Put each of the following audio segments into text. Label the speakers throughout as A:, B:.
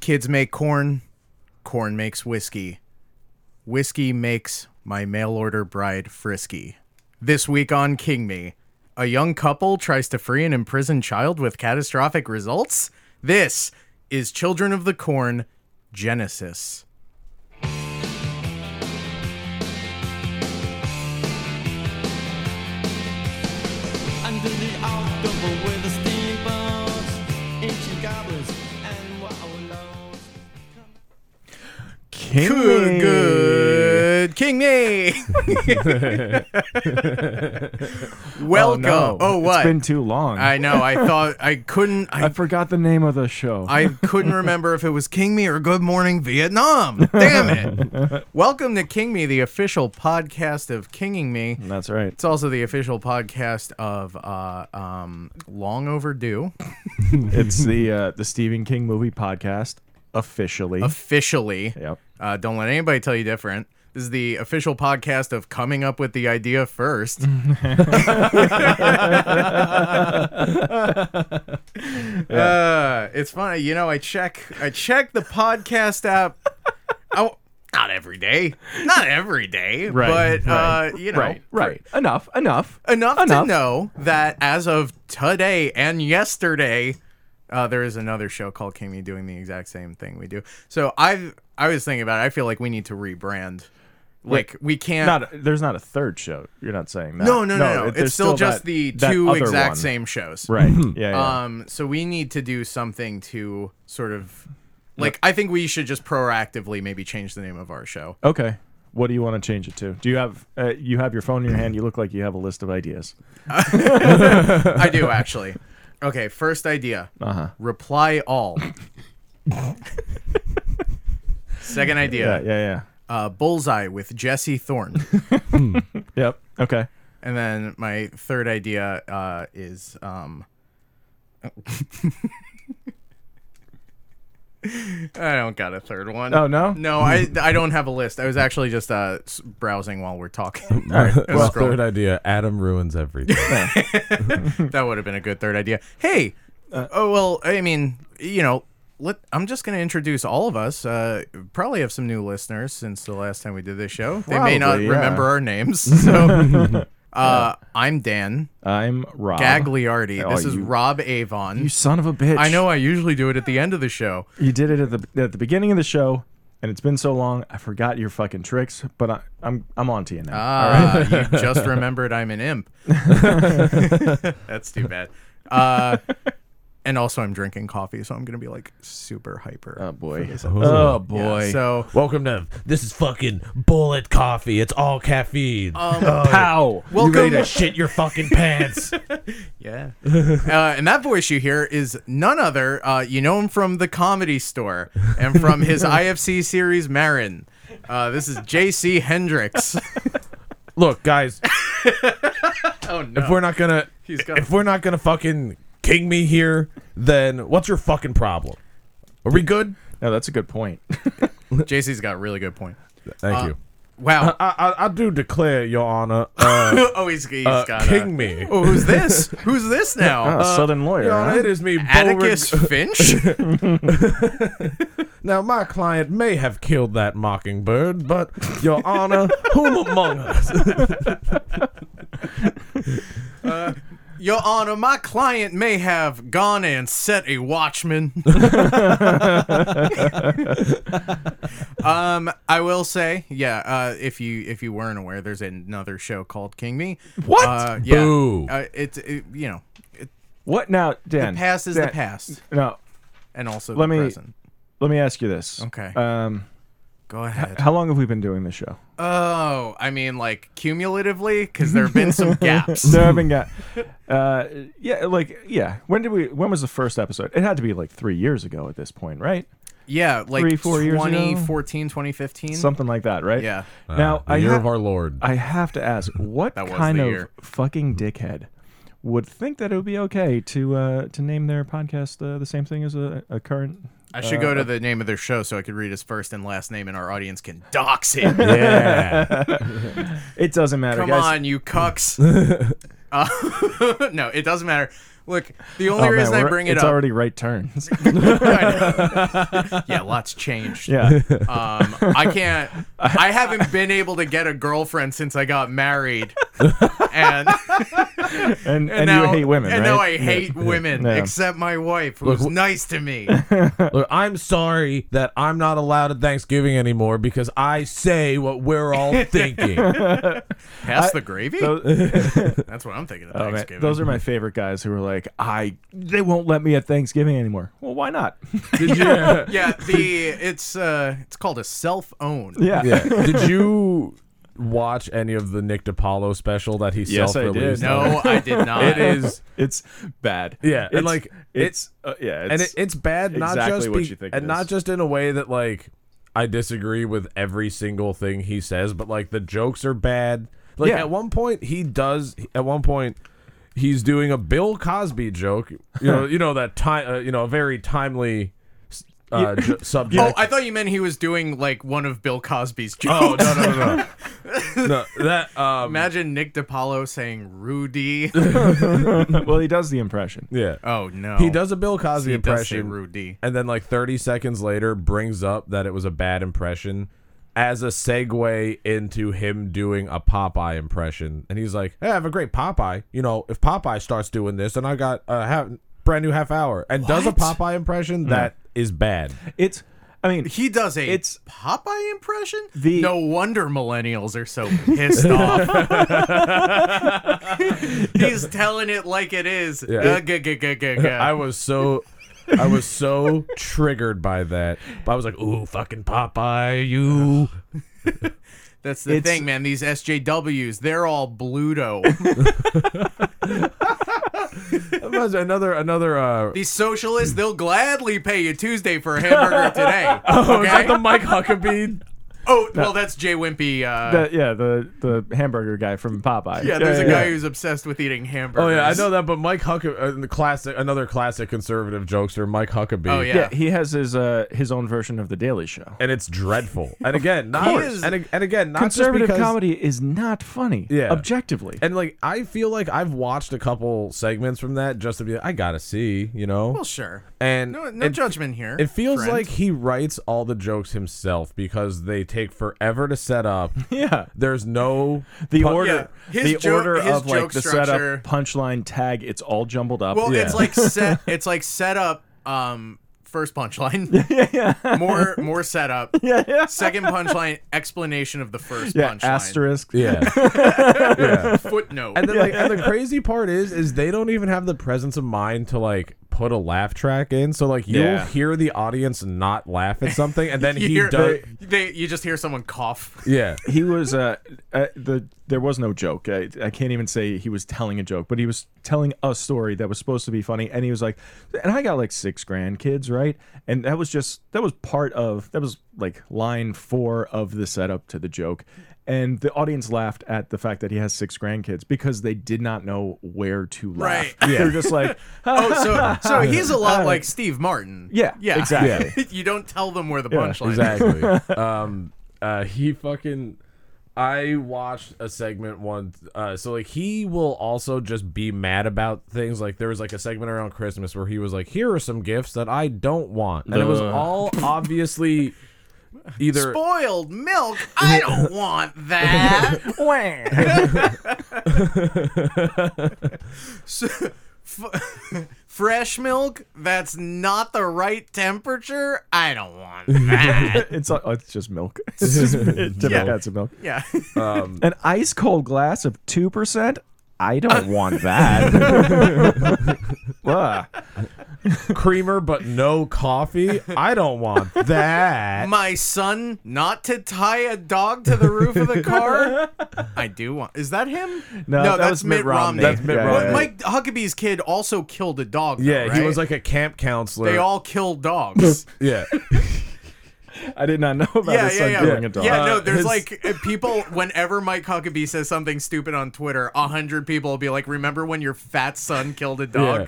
A: Kids make corn. Corn makes whiskey. Whiskey makes my mail order bride frisky. This week on King Me, a young couple tries to free an imprisoned child with catastrophic results. This is Children of the Corn Genesis.
B: Under the October with the steamboats, ancient goblins, and wallows.
C: King
A: Good, good. King Me. Welcome.
C: no.
A: oh what?
C: It's been too long.
A: I know. I thought I couldn't.
C: I
A: I,
C: forgot the name of the show.
A: I couldn't remember if it was King Me or Good Morning Vietnam. Damn it! Welcome to King Me, the official podcast of Kinging Me.
C: That's right.
A: It's also the official podcast of uh, um, Long Overdue,
C: It's the uh, the Stephen King movie podcast officially.
A: officially.
C: yep.
A: Uh, don't let anybody tell you different. This is the official podcast of coming up with the idea first. uh, it's funny, you know. I check, I check the podcast app. Oh, not every day, not every day,
C: Right,
A: but
C: right,
A: uh, you know,
C: right. Right. Enough. Enough.
A: enough,
C: Enough.
A: to know that as of today and yesterday, uh, there is another show called King Me doing the exact same thing we do. So I've I was thinking about it. I feel like we need to rebrand. Like we can't.
C: Not there's not a third show. You're not saying that.
A: no, no, no, no.
C: it-
A: It's
C: there's
A: still, just
C: that-
A: the
C: that
A: two
C: other
A: exact
C: one.
A: same shows.
C: Right. Yeah. yeah.
A: Um. So we need to do something to sort of. Like I think we should just proactively maybe change the name of our show.
C: okay. What do you want to change it to? Do you have uh, you have your phone in your hand? You look like you have a list of ideas.
A: I do actually. Okay, first idea.
C: Uh-huh.
A: Reply all. Second idea.
C: Yeah. Yeah.
A: Uh, Bullseye with Jesse Thorne.
C: Yeah. Yep. Okay.
A: and then my third idea uh, is um. I don't got a third one.
C: Oh, no?
A: No, I I don't have a list. I was actually just uh s- browsing while we're talking.
D: All right. Well,
A: scroll.
D: third idea. Adam ruins everything.
A: that would have been a good third idea. Hey,
C: Uh,
A: oh well, I mean, you know, let I'm just going to introduce all of us. Uh, probably have some new listeners since the last time we did this show. They may not
C: Probably, yeah.
A: remember our names. So, uh, I'm Dan
C: I'm Rob.
A: Gagliardi.
C: Oh,
A: this is
C: you-
A: Rob Avon.
C: You son of a bitch.
A: I know I usually do it at the end of the show.
C: You did it at the at the beginning of the show, and it's been so long, I forgot your fucking tricks. But I, I'm I'm on to you now.
A: Ah, you just remembered I'm an imp. That's too bad. Uh, and also, I'm drinking coffee, so I'm gonna be like super hyper.
C: oh boy.
D: Oh
A: Yeah,
D: boy.
A: so
D: welcome to this is fucking bullet coffee. It's all caffeine. Um,
C: Pow.
D: you ready
A: welcome-
D: to shit your fucking pants?
A: Yeah. uh, and that voice you hear is none other. Uh, you know him from the comedy store and from his IFC series Marin. Uh, this is JC Hendricks.
D: Look, guys,
A: oh, no.
D: if we're not gonna
A: He's got-
D: if we're not gonna fucking king me here, then what's your fucking problem? Are we good?
C: No, that's a good point.
A: JC's got a really good point.
D: Thank
A: Uh,
D: you.
A: Wow.
D: I, I I do declare, Your Honor, uh,
A: oh, he's, he's
D: uh,
A: got
D: king
A: a...
D: me.
A: Oh, who's this? Who's this now? Uh,
C: Oh, Southern lawyer.
D: Your Honor,
C: Huh?
D: it is me, Beauregard-
A: Atticus Finch?
D: Now, my client may have killed that mockingbird, but, Your Honor, whom among us?
A: Your Honor, my client may have gone and set a watchman. um, I will say, yeah. Uh, if you if you weren't aware, there's another show called King Me.
D: What?
A: Uh, yeah.
D: Boo.
A: Uh, it's it, you know, it,
C: What now, Dan?
A: past is the
C: Dan,
A: past,
C: No,
A: and also
C: Let
A: the
C: me-
A: present.
C: let me ask you this.
A: Okay.
C: Um,
A: Go ahead.
C: how long have we been doing this show?
A: Oh, I mean, like cumulatively, because there have been some gaps.
C: There have been got. Uh, yeah, like yeah. When did we? When was the first episode? It had to be like three years ago at this point, right?
A: Yeah, like
C: Three, four years ago?
A: 2014, 2015.
C: Something like that, right?
A: Yeah.
C: Now
D: the
C: I
D: Uh, year
C: ha-
D: of our Lord.
C: I have to ask, what
A: That was
C: kind
A: the
C: of
A: year.
C: fucking dickhead would think that it would be okay to uh, to name their podcast uh, the same thing as a, a current?
A: I should
C: Uh,
A: go to the name of their show so I could read his first and last name, and our audience can dox him.
D: yeah.
C: It doesn't matter,
A: Come
C: guys.
A: on, you cucks. Uh, no, it doesn't matter. Look, the only
C: Oh, man,
A: reason I
C: we're-
A: bring it
C: it's
A: up.
C: already right turns.
A: yeah, lots changed.
C: yeah.
A: Um, I can't. I haven't been able to get a girlfriend since I got married, and and,
C: And, and,
A: now
C: you hate women,
A: And
C: right?
A: now I hate women,
C: Yeah.
A: except my wife, who's nice to me.
D: Look, I'm sorry that I'm not allowed at Thanksgiving anymore because I say what we're all thinking.
A: Pass the gravy.
C: Those,
A: That's what I'm thinking of
C: oh, man,
A: Thanksgiving.
C: those are my favorite guys who are like, I they won't let me at Thanksgiving anymore. Well, why not?
D: Did you?
A: yeah, the it's uh it's called a self own.
C: Yeah.
D: Yeah. Did you watch any of the Nick DiPaolo special that he
C: Yes, I did.
D: self-released?
A: No, I did not.
D: It is
C: It's bad.
D: Yeah, and
C: It's,
D: like,
C: it's, uh, yeah, it's,
D: and it, it's bad not
C: exactly
D: just
C: what
D: be-
C: you think it
D: and not
C: is.
D: just in a way that like I disagree with every single thing he says, but like the jokes are bad. Like
C: Yeah.
D: at one point he does at one point he's doing a Bill Cosby joke. You know, you know that time uh, you know a very timely s- uh, j- subject.
A: Oh, I thought you meant he was doing like one of Bill Cosby's jokes.
D: Oh, no no no no. no that um
A: Imagine Nick DiPaolo saying Rudy.
C: well, he does the impression.
D: yeah.
A: Oh no,
D: He does a Bill Cosby
A: He does say
D: impression.
A: Rudy.
D: and then like 30 seconds later brings up that it was a bad impression as a segue into him doing a Popeye impression. And he's like, hey, I have a great Popeye. You know, if Popeye starts doing this, and I got a half, brand new half hour and does a
A: What?
D: Popeye impression, that is bad.
C: It's, I mean,
A: He does a
C: It's-
A: Popeye impression.
C: The-
A: no wonder millennials are so pissed off. He's telling it like it is.
D: Yeah.
A: Uh, g- g- g- g- g.
D: I was so. I was so triggered by that. But I was like, "Ooh, fucking Popeye, you!"
A: That's the
C: it's-
A: thing, man. These SJWs, they're all Bluto.
D: That was another, another. Uh,
A: These socialists, they'll gladly pay you Tuesday for a hamburger today.
D: oh, is
A: okay?
D: that the Mike Huckabee?
A: oh, well, that's Jay Wimpy. Uh,
C: the, yeah, the the hamburger guy from Popeye.
A: yeah, there's a
C: yeah.
A: guy who's obsessed with eating hamburgers.
D: Oh yeah, I know that. But Mike Huckabee, uh, the classic, another classic conservative jokester, Mike Huckabee.
A: Oh,
C: Yeah,
A: yeah.
C: he has his uh his own version of the Daily Show.
D: and it's dreadful. And again, not
A: He is-
D: and, ag- and again, not
C: Conservative
D: just because,
C: comedy is not funny.
D: Yeah.
C: objectively.
D: And like, I feel like I've watched a couple segments from that just to be, like, I gotta see, you know.
A: Well, sure.
D: and
A: No, no
D: it,
A: judgment here.
D: it feels
A: friend.
D: like he writes all the jokes himself because they take forever to set up.
C: yeah,
D: There's no
C: the
D: pun-
C: order,
A: his
C: the
A: joke-
C: order
A: his
C: of like
A: joke
C: the
A: structure-
C: setup, punchline, tag. It's all jumbled up.
A: Well,
C: yeah.
A: it's like set. It's like set up. Um, first punchline. More more setup.
C: yeah, yeah,
A: Second punchline. Explanation of the first
C: yeah.
A: punchline.
C: Asterisk.
D: Yeah. yeah.
A: Footnote.
D: And then like and the crazy part is is they don't even have the presence of mind to like put a laugh track in. So like you'll
C: Yeah.
D: hear the audience not laugh at something and then
A: you
D: he
A: hear,
D: does
A: they, you just hear someone cough.
D: Yeah.
C: He was uh, uh the there was no joke. I, I can't even say he was telling a joke, but he was telling a story that was supposed to be funny, and he was like, and I got like six grandkids, right? And that was just that was part of that was like line four of the setup to the joke, and the audience laughed at the fact that he has six grandkids because they did not know where to laugh.
A: Right.
C: They're just like, "Ah,
A: Oh, so so he's a lot like Steve Martin.
C: Yeah,
A: yeah,
C: exactly.
A: you don't tell them where the punchline. is.
D: Exactly. um, uh, he fucking. I watched a segment once. Uh, so like he will also just be mad about things. Like there was like a segment around Christmas where he was like, "Here are some gifts that I don't want," and it was
C: Ugh.
D: all obviously either
A: Spoiled milk. I don't want that. S- f- Fresh milk that's not the right temperature. I don't want that.
C: it's uh, it's just milk. It's just different
A: Yeah.
C: kinds of milk.
A: yeah.
C: An ice cold glass of 2%? I don't want that. Ugh.
D: creamer but no coffee. I don't want that.
A: My son, not to tie a dog to the roof of the car. I do want. Is that him?
C: No, that
A: that's
C: was Mitt Romney.
D: That's Mitt
A: But
D: Romney.
A: Mike Huckabee's kid also killed a dog. though,
D: Yeah, he
A: right?
D: was like a camp counselor.
A: They all kill dogs.
D: yeah.
C: I did not know about
A: yeah,
C: his
A: yeah,
C: son
A: yeah.
C: killing a dog.
A: Yeah, no,
D: Uh,
A: there's
D: his-
A: like uh, people. Whenever Mike Huckabee says something stupid on Twitter, a hundred people will be like, "Remember when your fat son killed a dog?"
D: yeah.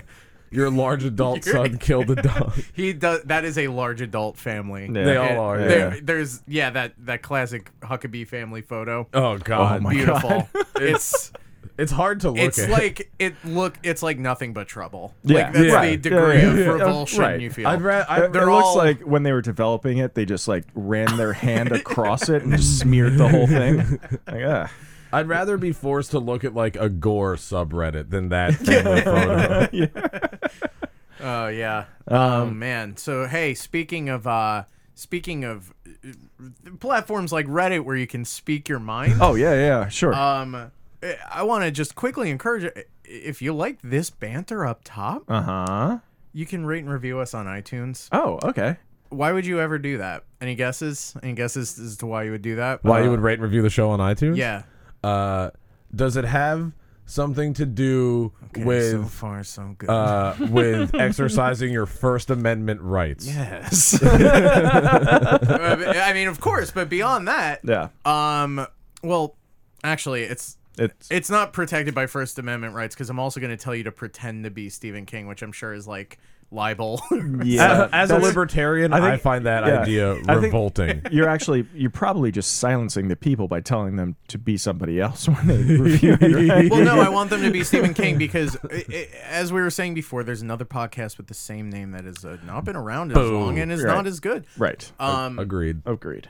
D: Your large adult son killed a dog.
A: He does. That is a large adult family.
C: Yeah.
D: They
A: And
D: all are.
A: there-
D: yeah.
A: There's yeah that that classic Huckabee family photo.
D: Oh god.
C: my
A: Beautiful. it's
D: It's hard to look
A: It's
D: at.
A: like it look. It's like nothing but trouble.
C: Yeah.
A: like that's
D: Yeah.
A: the degree
C: Yeah,
A: of
C: yeah, yeah.
A: revulsion
C: Right.
A: you feel.
D: I'd ra- I,
C: Uh, It, it
A: They're
C: looks
A: all-
C: like when they were developing it, they just like ran their hand across it and just smeared the whole thing. Like, ah.
D: I'd rather be forced to look at like a gore subreddit than that uh, family photo.
A: Oh yeah. oh
D: Um,
A: man. So hey, speaking of uh speaking of uh, platforms like Reddit where you can speak your mind,
C: Oh yeah, yeah, sure.
A: um I- I want to just quickly encourage i- if you like this banter up top,
C: Uh huh.
A: you can rate and review us on iTunes.
C: Oh, okay.
A: Why would you ever do that? Any guesses? Any guesses as to why you would do that?
D: Why
A: Uh,
D: you would rate and review the show on iTunes?
A: Yeah.
D: Uh, does it have something to do
A: Okay, so
D: with
A: far so good.
D: uh, with exercising your First Amendment rights?
A: yes. I mean, of course, but beyond that,
C: Yeah,
A: um well, actually it's
C: it's
A: It's not protected by First Amendment rights because I'm also going to tell you to pretend to be Stephen King, which I'm sure is like libel. uh,
C: yeah.
D: As a
C: That's-
D: libertarian, I,
C: I think-
D: find that
C: yeah.
D: idea
C: I think-
D: revolting.
C: You're actually you're probably just silencing the people by telling them to be somebody else when they review it. right?
A: well, no, I want them to be Stephen King because, i i as we were saying before, there's another podcast with the same name that has uh, not been around as
D: Boom.
A: long and is
C: Right.
A: not as good.
C: Right.
A: Um,
D: Agreed.
C: Agreed.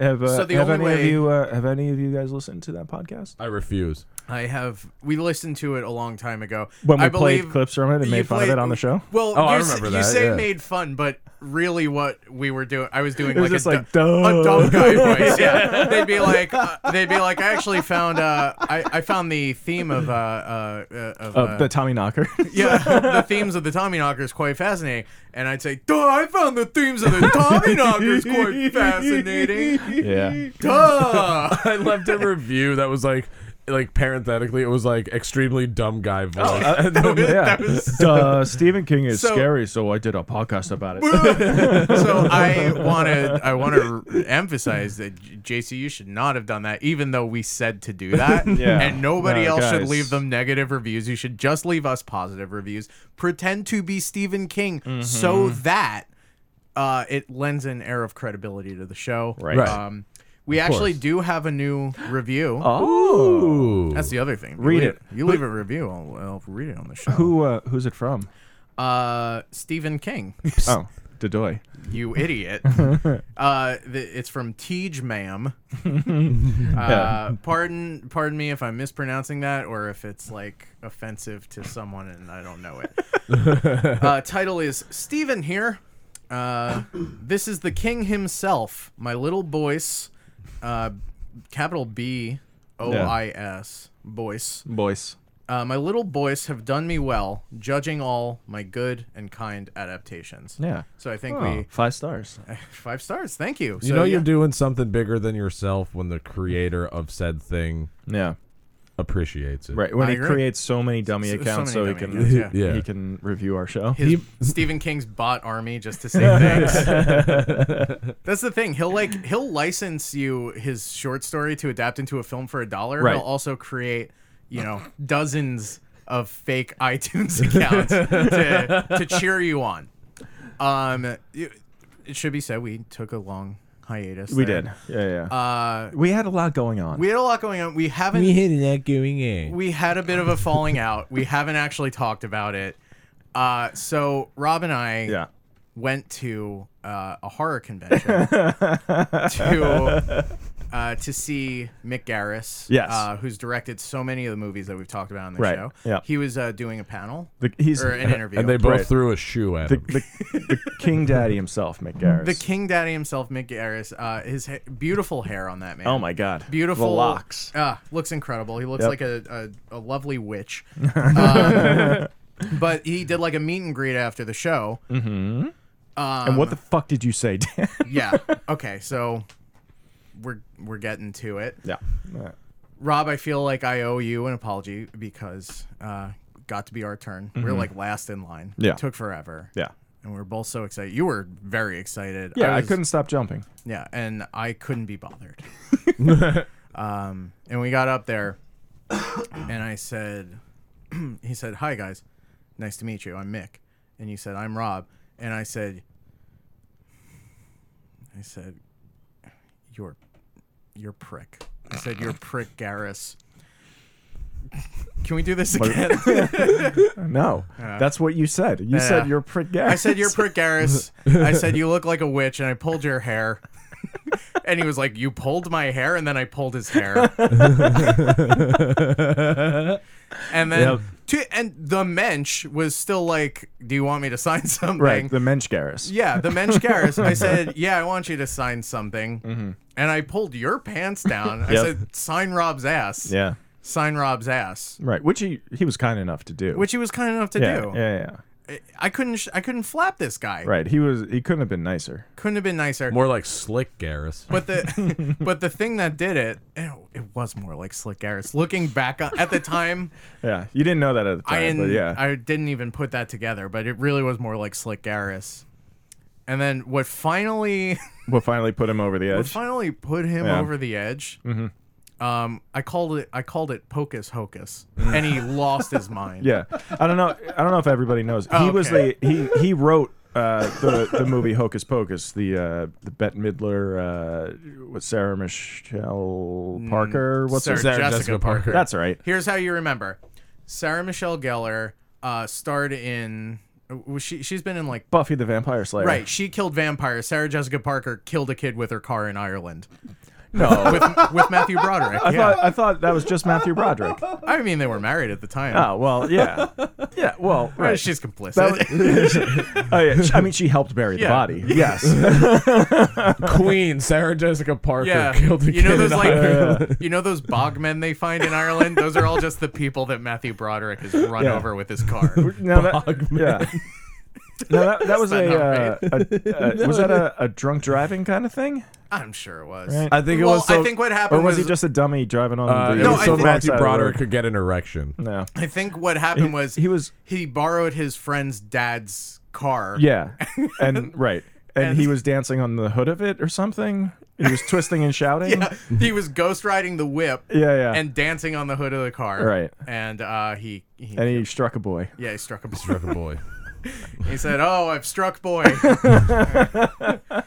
C: Have, uh,
A: So the
C: have
A: only
C: any of
A: way-
C: you uh, have any of you guys listened to that podcast?
D: I refuse.
A: I have we listened to it a long time ago
C: When we
A: I
C: played
A: believe
C: clips from it and
A: you
C: made fun of
A: played-
C: it on the show?
A: Well,
D: Oh, I
A: you, s-
D: remember
A: you
D: that,
A: say
D: yeah.
A: made fun, but really, what we were doing, I was doing
C: was
A: like
C: just
A: a,
C: like,
A: du-
C: "Duh."
A: a dumb guy voice. Yeah, they'd be like, uh, they'd be like, I actually found, uh, I, I found the theme of, uh, uh, uh, of
C: Uh,
A: uh,
C: the Tommy Knocker.
A: yeah, the themes of the Tommy Knockers quite fascinating. And I'd say, duh, I found the themes of the Tommy Knockers quite fascinating.
C: yeah.
A: Duh.
D: I left a review that was like, like parenthetically, it was like extremely dumb guy voice.
C: Oh, Uh, Yeah.
A: That was
C: Duh, Stephen King is
A: So-
C: scary, so I did a podcast about it.
A: so I want to I want to emphasize that J- JC you should not have done that even though we said to do that
C: Yeah.
A: and nobody
C: No,
A: else should
C: guys.
A: leave them negative reviews you should just leave us positive reviews pretend to be Stephen King so
C: Mm-hmm.
A: that uh, it lends an air of credibility to the show
C: Right.
D: Right.
A: um we actually do have a new review
C: Oh.
D: Ooh.
A: that's the other thing You
C: Read
A: leave-
C: it.
A: you leave a review I'll, I'll read it on the show
C: Who uh, who's it from?
A: uh Stephen King
C: Oh, Dedoy.
A: you idiot. uh, th- it's from Tej Ma'am. Uh, pardon, pardon me if I'm mispronouncing that, or if it's like offensive to someone and I don't know it. uh, title is Steven here. Uh, this is the king himself, my little boys, uh, capital B O I S, boys.
C: Boyce.
A: Uh, my little boys have done me well, judging all my good and kind adaptations.
C: Yeah.
A: So I think
C: Oh,
A: we
C: five stars.
A: Five stars. Thank you.
D: You
A: So,
D: know
A: yeah.
D: you're doing something bigger than yourself when the creator of said thing
C: Yeah.
D: appreciates it.
C: Right. When
A: I
C: he
A: agree.
C: creates so many dummy
A: So- so
C: accounts so,
A: many
C: he
A: dummy
C: can
A: accounts,
D: yeah. Yeah.
C: he can review our show.
A: His Stephen King's bot army just to say thanks. That's the thing. He'll like he'll license you his short story to adapt into a film for a dollar.
C: Right.
A: He'll also create, you know, dozens of fake iTunes accounts to, to cheer you on. Um, it, it should be said we took a long hiatus.
C: we
A: there.
C: did. Yeah, yeah.
A: Uh,
C: we had a lot going on.
A: we had a lot going on. We haven't
D: hit that going in.
A: we had a bit of a falling out. We haven't actually talked about it. Uh, so Rob and I
C: yeah.
A: went to uh, a horror convention to uh, to see Mick Garris,
C: Yes.
A: uh, who's directed so many of the movies that we've talked about on the
C: Right.
A: show.
C: Yeah.
A: He was uh, doing a panel
C: The, he's
A: or an interview.
D: And they both
C: Right.
D: threw a shoe at
C: the,
D: him.
C: the, the King Daddy himself, Mick Garris.
A: the King Daddy himself, Mick Garris, uh, his ha- beautiful hair on that man.
C: Oh my God.
A: beautiful
C: The locks.
A: Uh, looks incredible. He looks
C: Yep.
A: like a, a, a lovely witch. Um, but he did like a meet and greet after the show.
C: Mm.
A: Mm-hmm. Um,
C: And what the fuck did you say, Dan?
A: yeah. Okay, so we're we're getting to it.
C: yeah.
A: Rob, I feel like I owe you an apology because uh, got to be our turn. We are like last in line.
C: Mm-hmm. Yeah.
A: took forever.
C: Yeah.
A: And we are both so excited. You were very excited.
C: Yeah, I
A: was-
C: couldn't stop jumping.
A: Yeah, and I couldn't be bothered. um, and we got up there, and I said, he said, "Hi guys, nice to meet you. I'm Mick." And you said, "I'm Rob." And I said, I said, "You're, you're prick." I said, "You're prick, Garrus." Can we do this again?
C: No, that's what you said. You
A: Yeah.
C: said you're prick
A: I said you're Prick Garris. I said you look like a witch, and I pulled your hair. and he was like, "You pulled my hair," and then I pulled his hair. and then,
C: Yep.
A: to, and the mensch was still like, "Do you want me to sign something?"
C: right. The Mensch Garris.
A: Yeah, the mensch Garris. I said, "Yeah, I want you to sign something," and I pulled your pants down. I
C: Mm-hmm. Yep.
A: said, "Sign Rob's ass."
C: Yeah.
A: Sign Rob's ass,
C: Right. Which he he was kind enough to do.
A: which he was kind enough to
C: yeah,
A: do.
C: yeah, yeah.
A: I couldn't. Sh- I couldn't flap this guy.
C: Right. He was. He couldn't have been nicer.
A: Couldn't have been nicer.
D: More like slick Garris.
A: But the but the thing that did it, ew, it was more like Slick Garris. Looking back on, at the time,
C: Yeah. You didn't know that at the
A: I
C: time, but
A: didn't-
C: yeah.
A: I didn't even put that together, but it really was more like Slick Garris. And then what finally
C: What finally put him over the
A: what
C: edge.
A: finally put him
C: Yeah. Mm-hmm.
A: over the edge? Um, I called it I called it Pocus Hocus, and he lost his mind.
C: Mm. yeah. I don't know. I don't know if everybody knows. He was the
A: okay.
C: he he wrote. Uh, the the movie Hocus Pocus, the uh, the Bette Midler, uh, with Sarah Michelle Parker,
A: Mm,
C: what's
A: Sarah
C: her
D: Sarah
A: Jessica,
D: Jessica
A: Parker.
D: Parker.
C: That's all right.
A: Here's how you remember: Sarah Michelle Gellar uh, starred in. uh, She she's been in like
C: Buffy the Vampire Slayer.
A: Right, she killed vampires. Sarah Jessica Parker killed a kid with her car in Ireland
C: No,
A: with, with Matthew Broderick.
C: I
A: yeah.
C: thought I thought that was just Matthew Broderick.
A: I mean, they were married at the time.
C: Oh well, yeah, yeah. Well,
A: Right,
C: right.
A: She's complicit.
C: That was- oh, yeah. I mean, she helped bury the
A: Yeah.
C: body. Yes.
D: Queen Sarah Jessica Parker
A: yeah,
D: killed the
A: you know
D: kid
A: those
D: in
A: like
D: Ireland.
A: you know those bogmen they find in Ireland. Those are all just the people that Matthew Broderick has run
C: Yeah.
A: over with his car.
C: No, that, yeah. No, that, that was
A: not
C: a, uh,
A: how
C: a, a was that a, a drunk driving kind of thing,
A: I'm sure it was.
C: Right.
D: I think it
A: well,
D: was so.
A: I think what
C: or
A: happened
C: was
A: was,
C: he just a dummy driving on
D: uh,
C: the?
D: it
A: No,
D: was
A: I
D: so
A: think-
D: Matthew
C: wrong side of the road?
D: Broderick could get an erection.
C: No.
A: I think what happened was
C: he was-
A: he borrowed his friend's dad's car.
C: Yeah, and right, and,
A: And-
C: he was dancing on the hood of it or something. He was twisting and shouting.
A: Yeah, he was ghost riding the whip.
C: Yeah, yeah.
A: And dancing on the hood of the car.
C: Right.
A: And uh, he, he
C: and he struck a boy.
A: yeah, he struck a boy.
D: Struck a boy.
A: he said, "Oh, I've struck boy." so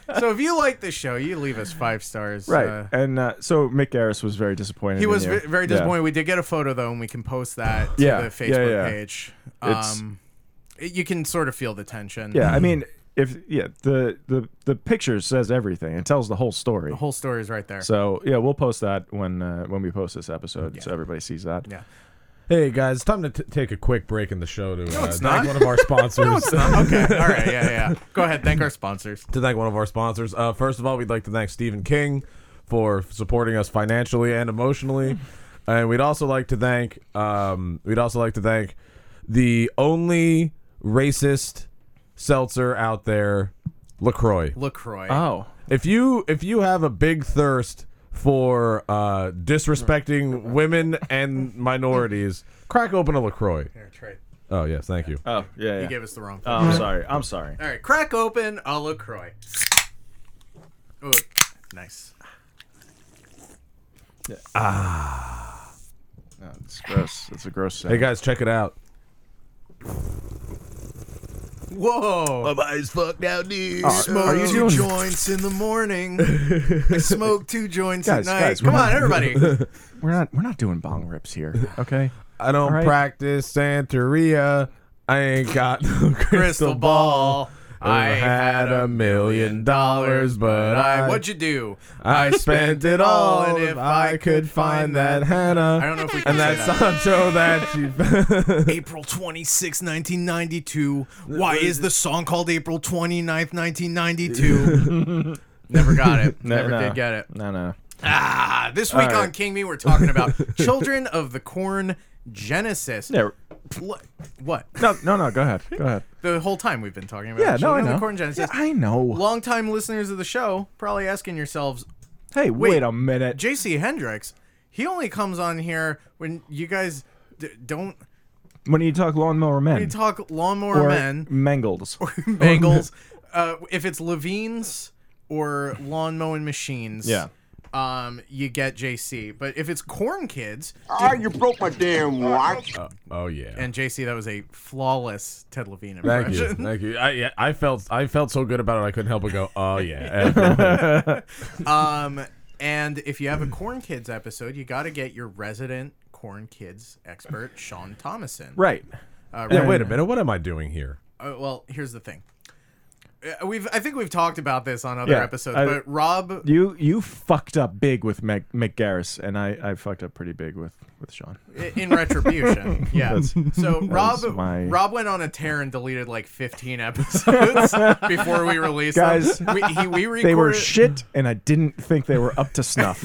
A: if you like the show, you leave us five stars.
C: Right,
A: Uh,
C: and uh, so Mick Garris was very disappointed.
A: he
C: in
A: was
C: you.
A: ve- very
C: Yeah.
A: disappointed. We did get a photo though, and we can post that to
C: Yeah,
A: the
C: yeah,
A: Facebook
C: yeah.
A: page.
C: It's-
A: Um, it- you can sort of feel the tension.
C: Yeah, I mean, if yeah, the the the picture says everything. It tells the whole story.
A: the whole story is right there.
C: So yeah, we'll post that when uh, when we post this episode, so everybody sees that.
A: yeah.
D: Hey guys, it's time to t- take a quick break in the show to uh,
A: it's
D: thank
A: not.
D: one of our sponsors.
A: Okay. All right. Yeah. Yeah. Go ahead. Thank our sponsors.
D: to thank one of our sponsors. Uh, first of all, we'd like to thank Stephen King for supporting us financially and emotionally, and we'd also like to thank um, we'd also like to thank the only racist seltzer out there, Lacroix.
A: Lacroix.
C: Oh,
D: If you if you have a big thirst for uh, disrespecting women and minorities, crack open a Lacroix.
A: Here, Trey.
D: Oh yes, thank you.
C: oh yeah.
A: You gave us the wrong.
C: oh, I'm sorry. I'm sorry.
A: All right, crack open a LaCroix. Ooh, nice.
C: It's gross. It's a gross
D: Hey
C: sound.
D: guys, check it out.
A: Whoa.
D: My eyes fucked out, dude.
A: Smoke
C: are you
A: two
C: doing-
A: joints in the morning. I smoke two joints
C: Guys,
A: at night.
C: guys,
A: Come
C: we're
A: on,
C: not-
A: everybody.
C: We're not we're not doing bong rips here. Okay.
D: I don't
C: right.
D: practice Santeria. I ain't got no crystal, Oh,
A: Crystal ball. I
D: I had a million dollars, but I
A: What'd you do?
D: I spent it all.
A: and
D: if I could find that Hannah,
A: I don't know if we can
D: and
A: say
D: that
A: that.
D: Sancho that she.
A: April 26, 1992. Why is the song called April 29th, 1992? Never got it.
C: No,
A: Never
C: no.
A: did get it.
C: No, no.
A: Ah, this week
C: right.
A: on King Me, we're talking about Children of the Corn Genesis.
C: Yeah.
A: What? what?
C: No, no, no. Go ahead. Go ahead.
A: The whole time we've been talking about
C: Yeah. No, I
A: Children of
C: know.
A: the Corn Genesis.
C: Yeah, I know.
A: Longtime listeners of the show probably asking yourselves,
C: Hey, wait,
A: Wait.
C: a minute.
A: J.C. Hendrix, he only comes on here when you guys d- don't
C: when you talk lawnmower men
A: you talk lawnmower
C: or
A: men,
C: Mangles.
A: Bengals, uh, if it's Levine's or lawn mowing machines,
C: Yeah.
A: um, you get JC. But if it's Corn Kids,
E: Ah, you broke my damn watch.
D: oh yeah.
A: And JC, that was a flawless Ted Levine
D: Thank
A: impression.
D: you, thank you. I yeah, I felt I felt so good about it. I couldn't help but go, oh yeah.
A: Um, and if you have a Corn Kids episode, you got to get your resident corn kids expert Sean Thomason.
C: Right.
A: Uh,
D: Yeah, wait a minute. What am I doing here?
A: Uh, well, here's the thing. Uh, We've I think we've talked about this on other
C: Yeah,
A: episodes,
C: I-
A: but Rob
C: You you fucked up big with Mac, Mick Garris, and I, I fucked up pretty big with, with Sean.
A: i- in retribution, yeah. So Rob
C: my-
A: Rob went on a tear and deleted like 15 episodes before we released
C: Guys,
A: them. We, he, we recorded,
C: They were shit, and I didn't think they were up to snuff.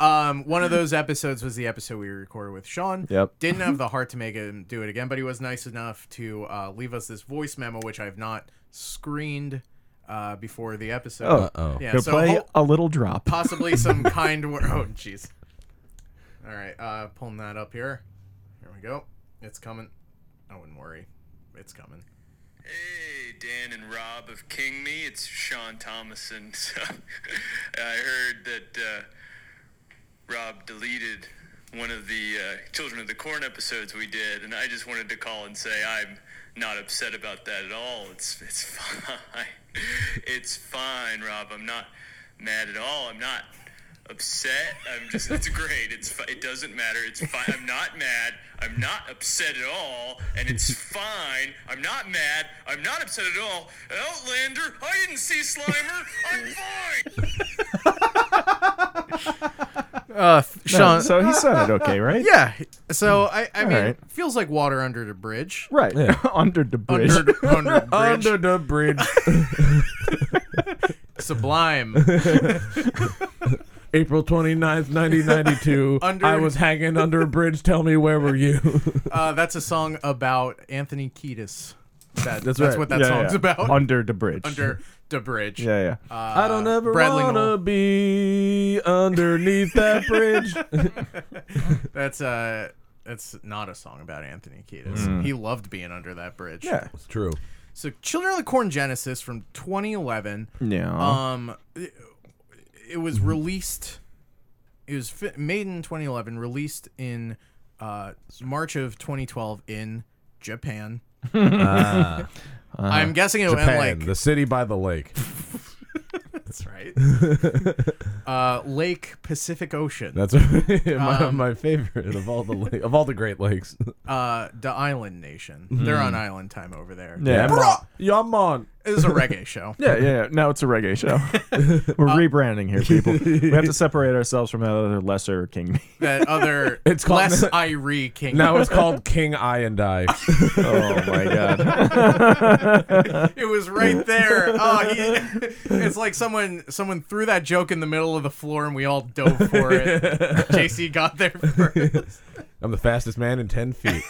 A: Um, one of those episodes was the episode we recorded with Sean.
C: Yep.
A: Didn't have the heart to make him do it again, but he was nice enough to uh, leave us this voice memo, which I've not screened uh, before the episode.
C: Oh.
D: Uh-oh.
A: yeah.
C: Go
A: So
C: play
A: ho-
C: a little drop.
A: possibly some kind word. Oh, jeez. All right, uh, pulling that up here. Here we go. It's coming. I wouldn't worry. It's coming.
F: Hey, Dan and Rob of King Me. It's Sean Thomason. So, I heard that uh, Rob deleted one of the uh, Children of the Corn episodes we did, and I just wanted to call and say I'm not upset about that at all. It's it's fine. It's fine, Rob. I'm not mad at all. I'm not upset. I'm just. It's great. It's. fi- It doesn't matter. It's fine. I'm not mad. I'm not upset at all, and it's fine. I'm not mad. I'm not upset at all. Outlander. I didn't see Slimer. I'm fine.
A: Uh, Sean.
C: so he sounded okay, right?
A: yeah. So I, I mean,
C: right.
A: feels like water under the bridge.
C: Right.
D: Yeah.
C: Under the bridge.
A: Under, under bridge.
D: Under the bridge,
A: Sublime.
D: April 29th, 1992.
A: Under-
D: I was hanging under a bridge. Tell me, where were you?
A: Uh, that's a song about Anthony Kiedis. That, that's
D: right.
A: what that
C: Yeah,
A: song's
C: yeah.
A: about.
C: Under the bridge.
A: Under the bridge.
C: Yeah, yeah.
D: I don't ever
A: Uh, Bradley
D: wanna
A: Noel.
D: be underneath that bridge.
A: That's uh that's not a song about Anthony Kiedis. He loved being under that bridge.
C: Hmm. yeah.
D: It's true.
A: So Children of the Corn Genesis from 2011.
C: No.
A: Um it, it was released it was fi- made in 2011, released in uh March of 2012 in Japan. I'm guessing it went
D: Ah. Japan,
A: like
D: the city by the lake.
A: That's right. uh, Lake Pacific Ocean,
D: That's my,
A: Um,
D: my favorite of all the la- of all the Great Lakes.
A: uh, the island nation. They're on island time over there.
C: yeah.
D: I'm on. Mm-hmm. Yeah, I'm on.
A: This is a reggae show.
C: Yeah, yeah, yeah. Now it's a reggae show. We're rebranding here, people. We have to separate ourselves from that other lesser king.
A: That other
D: It's called-
A: less Irie King.
D: Now it's called King I and I.
C: oh my god.
A: it was right there. Oh, he, it's like someone someone threw that joke in the middle of the floor and we all dove for it. JC got there first.
D: I'm the fastest man in ten feet.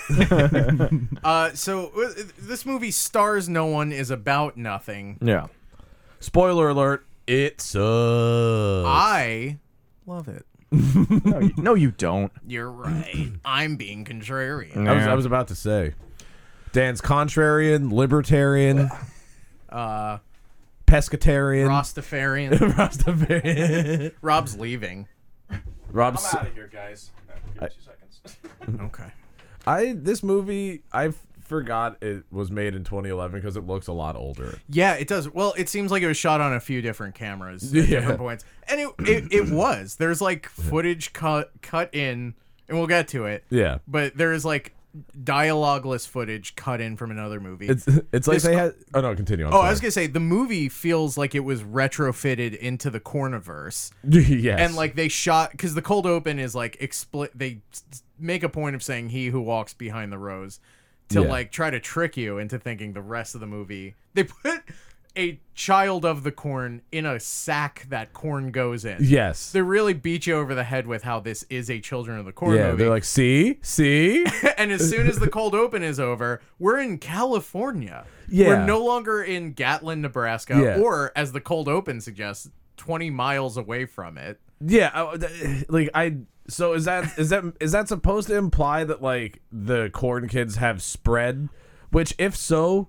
A: Uh, so uh, this movie stars no one is about nothing.
C: Yeah.
D: Spoiler alert. It
A: Ah.
D: sucks.
A: I love it.
C: No, you, no, you don't.
A: You're right. I'm being contrarian.
D: I was, I was about to say, Dan's contrarian, libertarian, uh,
A: Uh,
D: pescatarian,
A: Rastafarian.
D: Rastafarian.
A: Rob's leaving.
D: Rob's.
C: of here, guys. Give me two seconds.
A: Okay.
D: I this movie I f- forgot it was made in 2011 because it looks a lot older.
A: Yeah, it does. Well, it seems like it was shot on a few different cameras at
D: Yeah.
A: different points, and it, it it was. There's like footage cut cut in, and we'll get to it.
D: Yeah,
A: But there is like dialogueless footage cut in from another movie.
D: it's it's like
A: This-
D: they had. Oh no, continue. I'm
A: oh, I was
D: sorry.
A: gonna say the movie feels like it was retrofitted into the Corniverse.
D: yes,
A: and like they shot because the cold open is like expli- they s- make a point of saying he who walks behind the rose to
D: Yeah.
A: like try to trick you into thinking the rest of the movie they put a child of the corn in a sack that corn goes in
D: yes.
A: they really beat you over the head with how this is a children of the corn
D: yeah,
A: movie
D: they're like, see, see,
A: and as soon as the cold open is over we're in california
D: Yeah.
A: we're no longer in gatlin nebraska
D: Yeah.
A: or as the cold open suggests 20 miles away from it
D: yeah. I- th- Like I. So is that is that is that supposed to imply that like the corn kids have spread? Which, if so,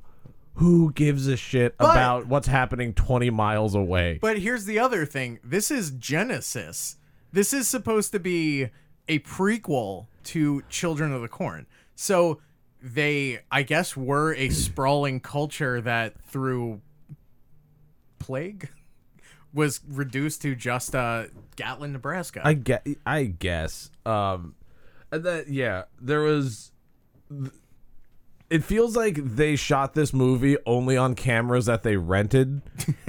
D: who gives a shit about what's happening 20 miles away?
A: But here's the other thing. This is Genesis. This is supposed to be a prequel to Children of the Corn. So they, I guess, were a sprawling culture that through plague was reduced to just uh, Gatlin, Nebraska.
D: I get. I guess. Um, and then yeah, there was. It feels like they shot this movie only on cameras that they rented.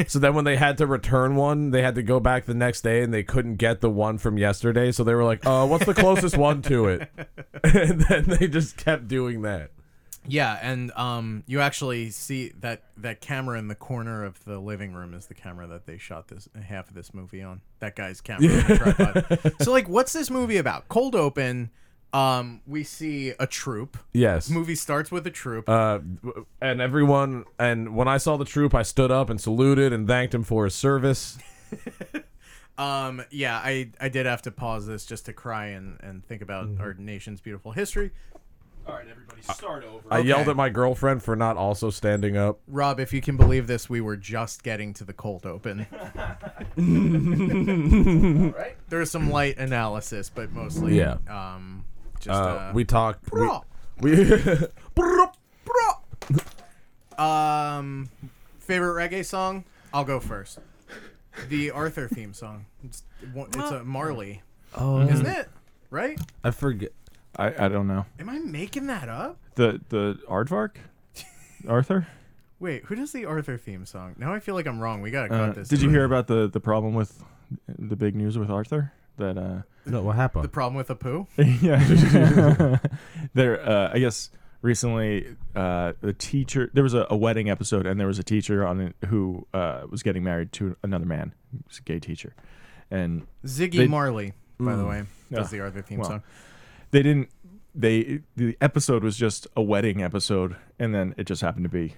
D: so then when they had to return one, they had to go back the next day and they couldn't get the one from yesterday. So they were like, "Uh, what's the closest one to it?" and then they just kept doing that.
A: yeah, and um, you actually see that that camera in the corner of the living room is the camera that they shot this half of this movie on. That guy's camera. on the tripod. so like, what's this movie about? Cold open. Um, we see a troop.
D: Yes.
A: Movie starts with a troop.
D: Uh, and everyone, and when I saw the troop, I stood up and saluted and thanked him for his service.
A: Um, yeah, I, I did have to pause this just to cry and, and think about
D: Mm-hmm.
A: our nation's beautiful history.
C: All right, everybody, start over.
D: I yelled at my girlfriend for not also standing up.
A: Rob, if you can believe this, we were just getting to the cold open. There was some light analysis, but mostly,
D: Yeah.
A: um, just
D: Uh,
A: uh,
D: we talked. we-
A: Bro.
D: We,
A: um, favorite reggae song. I'll go first. The Arthur theme song. It's, it's a Marley,
D: oh,
A: isn't it? Right?
D: I forget.
C: I, I don't know.
A: Am I making that up?
C: The the Aardvark? Arthur?
A: Wait, who does the Arthur theme song? Now I feel like I'm wrong. We gotta
C: Uh,
A: cut this.
C: did you
A: out.
C: hear about the, the problem with the big news with Arthur? That uh
D: No, what happened?
A: the problem with a poo?
C: yeah. there, uh, I guess recently, uh, the teacher. There was a, a wedding episode, and there was a teacher on it who uh, was getting married to another man. He was a gay teacher, and
A: Ziggy
C: They-
A: Marley, by
D: Mm.
A: the way, does
C: Ah,
A: the Arthur theme
C: well.
A: song.
C: they didn't. They the episode was just a wedding episode, and then it just happened to be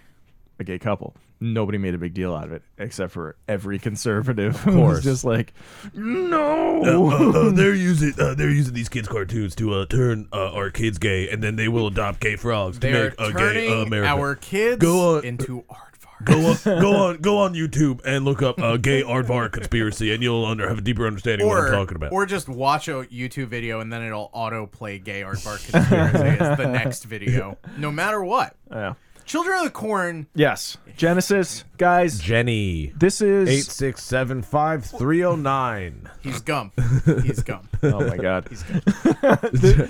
C: a gay couple. Nobody made a big deal out of it, except for every conservative. Of
D: course.
C: just like, no.
D: they're using uh, they're using these kids' cartoons to uh, turn uh, our kids gay, and then they will adopt gay frogs
A: They are turning our kids
D: Go on.
A: into aardvark.
D: Go on, go on, go on YouTube and look up uh, "gay Aardvar conspiracy," and you'll under, have a deeper understanding
A: or, or just watch a YouTube video and then it'll autoplay gay aardvark conspiracy as the next video, no matter what.
C: Yeah.
A: Children of the Corn.
C: Yes, Genesis guys.
D: Jenny
C: This is
D: eight six seven five three zero nine.
A: He's Gump. He's Gump.
C: Oh my god.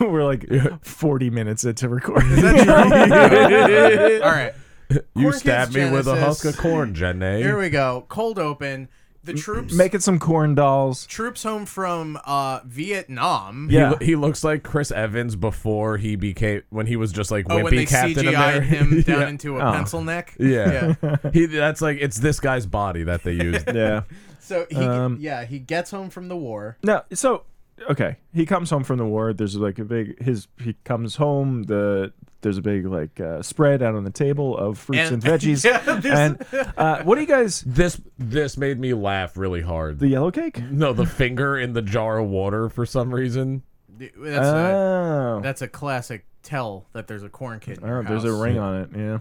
C: We're like 40 minutes into recording.
A: That's true. All right.
D: You
A: Corn Kids
D: stabbed me with a husk
A: Genesis.
D: of corn, Jenny.
A: Here we go. Cold open. The troops.
C: Making some corn dolls.
A: Troops home from uh, Vietnam.
D: He
C: Yeah.
D: lo- He, looks like Chris Evans before he became when he was just like
A: Oh,
D: wimpy
A: when they
D: Captain
A: CGI'd
D: America.
A: him down
D: yeah.
A: into a
C: Oh.
A: pencil neck.
D: yeah. he that's like it's this guy's body that they used.
C: Yeah.
A: So he,
C: Um,
A: yeah, he gets home from the war.
C: No, so okay, he comes home from the war. There's like a big his he comes home. The there's a big like uh, spread out on the table of fruits
A: And-
C: and, veggies.
A: Yeah, there's-
C: and uh, what do you guys?
D: this this made me laugh really hard.
C: The yellow cake?
D: no, the finger in the jar of water for some reason.
A: That's, a,
C: oh,
A: that's a classic tell that there's a corn kid. In your
C: oh, there's a
A: house.
C: ring on it. Yeah,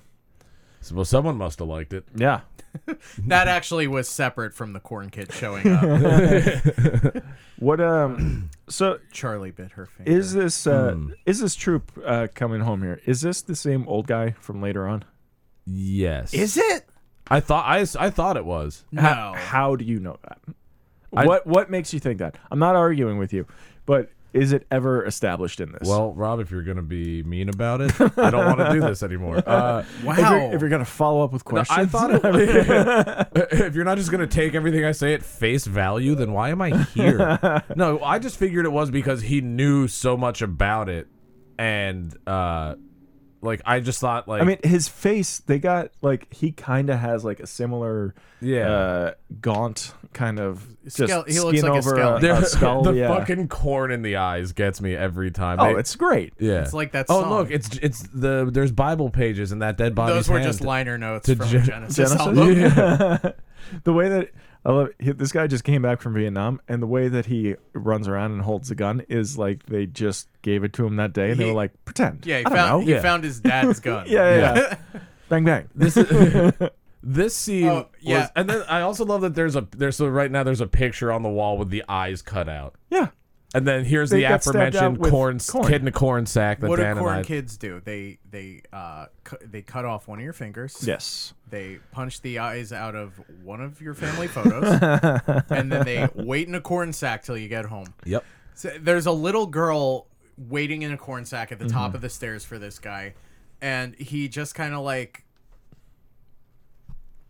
D: So, well, someone must have liked it.
C: yeah.
A: That actually was separate from the corn kid showing up.
C: What um? So
A: Charlie bit her finger.
C: is this uh
D: Hmm.
C: is this troop uh coming home here? Is this the same old guy from later on?
D: Yes.
A: is it?
D: I thought I, s- I thought it was.
A: No.
C: How, how do you know that?
D: I-
C: what what makes you think that? I'm not arguing with you, but is it ever established in this?
D: Well, Rob, if you're gonna be mean about it, I don't want to do this anymore. Uh,
A: wow.
C: if you're, if you're gonna follow up with
D: No,
C: questions,
D: I thought it was. if you're not just gonna take everything I say at face value, then why am I here? no, I just figured it was because he knew so much about it, and uh, like I just thought like
C: I mean, his face. They got like he kind of has like a similar,
D: Yeah.
C: uh, gaunt kind of just
A: Skele- he looks
C: skin
A: like a
C: over
A: skeleton.
C: a, skull.
D: the
C: yeah.
D: fucking corn in the eyes gets me every time.
C: oh,
D: They-
C: it's great.
D: yeah.
A: It's like that
D: Oh
A: song.
D: look, it's it's the there's Bible pages in that dead body.
A: Those were just liner notes
D: to
A: from
D: Gen-
A: Genesis.
C: Genesis?
A: album.
C: The way that I love it, he- this guy just came back from Vietnam, and the way that he runs around and holds the gun is like they just gave it to him that day, and they
A: He-
C: were like, "Pretend."
A: Yeah, he
C: I don't
A: found
C: know.
A: he
D: Yeah.
A: found his dad's gun.
C: Yeah, yeah. yeah. bang bang.
D: This is, this scene
A: Oh, yeah.
D: was, and then I also love that there's a there's so right now there's a picture on the wall with the eyes cut out.
C: yeah.
D: And then here's
C: They
D: the
C: got stabbed
D: aforementioned
C: out with
D: corn,
C: corn.
D: kid in a corn sack that
A: What do
D: Dan and
A: corn
D: I.
A: kids do? They they uh cu- they cut off one of your fingers.
C: Yes.
A: They punch the eyes out of one of your family photos, and then they wait in a corn sack till you get home.
D: Yep.
A: So there's a little girl waiting in a corn sack at the top
C: Mm-hmm.
A: of the stairs for this guy, and he just kind of like,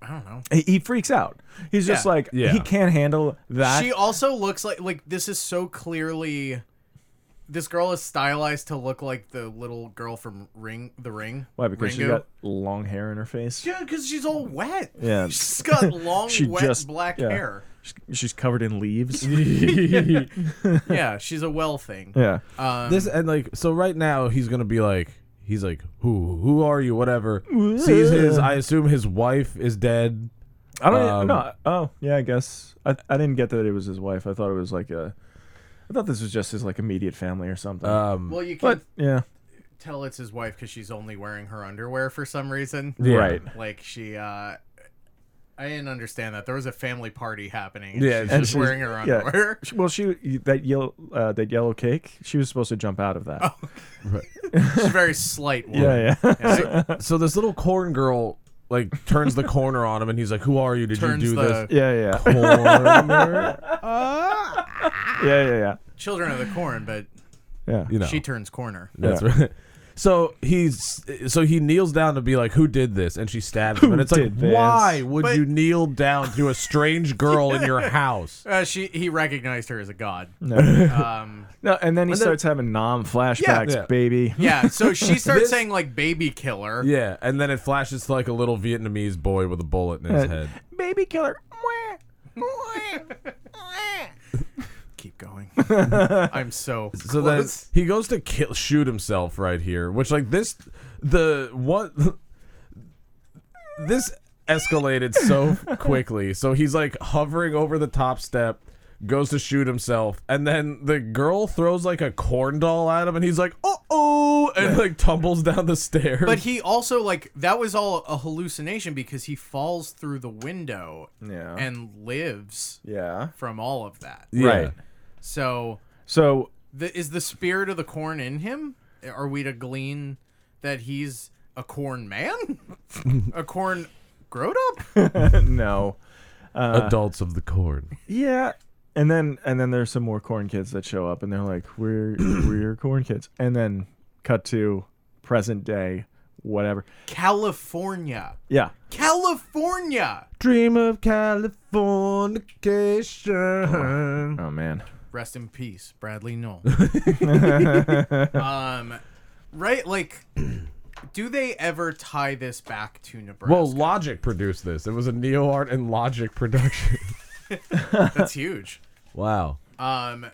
A: I don't know.
C: He, he freaks out. He's just
A: Yeah.
C: like
D: Yeah.
C: he can't handle that.
A: she also looks like like this is so clearly. This girl is stylized to look like the little girl from Ring, The Ring.
C: Why? Because she
A: Ringo.
C: got long hair in her face.
A: Yeah, because she's all wet.
C: Yeah.
A: she's got long,
C: She
A: wet
C: just-
A: black
C: yeah.
A: hair.
C: She's- She's covered in leaves.
A: Yeah, she's a well thing.
C: yeah.
A: Um,
D: This and like so right now he's gonna be like he's like who who are you whatever sees his I assume his wife is dead
C: I don't
D: Um,
C: know. Oh, yeah, I guess. I, I didn't get that it was his wife. I thought it was like a. I thought this was just his like immediate family or something.
D: um
A: well, you can
C: but yeah,
A: tell it's his wife because she's only wearing her underwear for some reason.
D: Yeah.
C: right.
A: Like she, uh, I didn't understand that there was a family party happening. And
D: Yeah,
A: she's
D: and
A: just
C: she's-
A: wearing her
C: yeah.
A: underwear.
C: She- Well, she that yellow uh, that yellow cake. She was supposed to jump out of that.
A: she's a very slight woman.
C: yeah, yeah.
D: so this little corn girl like turns the corner on him and he's like who are you did
A: Turns
D: you do
A: the
D: this
C: yeah, yeah,
D: corner
C: yeah, yeah, yeah.
A: children of the corn, but
C: yeah.
D: you know
A: she turns corner.
D: that's right so he's so he kneels down to be like who did this and she stabs him and it's like
C: did this?
D: why would
A: But-
D: you kneel down to a strange girl in your house
A: Uh, she he recognized her as a god.
C: Mm-hmm.
A: Um,
C: No, and then he starts having nom flashbacks,
D: Yeah.
C: baby.
A: yeah, so she starts
D: This-
A: saying like baby killer.
D: yeah and then it flashes to like a little Vietnamese boy with a bullet in his head
C: baby killer. Mwah.
A: Keep going. I'm so
D: so then
A: close.
D: he goes to kill shoot himself right here which like this the what this escalated so quickly so he's like hovering over the top step goes to shoot himself and then the girl throws like a corn doll at him and he's like oh and like tumbles down the stairs
A: But he also like that was all a hallucination because he falls through the window
C: Yeah.
A: and lives
C: Yeah.
A: from all of that.
D: Yeah.
C: Right.
A: So
C: So
A: the, is the spirit of the corn in him? Are we to glean that he's a corn man, a corn grown up?
C: no.
D: adults of the corn
C: Yeah. And then and then there's some more corn kids that show up and they're like, We're we're corn kids. And then cut to present day, whatever.
A: California,
C: Yeah.
A: California.
D: dream of californication
C: Oh man.
A: Rest in peace, Bradley Knoll. um, right? Like, do they ever tie this back to Nebraska?
D: well logic produced this it was a neo art and logic production
A: That's huge.
D: wow
A: Um,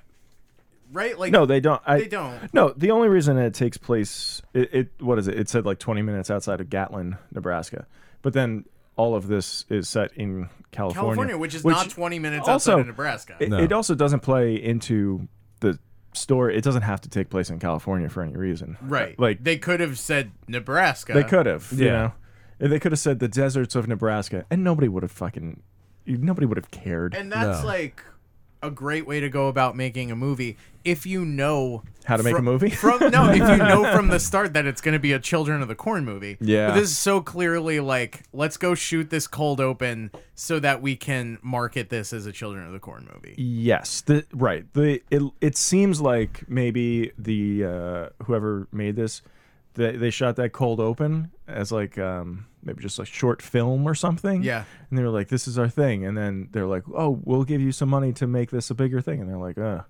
A: right? Like,
C: No, they don't I
A: they don't.
C: No, the only reason it takes place it, it what is it? It said like twenty minutes outside of Gatlin, Nebraska. But then all of this is set in California.
A: California, which is not 20 minutes
C: also-
A: outside of Nebraska.
C: It,
D: No.
C: it also doesn't play into the story. It doesn't have to take place in California for any reason.
A: right.
C: Like
A: they could have said Nebraska.
C: They could have. You
D: Yeah.
C: know? And They could have said the deserts of Nebraska, and nobody would have fucking, nobody would have cared
A: And that's
D: No.
A: like a great way to go about making a movie if you know
C: how to make a
A: fro-
C: movie.
A: From no, if you know from the start that it's going to be a Children of the Corn movie.
C: Yeah.
A: But this is so clearly like, let's go shoot this cold open so that we can market this as a Children of the Corn movie.
C: yes, the, right. The it, it seems like maybe the uh, whoever made this, they, they shot that cold open as like um, maybe just a short film or something.
A: Yeah.
C: And they were like, "This is our thing," and then they're like, "Oh, we'll give you some money to make this a bigger thing," and they're like, "Uh,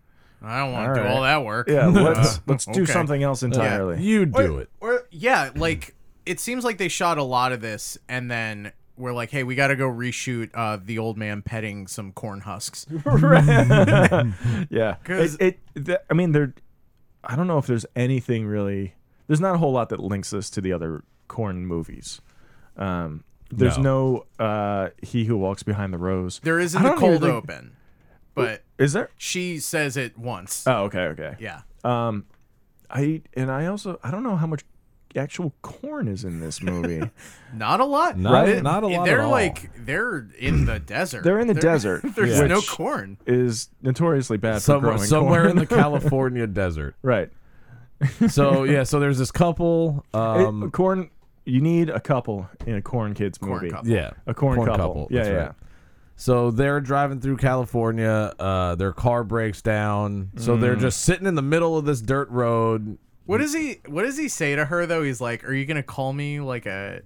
A: I don't want
C: All
A: to do
C: right.
A: all that work.
C: yeah, let's
A: Uh,
C: let's do
A: okay.
C: something else entirely."
D: you do it
A: Or yeah, like it seems like they shot a lot of this and then we're like, hey, we got to go reshoot uh, the old man petting some corn husks.
C: Yeah,
A: 'Cause-
C: it. it th- I mean, there. I don't know if there's anything really. There's not a whole lot that links this to the other corn movies. Um, there's no, uh, he who walks behind the rose.
A: There is in
C: I
A: the
C: don't even
A: cold
C: think-
A: open, but
C: Is there?
A: she says it once.
C: Oh, okay, okay.
A: yeah.
C: Um, I and I also I don't know how much actual corn is in this movie.
A: Not a lot.
D: Not-
A: Right?
D: not a lot
A: They're
D: at all.
A: like they're in the desert.
C: They're in the
A: There-
C: desert,
A: There's
C: yeah.
A: no
C: which-
A: corn.
C: is notoriously bad for
D: Somewhere,
C: growing
D: somewhere
C: corn.
D: in the California desert.
C: right.
D: So yeah, so there's this couple.
C: It-
D: Um,
C: corn. You need a couple in a corn kids movie.
A: couple.
D: yeah,
C: A corn, couple. Yeah,
D: that's
C: yeah.
D: right. So they're driving through California. Uh, their car breaks down. So they're just sitting in the middle of this dirt road.
A: What does he what does he say to her though? He's like, "Are you going to call me like a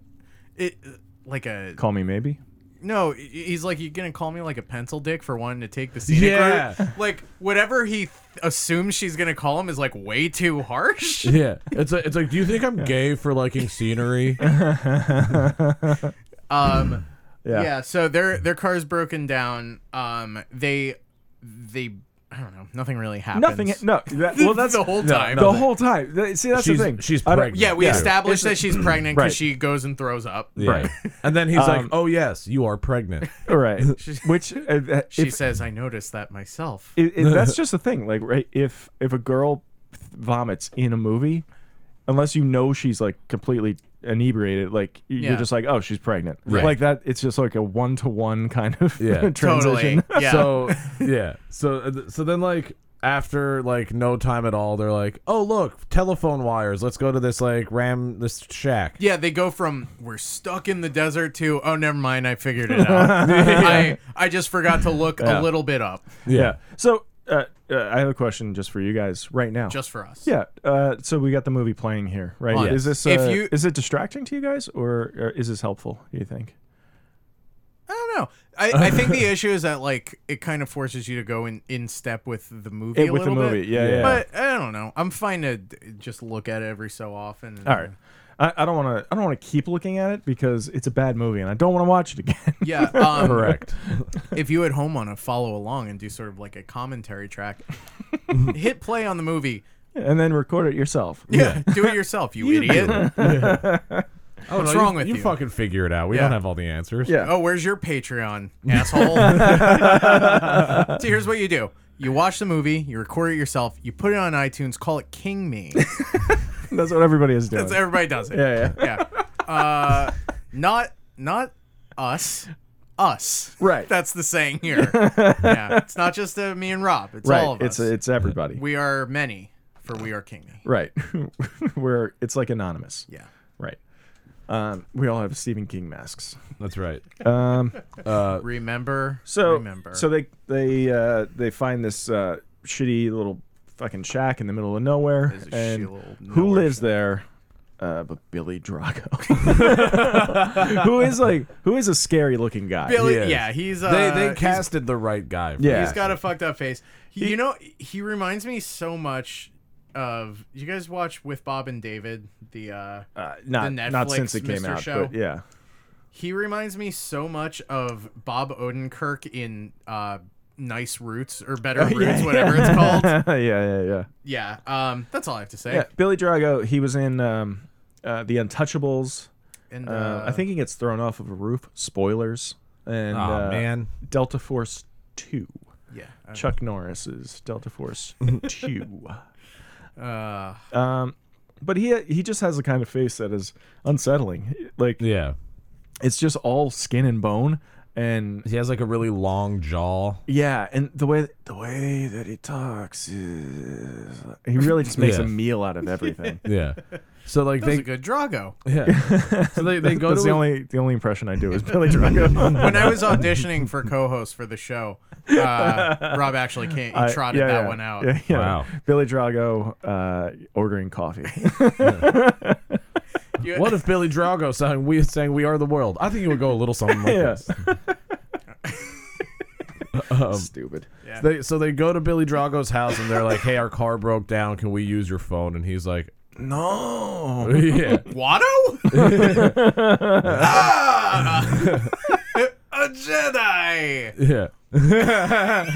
A: it like a
C: Call me maybe.
A: No, he- he's like, you gonna call me like a pencil dick for wanting to take the scenic
D: Yeah.
A: route? Like whatever he th- assumes she's gonna call him is like way too harsh.
D: Yeah, it's like, it's like, do you think I'm gay for liking scenery?
A: Um, yeah.
C: Yeah.
A: So their their car's broken down. Um, they they I don't know. Nothing really happens.
C: Nothing. No. That, well, that's
A: the whole time.
C: The whole time. That- See, that's
D: She's-
C: the thing.
D: she's
C: I don't-
D: pregnant.
A: yeah, we
D: Yeah.
A: established that she's pregnant because
C: Right.
A: she goes and throws up.
D: Yeah.
C: Right.
D: And then he's like,
C: Um,
D: "Oh yes, you are pregnant."
C: Right. Which uh, uh,
A: She
C: if,
A: says, "I noticed that myself."
C: it, it- that's just the thing. Like, right, if if a girl vomits in a movie, unless you know she's like completely inebriated, like y-
A: Yeah.
C: you're just like, oh, she's pregnant.
D: Right.
C: Like that. It's just like a one to one kind of
D: Yeah.
A: totally.
C: transition.
A: Yeah.
D: So yeah. So so then like after like no time at all, they're like, "Oh look, telephone wires. Let's go to this like ram this shack."
A: Yeah, they go from we're stuck in the desert to oh, never mind, I figured it out. I I just forgot to look a little bit up
C: Yeah. So uh, uh, I have a question just for you guys right now.
A: just for us.
C: yeah. Uh, so we got the movie playing here, right?
A: Oh, Yes.
C: Is this uh,
A: If you-
C: is it distracting to you guys, or, or is this helpful? Do you think?
A: I don't know. I, I think the issue is that like it kind of forces you to go in, in step with the movie
C: It-
A: a
C: Eh, with the
A: little
C: movie,
A: bit.
C: yeah, yeah.
A: But I don't know. I'm fine to d- just look at it every so often. and-
C: All right. I, I don't want to. I don't want to keep looking at it because it's a bad movie, and I don't want to watch it again.
A: Yeah. Um,
D: Correct.
A: if you at home want to follow along and do sort of like a commentary track, hit play on the movie.
C: and then record it yourself.
A: Yeah. Do it yourself, you, idiot.
D: Oh,
A: What's
D: no,
A: wrong
D: you,
A: with
D: you?
A: you?
D: fucking figure it out. We
A: Yeah.
D: don't have all the answers.
C: Yeah.
A: Oh, where's your Patreon, asshole? so here's what you do. You watch the movie, you record it yourself, you put it on iTunes, call it King Me.
C: That's what everybody is doing.
A: That's everybody does it.
C: yeah, yeah.
A: yeah. Uh, not not us. Us.
C: Right.
A: That's the saying here. yeah. It's not just uh, me and Rob. It's
C: right.
A: all of
C: it's
A: us.
C: it's everybody.
A: we are many, for we are kingly.
C: right. We're it's like anonymous.
A: Yeah.
C: Right. Um, we all have Stephen King masks.
D: That's right.
A: Uh, Remember.
C: So
A: remember.
C: so they they uh, they find this uh, shitty little fucking shack in the middle of nowhere,
A: There's a
C: and
A: shitty little
C: who
A: nowhere
C: lives there? Uh, but Billy Drago, who is like who is a scary looking guy.
A: Billy.
D: Yes.
A: Yeah. He's uh,
D: they they
A: he's-
D: casted the right guy. for
C: Yeah.
A: he's got a fucked up face. He, you know, he reminds me so much of. You guys watch with Bob and David the. uh
C: Uh, not
A: The
C: not
A: Netflix
C: since it came
A: Mr.
C: out,
A: show.
C: but yeah,
A: He reminds me so much of Bob Odenkirk in uh Nice Roots or Better
C: Oh,
A: Roots, whatever it's called.
C: yeah, yeah, yeah.
A: Yeah, um, that's all I have to say.
C: Yeah, Billy Drago. He was in um, uh, the Untouchables.
A: And
C: Uh,
A: uh,
C: I think he gets thrown off of a roof. Spoilers. And
D: Aw,
C: uh,
D: man.
C: Delta Force Two.
A: yeah,
C: Chuck Norris's Delta Force Two.
A: uh,
C: Um, but he he just has a kind of face that is unsettling. Like
D: Yeah.
C: it's just all skin and bone. And
D: He has like a really long jaw.
C: yeah, and the way the way that he talks is he really just makes
D: Yeah.
C: a meal out of everything.
D: Yeah. So like
A: that was
D: they
A: a good Drago.
D: yeah. So they, they go
C: That's
D: to
C: the
D: a-
C: only the only impression I do is Billy Drago.
A: When I was auditioning for co-host for the show, uh, Rob actually can't. He
C: I-
A: trotted
C: yeah,
A: that
C: yeah.
A: one out.
C: Yeah, yeah.
D: Wow.
C: Billy Drago uh, ordering coffee.
A: You-
D: What if Billy Drago sang we sang "We Are the World"? I think it would go a little something like
C: Yeah.
D: this. Um,
C: Stupid.
A: Yeah.
D: they, so they go to Billy Drago's house and they're like, "Hey, our car broke down. Can we use your phone?" And he's like,
C: No.
D: "Yeah,
A: Watto? ah! a Jedi.
D: yeah,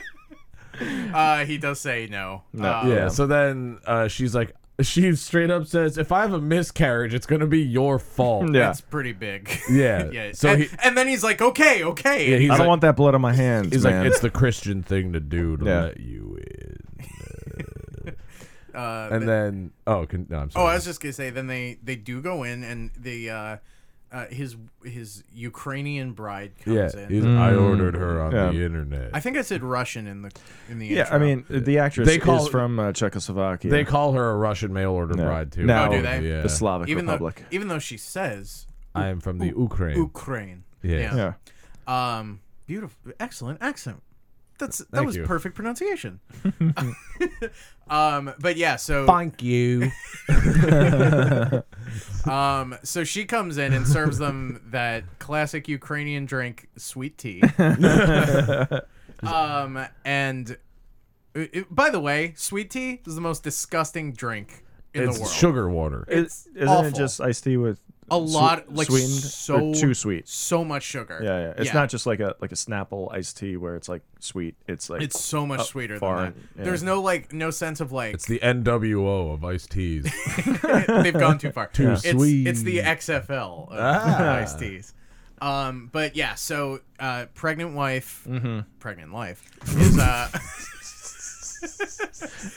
A: Uh, he does say no. Uh,
D: yeah." So then uh, she's like, she straight up says, "If I have a miscarriage, it's gonna be your fault."
C: Yeah.
A: That's pretty big.
D: Yeah.
A: yeah. So
D: So
A: and,
D: he-
A: and then he's like, okay, okay.
D: Yeah, he's
C: I don't
D: like,
C: want that blood on my hands.
D: he's
C: man.
D: like, "It's the Christian thing to do to
C: Yeah.
D: let you in."
A: uh,
D: and then oh, can, no, I'm
A: Oh,
D: sorry.
A: I was just gonna say. Then they they do go in, and the uh, uh, his his Ukrainian bride
D: yeah,
A: comes in.
D: he's- I ordered her on
C: Mm. Yeah.
D: the internet.
A: I think I said Russian in the in the
C: Yeah,
A: intro.
C: I mean the actress
D: They call-
C: is from uh, Czechoslovakia.
D: They call her a Russian mail order bride too.
C: No. Oh,
A: do they?
D: Yeah.
C: the Slavic
A: even
C: Republic.
A: though even though she says
D: I am from the Ukraine.
A: Ukraine.
D: Yes.
C: yeah,
A: yeah. Um, beautiful, excellent accent. That's that
D: Thank
A: was
D: you.
A: perfect pronunciation. um, but yeah, so
D: Thank you.
A: Um, so she comes in and serves them that classic Ukrainian drink, sweet tea. um, and it- it- by the way, sweet tea is the most disgusting drink in
D: it's
A: the world.
D: sugar water.
A: It's
C: isn't
A: awful.
C: it just iced tea with
A: a
C: swe-
A: lot like
C: sweetened
A: so
C: or too sweet?
A: so much sugar.
C: Yeah, yeah. It's not just like a like a Snapple iced tea where it's like sweet. It's like
A: It's so much sweeter
C: far
A: than that.
C: and- yeah.
A: There's no like no sense of like
D: It's the NWO of iced teas.
A: they've gone too far. Too it's,
D: sweet.
A: It's the XFL of
C: Ah.
A: iced teas. Um, but yeah, so uh, pregnant wife,
C: Mm-hmm.
A: pregnant life is uh,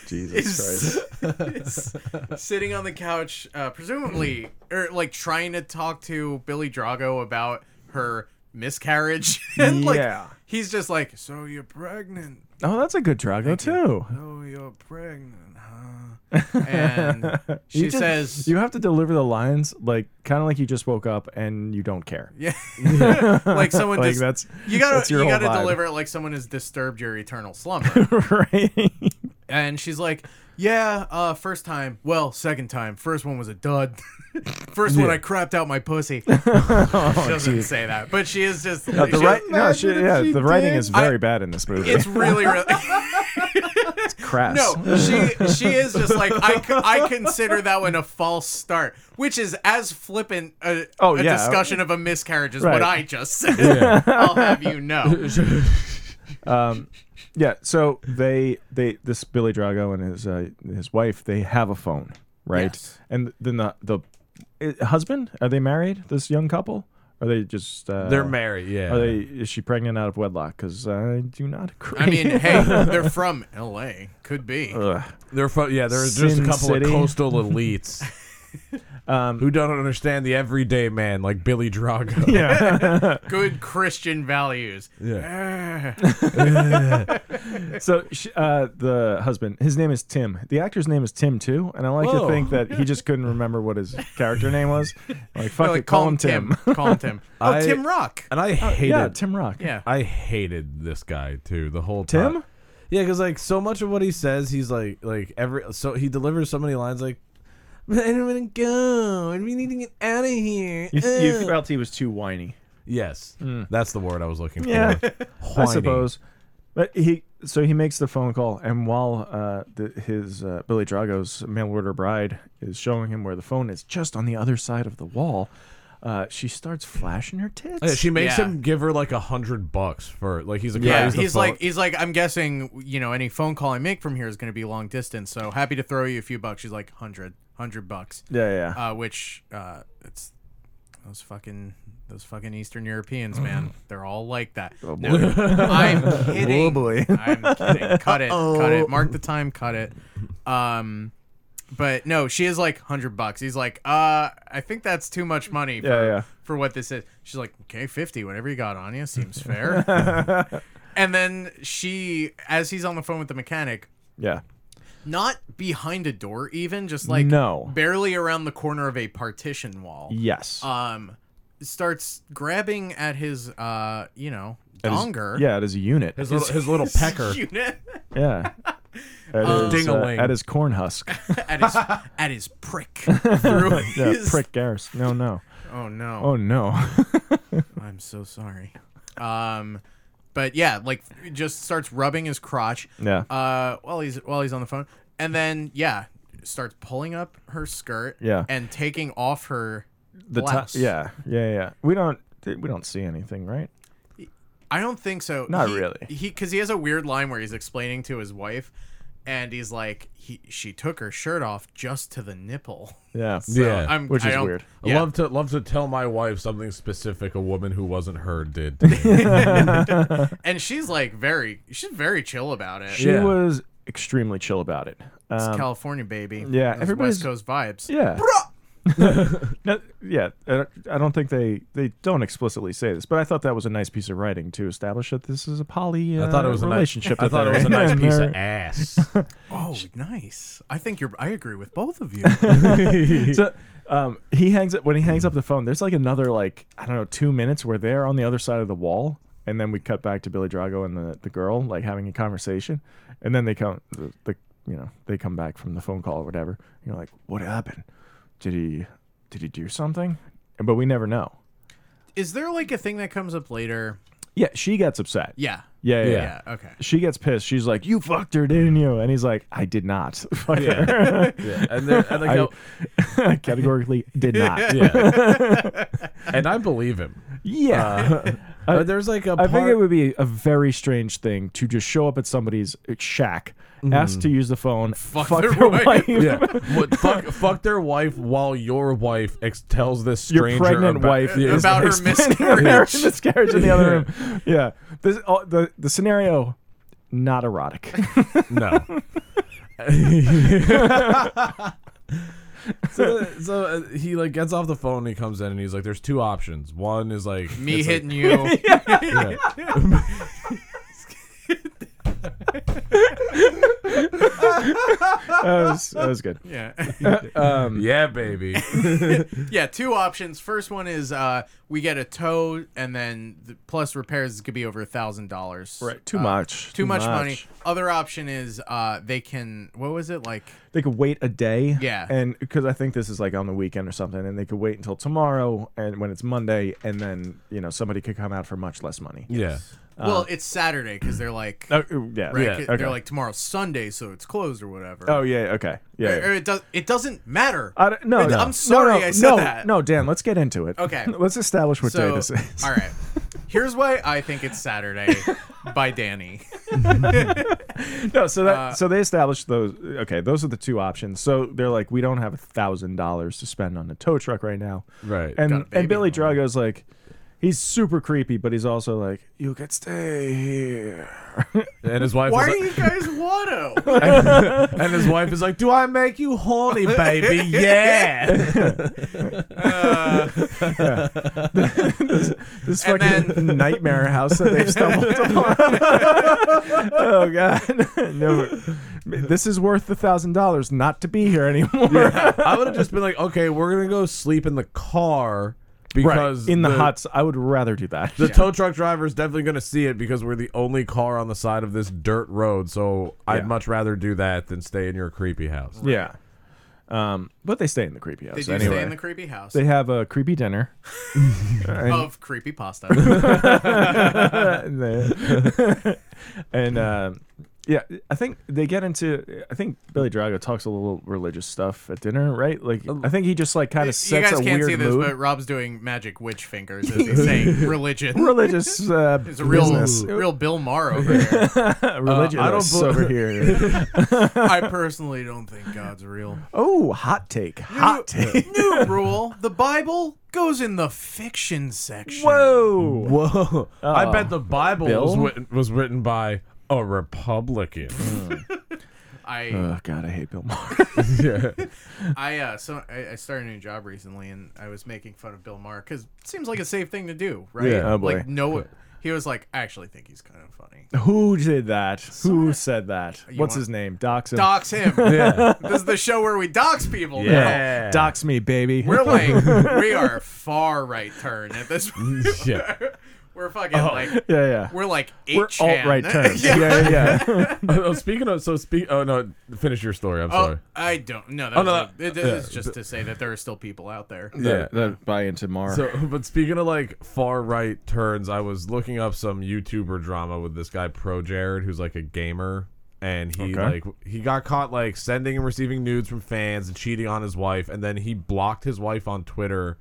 C: Jesus Christ.
A: is, is sitting on the couch, uh, presumably or like trying to talk to Billy Drago about her miscarriage, and like
C: Yeah.
A: he's just like, "So you're pregnant?
C: Oh, that's a good Drago too.
A: Oh, you're pregnant, huh?" And she
C: You just-
A: says,
C: you have to deliver the lines like kind of like you just woke up and you don't care.
A: Yeah. like someone
C: Like
A: just
C: that's-
A: you gotta
C: that's your
A: you
C: whole
A: gotta
C: vibe.
A: deliver it like someone has disturbed your eternal slumber.
C: right.
A: and she's like, Yeah, uh, first time. Well, second time. First one was a dud. first one I crapped out my pussy. she doesn't say that. But she is just
C: Uh, Oh, the
A: she-
C: right, no, she,
D: imagine if
C: yeah,
D: she
C: the writing
D: did.
C: is very
A: I-
C: bad in this movie.
A: it's really really
C: crass.
A: No, she she is just like I, c- I consider that one a false start, which is as flippant a,
C: Oh,
A: a
C: yeah.
A: discussion of a miscarriage as what
C: Right.
A: I just said. I'll have you know.
C: Yeah, so they they this Billy Drago and his uh, his wife they have a phone, right?
A: Yes.
C: And then the the eh, husband are they married? This young couple are they just uh,
D: They're married. Yeah.
C: Are they is she pregnant out of wedlock? Because I do not agree.
A: I mean, hey, they're from L.A. Could be.
C: Ugh.
D: They're fu- yeah, they're just a
C: Sin
D: couple
C: City. Um,
D: of coastal elites who don't understand the everyday man like Billy Drago.
C: yeah,
A: Good Christian values.
D: Yeah.
C: so she, uh, the husband his name is Tim. The actor's name is Tim too, and I like
D: Whoa.
C: to think that he just couldn't remember what his character name was. Like fuck
A: They're
C: it, call, him Tim.
A: call him Tim. Oh,
D: I-
A: Tim Rock.
D: And I hated
C: yeah, Tim Rock.
A: Yeah.
D: I hated this guy too the whole time.
C: Tim?
D: Yeah, because like so much of what he says, he's like like every so he delivers so many lines like, "But I don't want to go. and We need to get out of here."
C: You,
D: Ugh."
C: you felt he was too whiny.
D: yes, that's the word I was looking
C: Hmm. Yeah,
D: for.
C: I
D: Whiny.
C: suppose. But he so he makes the phone call, and while uh, the, his uh, Billy Drago's mail order bride is showing him where the phone is, just on the other side of the wall, uh, she starts flashing her tits.
D: Oh, Yeah, she makes
A: Yeah.
D: him give her like a hundred bucks for like he's like
A: Yeah,
D: "Raise the
A: he's
D: phone."
A: like he's like I'm guessing you know any phone call I make from here is going to be long distance, so happy to throw you a few bucks. She's like hundred, hundred bucks,
C: yeah, yeah.
A: uh, which uh, it's those fucking those fucking Eastern Europeans, man. They're all like that. No, I'm kidding.
C: Mm-hmm. Oh, boy.
A: I'm kidding. Cut it. Cut it. Mark the time. Cut it. Um, but no, she is like hundred bucks. He's like, uh, I think that's too much money. For,
C: Yeah, yeah.
A: For what this is, she's like, okay, fifty. Whatever you got on you seems fair. and then she, as he's on the phone with the mechanic.
C: yeah.
A: Not behind a door, even just like
C: No.
A: barely around the corner of a partition wall
C: Yes.
D: uh,
A: um starts grabbing at his uh you know
C: At his-
A: donger
C: yeah, it is a unit.
D: his little, his little pecker.
A: unit
C: yeah. At his, uh,
D: Ding-a-ling.
C: at his corn husk.
A: at his at his prick through
C: Yeah,
A: his
C: prick Garris. No, no.
A: oh no
C: Oh, no.
A: i'm so sorry um but yeah like just starts rubbing his crotch
C: Yeah.
A: uh while he's while he's on the phone and then yeah starts pulling up her skirt
C: Yeah.
A: and taking off her
C: the top.
A: blouse.
C: Yeah, yeah, yeah. We don't. We don't see anything, right?
A: I don't think so.
C: Not
A: He-
C: really.
A: He because he has a weird line where he's explaining to his wife, and he's like, he she took her shirt off just to the nipple.
C: Yeah.
A: So
D: Yeah,
A: I'm,
C: which
A: I
C: is
A: don't-
C: weird.
D: I
A: Yeah.
D: Love to love to tell my wife something specific a woman who wasn't her did. to me.
A: and she's like very, she's very chill about it.
C: She
D: Yeah.
C: was extremely chill about it.
A: It's California, baby.
C: yeah,
A: Those
C: everybody's-
A: West Coast vibes.
C: Yeah. no, yeah, I I don't think they they don't explicitly say this, but I thought that was a nice piece of writing to establish that this is a poly. Uh,
D: I thought it was a nice.
C: relationship.
D: I
C: that
D: thought it
C: they're
D: was a
C: in,
D: nice
C: and
D: piece of
C: they're-
D: ass.
A: Oh, nice. I think you're. I agree with both of you.
C: so um, he hangs up when he hangs up the phone. There's like another like I don't know two minutes where they're on the other side of the wall, and then we cut back to Billy Drago and the, the girl like having a conversation, and then they come the, the you know they come back from the phone call or whatever. And you're like, what happened? Did he did he do something? And- But we never know.
A: Is there like a thing that comes up later?
C: Yeah, she gets upset.
A: Yeah.
C: Yeah, yeah, yeah.
A: Yeah. Okay.
C: She gets pissed. She's like, "You fucked her, didn't you?" And he's like, "I did not." Fuck her.
D: yeah. And then and like,
C: I-
D: how-
C: Categorically, did not.
D: yeah. and I believe him.
C: yeah.
D: Uh, there's like a
C: I
D: part,
C: think it would be a very strange thing to just show up at somebody's uh, shack, ask to use the phone, fuck,
A: their
C: their
A: wife.
C: wife.
D: yeah. What, fuck, fuck their wife while your wife ex- tells this
C: Your
D: stranger
C: pregnant
D: about,
C: wife
D: Yeah,
C: is
A: about her
C: explaining her
A: miscarriage.
C: miscarriage in the other room. Yeah, this all the the scenario not erotic.
D: No. so so uh, he like gets off the phone and he comes in and he's like, "There's two options. One is like
A: Me
D: it's
A: hitting you.
D: Like, yeah.
C: that, was, that was good.
A: yeah.
C: Um,
D: yeah, baby.
A: Yeah, two options. First one is uh, we get a tow, and then the, plus repairs could be over a thousand dollars.
C: too
A: Uh,
C: much.
A: Too much, money. Other option is uh, they can. What was it like?
C: They could wait a day.
A: Yeah.
C: and because I think this is like on the weekend or something, and they could wait until tomorrow, and when it's Monday, and then you know somebody could come out for much less money.
D: Yeah.
A: well, it's Saturday because they're like,
C: Uh, Oh, yeah.
A: right?
C: yeah.
A: c-
C: okay.
A: They're like tomorrow's Sunday, so it's closed or whatever.
C: Oh yeah, okay, yeah.
A: Or-
C: yeah.
A: or it does. It doesn't matter.
C: I don't, no,
A: Wait,
C: no,
A: Er, I'm sorry
C: no, no,
A: I said
C: no,
A: that.
C: No, Dan, let's get into it.
A: Okay.
C: let's establish what day
A: so,
C: this is.
A: all right. Here's why I think it's Saturday by Danny.
C: No, so that
A: Uh,
C: so they established those. Okay, those are the two options. So they're like, we don't have a thousand dollars to spend on a tow truck right now.
D: Right.
A: Got a
C: And
A: baby
C: and Billy
A: on the way.
C: Drago's like, he's super creepy, but he's also like, you could stay here.
D: And his wife.
A: Why
D: Is
A: are
D: like,
A: you guys Watto?
D: and his wife is like, "Do I make you horny, baby? Yeah."
C: This
A: And
C: fucking nightmare house that they've stumbled upon. oh god, no. This is worth the thousand dollars not to be here anymore.
D: I would have just been like, "Okay, we're gonna go sleep in the car because
C: in the, huts, I would rather do that.
D: The tow truck driver is definitely going to see it because we're the only car on the side of this dirt road. So
C: Yeah.
D: I'd much rather do that than stay in your creepy house.
C: Yeah. Um, but they stay in the creepy house
A: They do
C: anyway.
A: stay in the creepy house
C: they have a creepy dinner. and,
A: of creepy pasta.
C: and, Uh, they- and, um, yeah, I think they get into. I think Billy Drago talks a little religious stuff at dinner, right? Like, I think he just like kind of sets
A: you guys
C: a
A: can't
C: weird
A: see this,
C: mood.
A: but Rob's doing magic witch fingers as he's saying religion.
C: religious. Uh,
A: It's a real, Uh,
C: business. Uh,
A: real Bill Maher over here.
C: religious
D: I don't bel-
C: over here.
A: I personally don't think God's real.
C: oh, hot take. Hot take.
A: New rule: the Bible goes in the fiction section.
C: Whoa. Uh,
D: Whoa. I bet the Bible was,
C: Bill?
D: written, was written by a Republican.
A: I,
C: Oh God, I hate Bill Maher.
D: yeah.
A: I, uh, so I, I started a new job recently, and I was making fun of Bill Maher because it seems like a safe thing to do, right?
C: Yeah. Oh, boy.
A: like no, he was like, I actually think he's kind of funny.
C: Who did that? Who said that?
A: You
C: What's
A: want-
C: his name? Doxon.
A: Dox him.
D: Yeah.
A: This is the show where we dox people. now.
D: Yeah.
C: Dox me, baby.
A: We're like, we are far right turn at this point.
D: yeah.
A: We're fucking like,
C: yeah, yeah.
A: we're like 8
C: We're alt right turns.
A: yeah.
C: yeah, yeah, yeah.
D: Oh, speaking of, so speak. Oh, no. Finish your story. I'm
A: Oh,
D: sorry.
A: I don't. No, that
D: Oh, no,
A: was-
D: that-
A: it- it
D: yeah.
A: is just to say that there are still people out there.
D: Yeah.
C: buy into Mar.
D: So, but speaking of like far right turns, I was looking up some YouTuber drama with this guy Pro Jared, who's like a gamer, and he
C: Okay.
D: like he got caught like sending and receiving nudes from fans and cheating on his wife, and then he blocked his wife on Twitter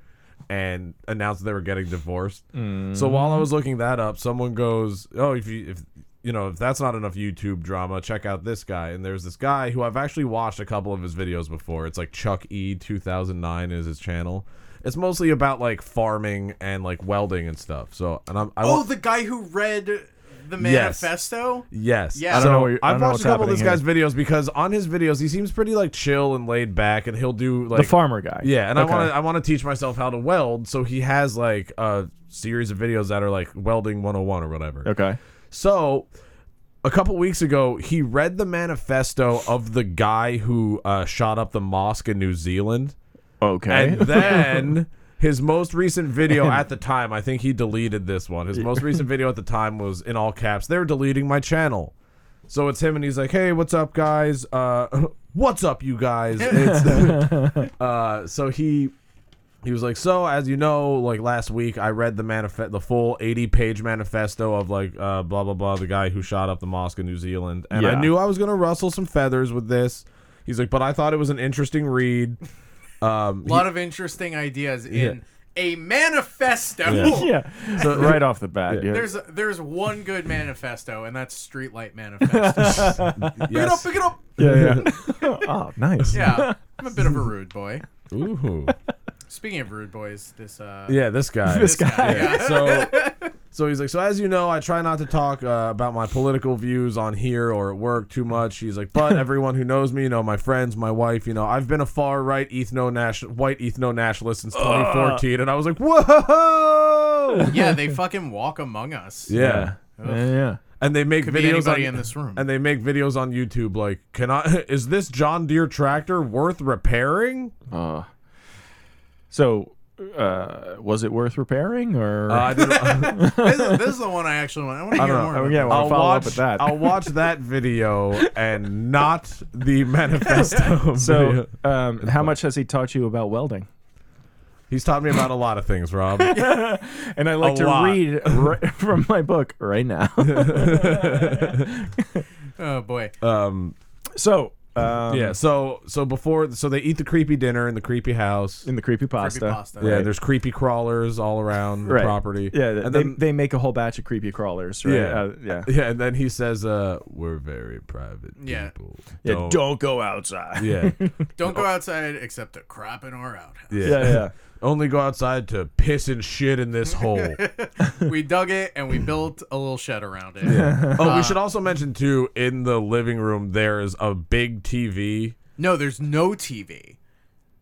D: and announced they were getting divorced. So while I was looking that up, someone goes, "Oh, if you if you know if that's not enough YouTube drama, check out this guy." And there's this guy who I've actually watched a couple of his videos before. It's like Chuck E 2009 is his channel. It's mostly about like farming and like welding and stuff. So and I'm I
A: Oh,
D: wa-
A: the guy who read the
D: Yes.
A: manifesto?
D: Yes.
A: Yeah. I don't
D: So
C: know what you- I
D: I've
C: don't know
D: watched
C: what's
D: a couple of this
C: happening
D: guy's videos because on his videos he seems pretty like chill and laid back, and he'll do like
C: the farmer guy.
D: Yeah, and
C: Okay.
D: I want to I want to teach myself how to weld, so he has like a series of videos that are like welding 101 or whatever.
C: Okay.
D: So, a couple weeks ago, he read the manifesto of the guy who uh, shot up the mosque in New Zealand,
C: Okay.
D: and then his most recent video at the time, I think he deleted this one. His most recent video at the time was in all caps. They're deleting my channel. So it's him, and he's like, "Hey, what's up, guys? Uh, what's up, you guys?" It's, uh, so he he was like, so as you know, like last week, I read the manifest, the full eighty-page manifesto of like uh, blah blah blah, the guy who shot up the mosque in New Zealand, and
C: Yeah.
D: I knew I was gonna rustle some feathers with this. He's like, but I thought it was an interesting read. Um,
A: A lot of interesting ideas in a manifesto.
C: yeah. right off the bat. Yeah.
A: There's there's one good manifesto, and that's Streetlight Manifesto.
D: he-
A: pick it up,
D: yes.
A: pick it up.
C: yeah. yeah. oh, nice.
A: Yeah, I'm a bit of a rude boy.
D: Ooh.
A: Speaking of rude boys, this uh,
D: Yeah, this guy.
A: this guy, yeah.
D: so so he's like so as you know i try not to talk uh, about my political views on here or at work too much he's like but everyone who knows me you know my friends my wife you know i've been a far right ethno national white ethno nationalist since 2014 and i was like whoa
A: yeah, they fucking walk among us.
D: yeah
C: Yeah. yeah.
D: and they make
A: Could be
D: videos on,
A: anybody in this room.
D: and they make videos on youtube like can i is this john deere tractor worth repairing
C: Uh, So, uh, was it worth repairing or? Oh,
D: uh, I didn't-
A: this, is, this is the one I actually want. I want to hear
D: don't
A: more.
D: know.
A: about
C: yeah.
A: it.
C: I wanna
D: I'll
C: follow up
D: watch
C: with that.
D: I'll watch that video and not the manifesto.
C: so,
D: video.
C: um, how much has he taught you about welding?
D: he's taught me about a lot of things, Rob.
C: And I like
D: A
C: to
D: lot.
C: read ri- from my book right now.
A: Oh boy.
D: Um,
C: so, um,
D: yeah. So so before so they eat the creepy dinner in the creepy house.
C: in the creepy pasta.
A: Creepypasta.
D: Yeah, there's creepy crawlers all around the
C: Right.
D: property.
C: Yeah,
D: and
C: they,
D: then
C: they make a whole batch of creepy crawlers. Right?
D: Yeah.
C: Uh, yeah.
D: yeah, and then he says, "Uh, we're very private
A: Yeah.
D: people.
C: Yeah,
D: Don't-
C: go outside.
D: yeah,
A: Don't go outside except to crop in our outhouse.
D: yeah,
C: Yeah, yeah.
D: Only go outside to piss and shit in this hole."
A: We dug it and we built a little shed around it.
D: Oh,
C: Uh.
D: we should also mention too. In the living room, there is a big TV.
A: No, there's no TV,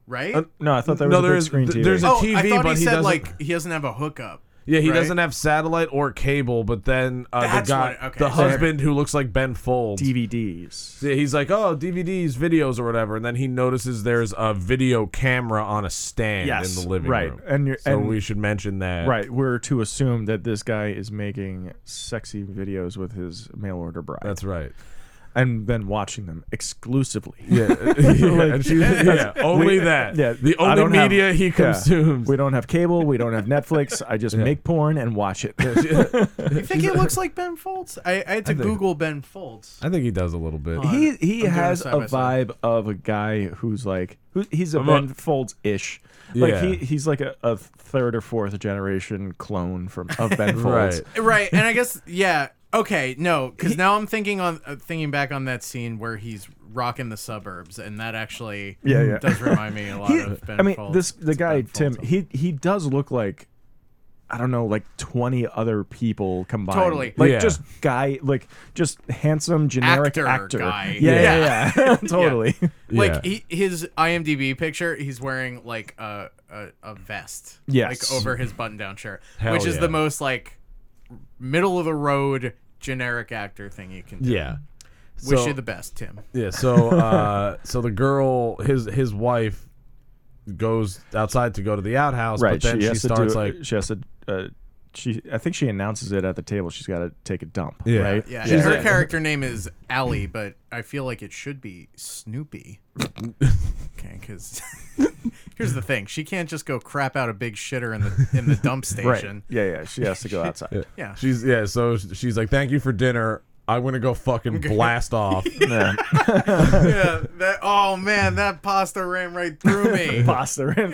A: right?
C: Uh, No, I thought there was
D: No,
C: a big
D: there is-
C: screen
D: th-
C: TV.
D: there's a-
A: oh, I
D: TV,
A: thought
D: but
A: he
D: he
A: said
D: doesn't-
A: like he doesn't have a hookup.
D: Yeah, he
A: right?
D: doesn't have satellite or cable, but then uh, the
A: That's
D: guy,
A: what- okay,
D: the
A: so-
D: husband who looks like Ben Folds,
C: DVDs.
D: yeah, he's like, oh, DVDs, videos, or whatever, and then he notices there's a video camera on a stand
C: Yes,
D: in the living
C: right,
D: room.
C: and you're-
D: so
C: and-
D: we should mention that.
C: Right, we're to assume that this guy is making sexy videos with his mail order bride,
D: That's right.
C: and then watching them exclusively.
D: Yeah, and she- yeah, only that.
C: yeah,
D: the
C: I
D: only
C: don't have-
D: media he
C: Yeah.
D: consumes.
C: We don't have cable. We don't have Netflix. I just make porn and watch it.
A: You think he looks like Ben Folds? I, I had to Google Ben Folds.
D: I think he does a little bit.
C: he he
A: doing
C: has
A: side
C: a
A: by side.
C: vibe of a guy who's like who he's a
D: a-
C: Ben Folds ish. Like
D: Yeah.
C: he he's like a, a third or fourth generation clone from of Ben Folds.
D: right.
A: right, and I guess yeah. Okay, no, because now I'm thinking on uh, thinking back on that scene where he's rocking the suburbs, and that actually
C: Yeah, yeah.
A: does remind me a lot
C: He-
A: of Ben
C: I mean,
A: Folds.
C: this the
A: It's
C: guy
A: Ben
C: Tim.
A: Folds.
C: He he does look like I don't know, like twenty other people combined.
A: Totally.
C: like
D: Yeah.
C: just guy, like just handsome generic
A: Actor
C: actor,
A: guy.
C: Yeah,
A: Yeah.
C: yeah, yeah, totally. Yeah.
A: like
D: Yeah.
A: he, his IMDb picture, he's wearing like a a, a vest,
C: Yes.
A: like over his button down shirt,
D: Hell
A: which is
D: yeah.
A: the most like middle of the road generic actor thing you can do.
D: Yeah.
A: wish
D: So-
A: you the best, Tim.
D: Yeah, so uh so the girl his his wife goes outside to go to the outhouse,
C: Right.
D: but then
C: she
D: she,
C: has to
D: starts
C: do,
D: like
C: she has to. Uh, she, I think she announces it at the table. She's got to take a dump.
D: Yeah.
C: Right.
A: Yeah,
D: She's
A: her
D: like-
A: character name is Allie, but I feel like it should be Snoopy. okay, because here's the thing: she can't just go crap out a big shitter in the in the dump
C: Right.
A: station.
C: Yeah. Yeah. She has to go outside.
A: Yeah,
D: she's yeah, so she's like thank you for dinner. I'm going to go fucking blast off.
C: Yeah.
A: yeah. That, oh man, that pasta ran right through me.
C: Pasta ran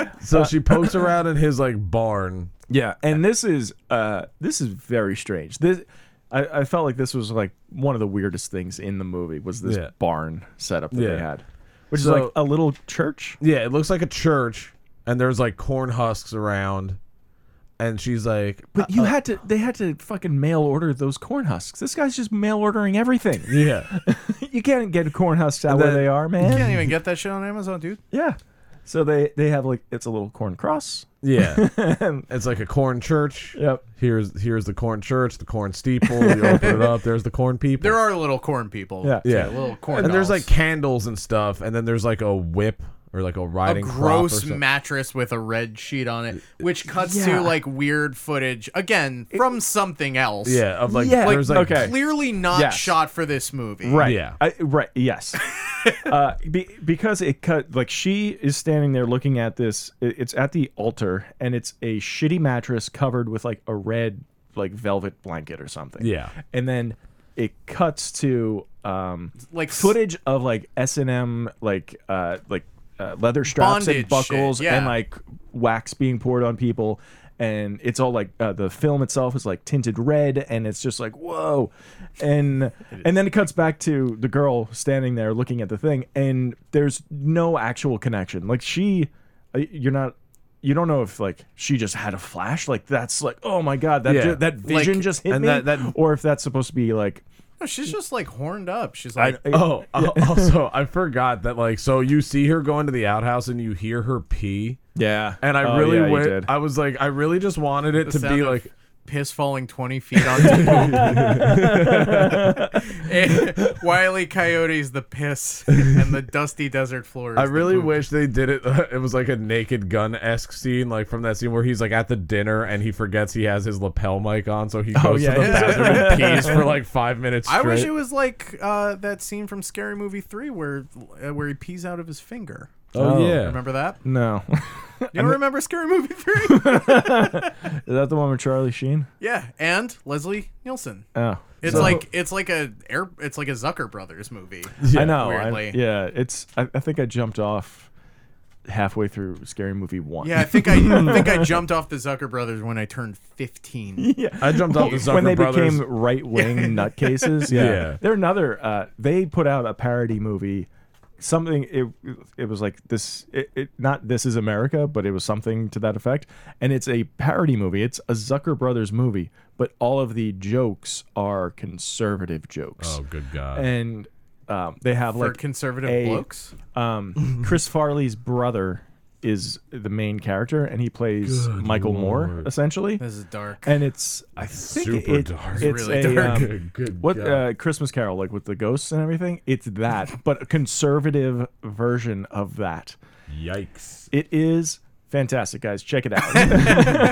C: through.
D: So she pokes around in his like barn.
C: Yeah, and this is uh this is very strange. This I, I felt like this was like one of the weirdest things in the movie was this
D: Yeah.
C: barn setup that
D: Yeah.
C: they had. Which
D: So-
C: is like a little church.
D: Yeah, it looks like a church and there's like corn husks around. and she's like,
C: But you had to. They had to fucking mail order those corn husks. This guy's just mail ordering everything.
D: yeah,
C: you can't get corn husks out where
D: then-
C: they are, man.
A: Can't even get that shit on Amazon, dude.
C: Yeah. So they they have like it's a little corn cross.
D: yeah. it's like a corn church.
C: Yep.
D: Here's here's the corn church, the corn steeple. You open it up. There's the corn people.
A: There are little corn people.
C: Yeah.
D: yeah,
A: little corn.
D: And there's like
A: dolls.
D: candles and stuff, and then there's like a whip or like a
A: a
D: riding crop or
A: gross
D: something.
A: mattress with a red sheet on it, which cuts
C: Yeah.
A: to like weird footage again from something else.
D: Yeah, of like
C: Yeah.
D: there's like
C: Okay.
A: clearly not
C: Yes.
A: shot for this movie.
C: Right.
D: Yeah.
C: I, right. Yes. uh, be, because it cut like she is standing there looking at this. it- it's at the altar, and it's a shitty mattress covered with like a red like velvet blanket or something.
D: Yeah.
C: And then it cuts to um
A: Like s-
C: footage of like S and M like uh like uh, leather straps and
A: Bondage shit,
C: buckles and
A: yeah.
C: like wax being poured on people. And it's all like uh, the film itself is like tinted red, and it's just like whoa, and and then it cuts back to the girl standing there looking at the thing, and there's no actual connection. Like she, uh, you're not, you don't know if like she just had a flash. Like that's like oh my god, that
D: Yeah.
C: ju- that vision
A: Like-
C: just hit
D: and
C: me,
D: that- that-
C: or if that's supposed to be like
A: No, she's just like horned up. She's like,
D: Oh, al- also I forgot that like so you see her go into the outhouse and you hear her pee,
C: yeah,
D: and I
C: Oh,
D: really
C: yeah, you
D: went-
C: did.
D: I was like, I really just wanted it
A: the
D: to
A: sound
D: be
A: of
D: like.
A: piss falling 20 feet on people. And Wiley E. Coyote's the piss and the dusty desert floor. is
D: I
A: the
D: really
A: poop.
D: wish they did it. It was like a Naked Gun esque scene, like from that scene where he's like at the dinner and he forgets he has his lapel mic on, so he goes
C: Oh, yeah,
D: to the
C: yeah.
D: bathroom and pees for like five minutes
A: I
D: straight.
A: wish it was like uh, that scene from Scary Movie 3 where uh, where he pees out of his finger.
D: Oh,
C: Oh.
D: yeah,
A: Remember that?
C: no,
A: You don't remember Scary Movie 3?
C: is that the one with Charlie Sheen?
A: yeah, and Leslie Nielsen.
D: Uh,
C: Oh.
A: It's
C: So-
A: like it's like a air it's like a Zucker Brothers movie.
C: I know. I-
A: weirdly.
C: yeah, it's. I, I think I jumped off halfway through Scary Movie One.
A: Yeah, I think I, I think I jumped off the Zucker Brothers when I turned 15.
C: yeah.
D: I jumped off the Zucker
C: when they
D: Brothers.
C: became right wing nutcases. Yeah.
D: Yeah.
C: They're another. Uh, they put out a parody movie. Something it it was like this it, it not this is America but it was something to that effect and it's a parody movie it's a Zucker Brothers movie but all of the jokes are conservative jokes
D: oh, good God.
C: and um, they have
A: For
C: like
A: conservative
C: a-
A: blokes.
C: um, Chris Farley's brother is the main character, and he plays Michael Moore essentially.
A: This is dark.
C: And it's I think
D: Super
C: it-
D: dark.
C: It's
A: Really
C: a,
A: dark.
C: um,
D: Good- good
C: what
D: God.
C: uh, Christmas Carol like with the ghosts and everything. It's that, but a conservative version of that.
D: Yikes.
C: It is fantastic, guys. Check it out.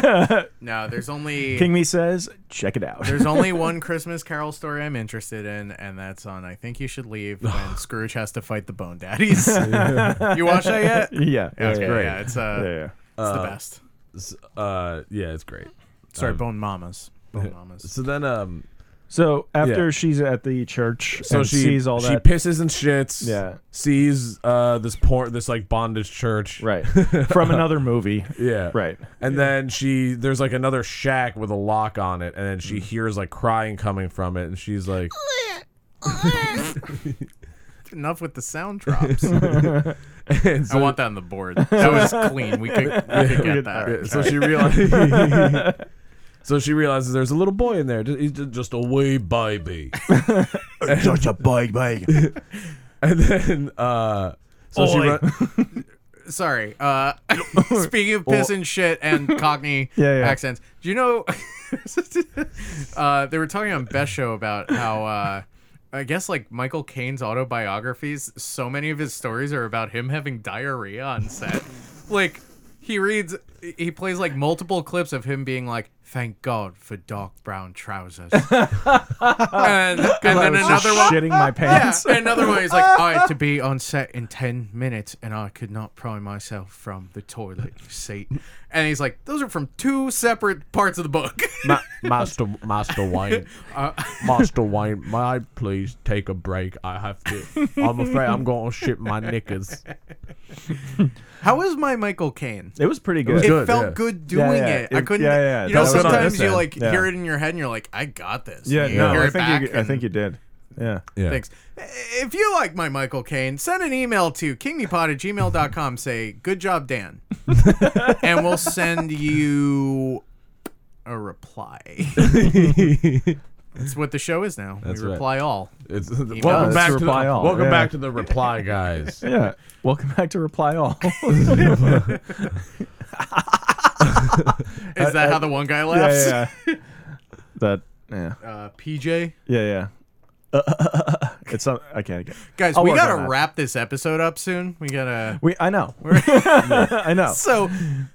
A: No, there's only
C: King Me says, check it out.
A: there's only one Christmas Carol story I'm interested in, and that's on I Think You Should Leave when Scrooge has to fight the Bone Daddies. you watch that yet?
C: yeah, yeah,
A: Yeah, okay,
C: yeah,
A: Yeah, it's uh,
C: yeah, yeah.
A: it's the best.
D: S- Uh, yeah, it's great.
A: Sorry, Bone Mamas. Bone Mamas.
D: So then, um,
C: So after
D: Yeah.
C: she's at the church,
D: so
C: and
D: she
C: sees all
D: She
C: that.
D: pisses and shits.
C: Yeah.
D: Sees uh this porn, this like bondage church.
C: Right from another movie,
D: Yeah.
C: Right.
D: And then she there's like another shack with a lock on it, and then
C: Mm.
D: she hears like crying coming from it, and she's like,
A: Enough with the sound drops.
D: and
A: I
D: so-
A: want that on the board. That was clean. We could, we could get that.
D: Yeah, eh, so she realizes. So she realizes there's a little boy in there. ju- He's ju- just a wee baby.
E: Such a big bag.
D: And then, uh, so she
A: Oi.
D: run-
A: Sorry. Uh, speaking of piss and shit and Cockney
C: Yeah, yeah.
A: accents, do you know? uh, they were talking on Best Show about how. Uh, I guess like Michael Caine's autobiographies, so many of his stories are about him having diarrhea on set. like he reads, he plays like multiple clips of him being like, "Thank God for dark brown trousers," and, and then
C: I was
A: another one.
C: just shitting my
A: Yeah,
C: pants.
A: and another one is like, I had to be on set in 10 minutes and I could not pry myself from the toilet seat. And he's like, those are from two separate parts of the book.
D: Ma- Master Master Wayne, Master Wayne, may I please take a break? I have to. I'm afraid I'm going to shit my knickers.
A: How is my Michael Caine?
C: It was pretty good.
D: was
A: It
D: good,
A: felt
D: yeah.
A: good doing
C: Yeah, yeah,
A: it. I
C: it-
A: couldn't.
C: yeah, yeah,
A: You know,
D: that was what I
A: sometimes you
D: said,
A: like
C: yeah.
A: hear it in your head and you're like, I got this.
C: Yeah,
A: And you
C: no,
A: hear
C: I
A: it
C: think you,
A: back
C: I
A: and
C: think you did. Yeah.
D: Yeah.
A: Thanks. If you like my Michael Caine, send an email to kingmepod at gmail.com. Say, good job, Dan. and we'll send you a reply. That's what the show is now.
D: That's
A: we
D: right.
A: reply all.
D: It's,
A: does.
D: welcome back
C: Let's
D: to the,
C: reply all,
D: welcome
C: yeah.
D: back to the reply guys. Uh,
C: Yeah. Welcome back to Reply All.
A: Is that how the one guy laughs?
C: Uh, yeah, yeah. That yeah.
A: Uh, PJ,
C: Yeah, yeah. it's not, I can't get.
A: guys,
C: I'll
A: we
C: work on
A: gotta
C: that.
A: wrap this episode up soon. We gotta.
C: We I know. I know.
A: So,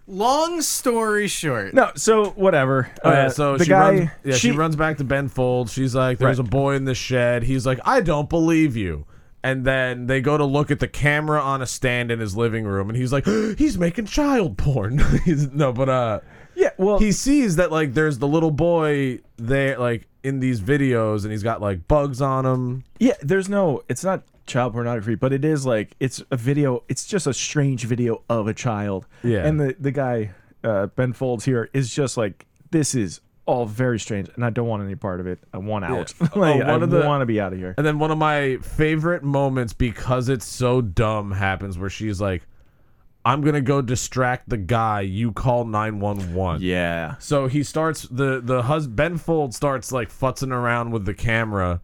A: long story short,
C: No, so whatever.
D: Oh, yeah,
C: Uh,
D: so
C: the
D: she
C: guy
D: runs. Yeah, she, runs back to Ben Folds. She's like, "There's
C: Right.
D: a boy in the shed." He's like, "I don't believe you." And then they go to look at the camera on a stand in his living room, and he's like, "He's making child porn." he's, no, but uh,
C: Yeah, well,
D: he sees that like there's the little boy there, like in these videos, and he's got like bugs on him.
C: yeah, there's no it's not child pornography, but it is like it's a video, it's just a strange video of a child.
D: Yeah.
C: And the the guy uh Ben Folds here is just like this is all very strange and I don't want any part of it. I want out. like,
D: Oh, one
C: I
D: of the-
C: want to be out of here.
D: And then one of my favorite moments because it's so dumb happens where she's like, "I'm gonna go distract the guy. You call 911."
C: Yeah.
D: So he starts the the hus- Ben Fold starts like futzing around with the camera,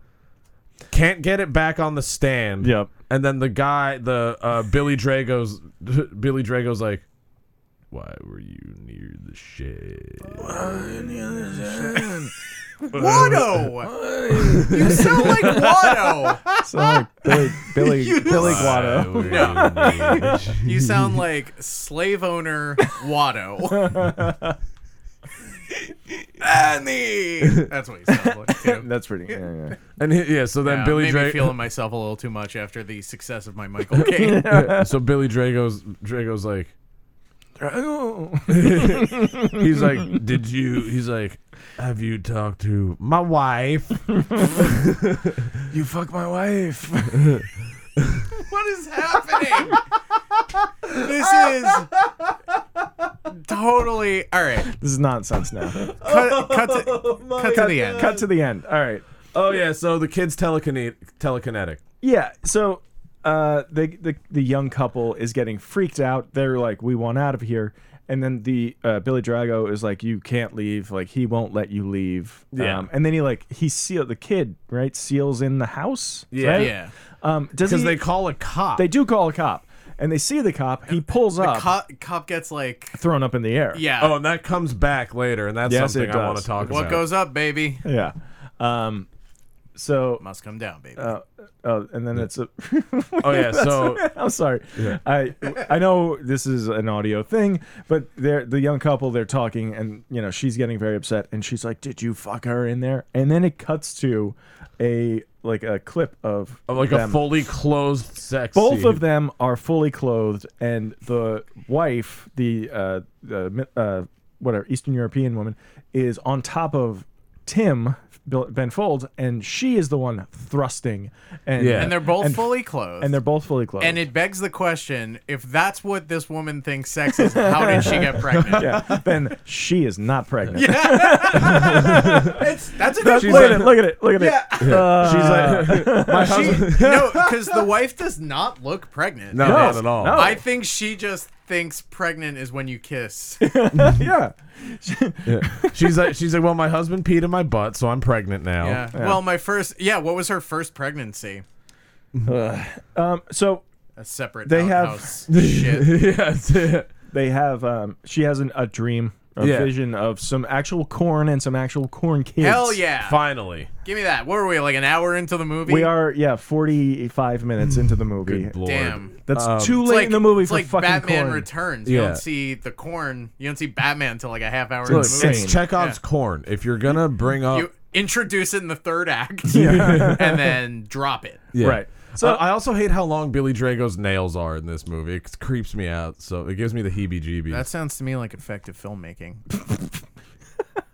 D: can't get it back on the stand.
C: Yep.
D: And then the guy, the uh, Billy Drago's Billy Drago's like, "Why were you near the shed?"
A: Watto. you sound like Watto.
C: So like Billy Billy Billy Guado.
D: Why were you near the shed?
A: You sound like slave owner Watto. Annie. That's what you sound like too.
C: That's pretty. Yeah, yeah.
D: And he- yeah, so then
A: Yeah,
D: Billy
A: made me
D: Drago.
A: feeling myself a little too much after the success of my Michael Caine.
D: Yeah, so Billy Drago's Drago's like he's like did you he's like have you talked to my wife
E: You fuck my wife.
A: what is happening? this is totally all right.
C: This is nonsense now.
A: Cut, cut to, cut to the end.
C: Cut to the end. All right.
D: Oh yeah, so the kid's telekine- telekinetic.
C: Yeah. So uh, the, the the young couple is getting freaked out. They're like, "We want out of here." And then the uh, Billy Drago is like, "You can't leave. Like he won't let you leave." Um,
D: Yeah.
C: and then he like he seal the kid right seals in the house.
D: Yeah.
C: right?
A: Yeah.
C: Um, does
D: Because
C: he?
D: they
C: They,
D: call a cop.
C: they do call a cop, and they see the cop. He pulls up,
A: Cop, cop gets like
C: thrown up in the air.
A: yeah.
D: oh, and that comes back later, and that's
C: Yes,
D: something
C: it
D: I want to
C: does.
D: talk
A: what
D: about.
A: goes up, baby,
C: Yeah. Um, so
A: must come down, baby.
C: Oh, and then it's a.
D: Oh yeah, so
C: I'm sorry. I I know this is an audio thing, but they're the young couple. They're talking, and you know she's getting very upset, and she's like, "Did you fuck her in there?" And then it cuts to a like a clip of
D: like
C: them.
D: a fully closed sex.
C: Both
D: scene.
C: of them are fully clothed, and the wife, the uh, the mi- uh, whatever Eastern European woman, is on top of Tim Bill, Ben Folds, and she is the one thrusting, and
D: Yeah.
A: and they're both
C: and-
A: fully clothed.
C: and they're both fully clothed.
A: And it begs the question: If that's what this woman thinks sex is, how did she get pregnant?
C: yeah, then she is not pregnant.
A: It's, that's a good
C: Look
D: She's
A: point.
C: at it! Look at it! Uh, Look at it!
D: She's like, my husband.
A: She- no, because the wife does not look pregnant.
D: No, not at all.
C: no.
A: I think she just thinks pregnant is when you kiss.
C: Oh, Yeah,
D: She's like, she's like, well, my husband peed in my butt, so I'm pregnant now.
A: Yeah. Well, my first. Yeah. What was her first pregnancy?
C: Um, so
A: A separate.
C: They have-
A: outhouse shit.
D: yes.
C: they have. Um, she has an, a dream, a
D: Yeah.
C: vision of some actual corn and some actual corn kids.
A: Hell yeah!
D: Finally.
A: Give me that. What were we like an hour into the movie?
C: We are yeah, forty five minutes
A: Hmm.
C: into the movie.
D: Good lord.
A: Damn.
C: That's too
A: Um, It's
C: late
A: like,
C: in the movie
A: it's
C: for
A: like
C: fucking
A: Batman
C: corn.
A: Returns. You
D: Yeah.
A: don't see the corn. You don't see Batman till like a half hour
D: Look,
A: into the movie.
D: it's Chekhov's corn. If you're gonna bring up,
A: you introduce it in the third act and then drop it.
D: Yeah.
C: Right.
D: So
A: Uh,
D: I also hate how long Billy Drago's nails are in this movie. It creeps me out. So it gives me the heebie-jeebies.
A: That sounds to me like effective filmmaking.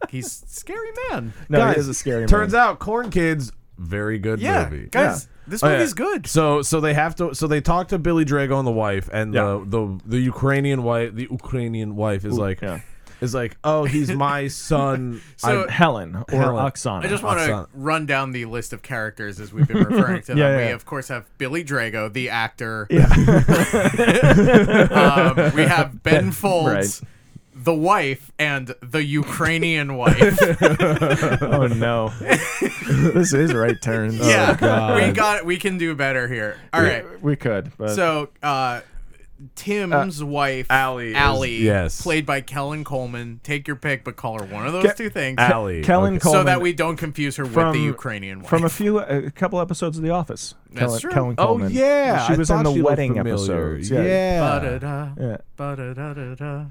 A: He's scary man.
C: No,
D: Guys,
C: it is a scary.
D: Turns
C: movie.
D: out, Corn Kids, very good
A: Yeah,
D: movie.
A: guys, this
D: Oh, yeah.
A: movie's good.
D: So, so they have to. So they talk to Billy Drago and the wife, and
C: Yeah.
D: the, the the Ukrainian wife. The Ukrainian wife is like,
C: yeah.
D: is like, oh, he's my son.
A: So-
D: I'm-
C: Helen or
D: Helen.
C: Oksana.
A: I just want to
D: Awesome.
A: run down the list of characters as we've been referring to them.
C: Yeah, yeah.
A: We of course have Billy Drago, the actor.
C: Yeah.
A: um, we have Ben Folds, the wife and the Ukrainian wife.
C: Oh no, this is right turns. Oh,
A: yeah, we got it. We can do better here. All right.
C: we could. But
A: So, uh, Tim's wife,
D: Ally is-
A: Allie,
D: yes.
A: played by Kellen Coleman. Take your pick, but call her one of those
C: Ke-
A: two things,
D: Allie.
C: Kellen
D: okay.
A: so
C: Coleman
A: that we don't confuse her with the
C: from-
A: Ukrainian wife.
C: from a few, a couple episodes of The Office.
A: That's
C: Kellen,
A: true.
C: Kellen
D: Oh
C: Coleman.
D: yeah,
C: she
D: I
C: was on
D: thought
C: the
D: she looked
C: wedding
D: familiar.
C: episodes.
D: Yeah.
A: Ba-da-da,
C: yeah.
A: ba-da-da-da-da,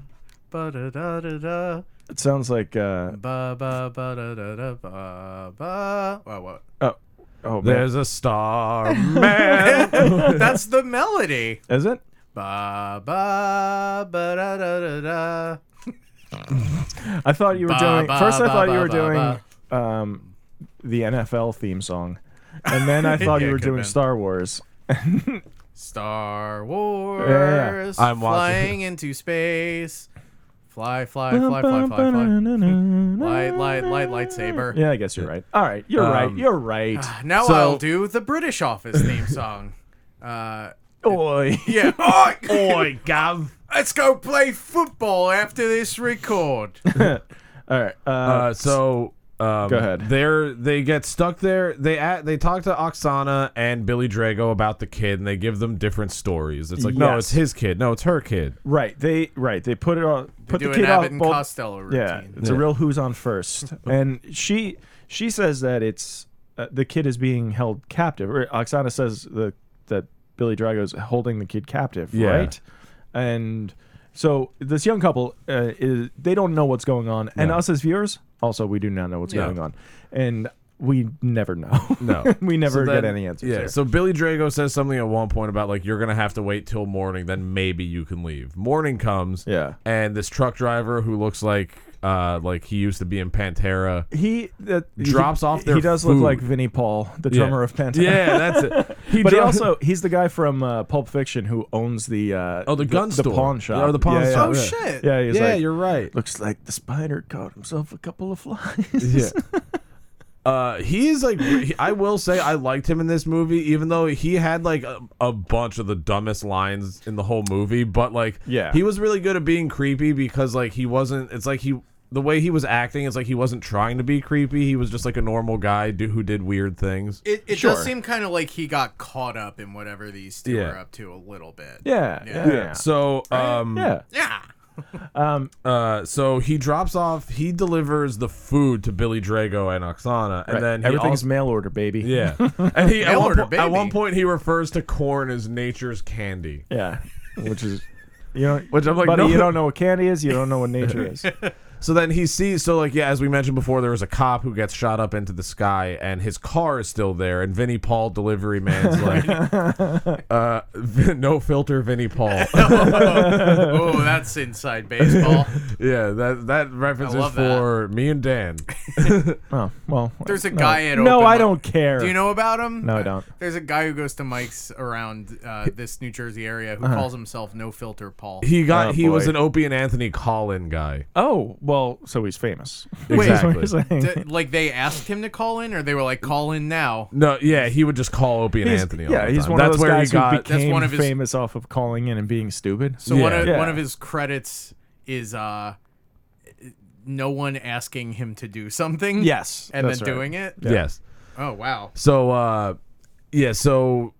A: ba-da-da-da-da,
C: It sounds like uh
A: ba-ba-ba-da-da-da, ba-ba. Wow, what?
C: oh oh man.
D: There's a star man.
A: That's the melody.
C: is it?
A: Ba ba ba da da da da.
C: I thought you were
A: Ba,
C: doing
A: ba,
C: first. I
A: ba,
C: thought you
A: ba,
C: were
A: ba,
C: doing um the NFL theme song, and then I thought
A: Yeah,
C: you were
A: could've
C: doing
A: been.
C: Star Wars.
A: Star Wars.
D: I'm watching.
A: flying into space. Fly, fly, fly, fly, fly, fly. Light, light, light, lightsaber.
C: Yeah, I guess you're right. All right, you're right.
D: Um,
C: You're right.
A: Now
D: So-
A: I'll do the British Office theme song. Uh,
C: Oi.
A: yeah. Oi,
D: Boy, Gav.
A: let's go play football after this record.
C: All right. Uh,
D: Uh, so um,
C: Go ahead.
D: They're they get stuck there. They at, they talk to Oksana and Billy Drago about the kid, and they give them different stories. It's like no,
C: Yes.
D: it's his kid. No, it's her kid.
C: right. They right. They put it all. Put
A: do
C: the
A: an
C: kid off.
A: Abbott and
C: both-
A: Costello routine.
C: yeah, it's a real who's on first, and she she says that it's uh, the kid is being held captive. Or Oksana says the that Billy Drago's holding the kid captive,
D: Yeah.
C: right? And so this young couple uh, is they don't know what's going on, and
D: No.
C: us as viewers also we do not know what's
D: No.
C: going on, and we never know.
D: No.
C: we never
D: So
C: get
D: then-
C: any answers.
D: Yeah.
C: there.
D: So Billy Drago says something at one point about like you're gonna have to wait till morning, then maybe you can leave. Morning comes.
C: Yeah.
D: And this truck driver who looks like uh like he used to be in Pantera.
C: he that he-
D: Drops off their
C: He does look
D: food.
C: like Vinnie Paul, the drummer of Pantera.
D: Yeah, that's it.
C: but he
D: dro-
C: also he's the guy from uh, Pulp Fiction who owns the uh,
D: Oh, the gun
C: the
D: store.
C: pawn shop
D: Or the pawn
C: yeah,
D: shop,
A: oh
D: yeah.
A: shit.
C: Yeah, yeah he's
D: yeah,
C: like,
D: you're right.
C: looks like the spider caught himself a couple of flies.
D: Yeah. Uh, he is like he- I will say I liked him in this movie, even though he had like a, a bunch of the dumbest lines in the whole movie. But like,
C: Yeah.
D: he was really good at being creepy because like he wasn't. It's like he the way he was acting. It's like he wasn't trying to be creepy. He was just like a normal guy do, who did weird things.
A: It, it
C: Sure.
A: does seem kind of like he got caught up in whatever these two
D: Yeah.
A: are up to a little bit.
C: yeah, yeah,
A: Yeah.
C: yeah.
D: So um
A: Yeah.
D: uh so he drops off. He delivers the food to Billy Drago and Oksana, and
C: Right.
D: then he
C: everything's
D: also-
C: mail order, baby.
D: Yeah, and he at
A: Mail
D: one,
A: order,
D: po- at one
A: baby.
D: point he refers to corn as nature's candy.
C: yeah, which is you know,
D: Which I'm like,
C: buddy,
D: no.
C: you don't know what candy is, you don't know what nature is.
D: So then he sees, so like, yeah, as we mentioned before, there was a cop who gets shot up into the sky, and his car is still there, and Vinnie Paul, delivery man's like, uh, Vin- no filter, Vinnie Paul.
A: oh, that's inside baseball.
D: yeah, that that reference
A: I
D: is
A: love that.
D: for me and Dan.
C: Oh well,
A: There's a
C: no.
A: guy at
C: No,
A: open
C: I
A: mic-
C: don't care.
A: Do you know about him?
C: No, I don't.
A: There's a guy who goes to mics around uh, this New Jersey area
C: Uh-huh.
A: who calls himself No Filter Paul.
D: He got,
C: Oh,
D: he was
C: boy.
D: an Opie and Anthony Collin guy.
C: Oh well, so he's famous.
D: Exactly.
C: That's what you're saying.
A: D- like they asked him to call in, or they were like, "Call in now."
D: No, yeah, he would just call Opie and
C: He's-
D: Anthony. All
C: yeah,
D: the
C: he's
D: time.
C: one
D: That's
C: of those
D: where
C: guys
D: he got.
C: who became
A: That's one of his-
C: famous off of calling in and being stupid.
A: So one
D: Yeah.
A: of
C: Yeah.
A: one of his credits is uh, no one asking him to do something.
C: Yes,
A: and then
C: that's right.
A: doing it.
D: Yes.
A: Oh wow.
D: So uh yeah, so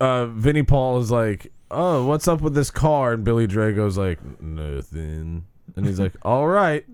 D: uh Vinnie Paul is like, "Oh, what's up with this car?" and Billy Drago's like, "Nothing." And he's like, "All right."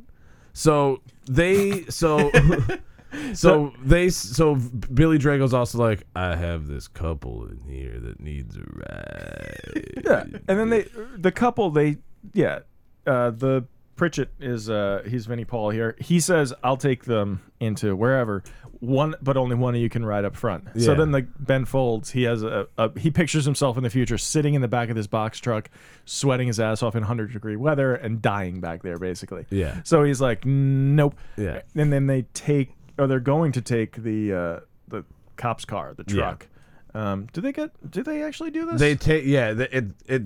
D: So they so so they so Billy Drago's also like, "I have this couple in here that needs a ride."
C: Yeah, and then they, the couple, they, yeah, uh, the Pritchett is, uh, he's Vinnie Paul here. He says, "I'll take them into wherever one, but only one of you can ride up front." So
D: Yeah.
C: then the Ben Folds, he has a, a, he pictures himself in the future sitting in the back of this box truck, sweating his ass off in hundred degree weather and dying back there, basically.
D: Yeah.
C: So he's like, "Nope."
D: Yeah.
C: And then they take, or they're going to take the uh, the cop's car, the truck. Um, do they get? Do they actually do this?
D: They take yeah, th- it it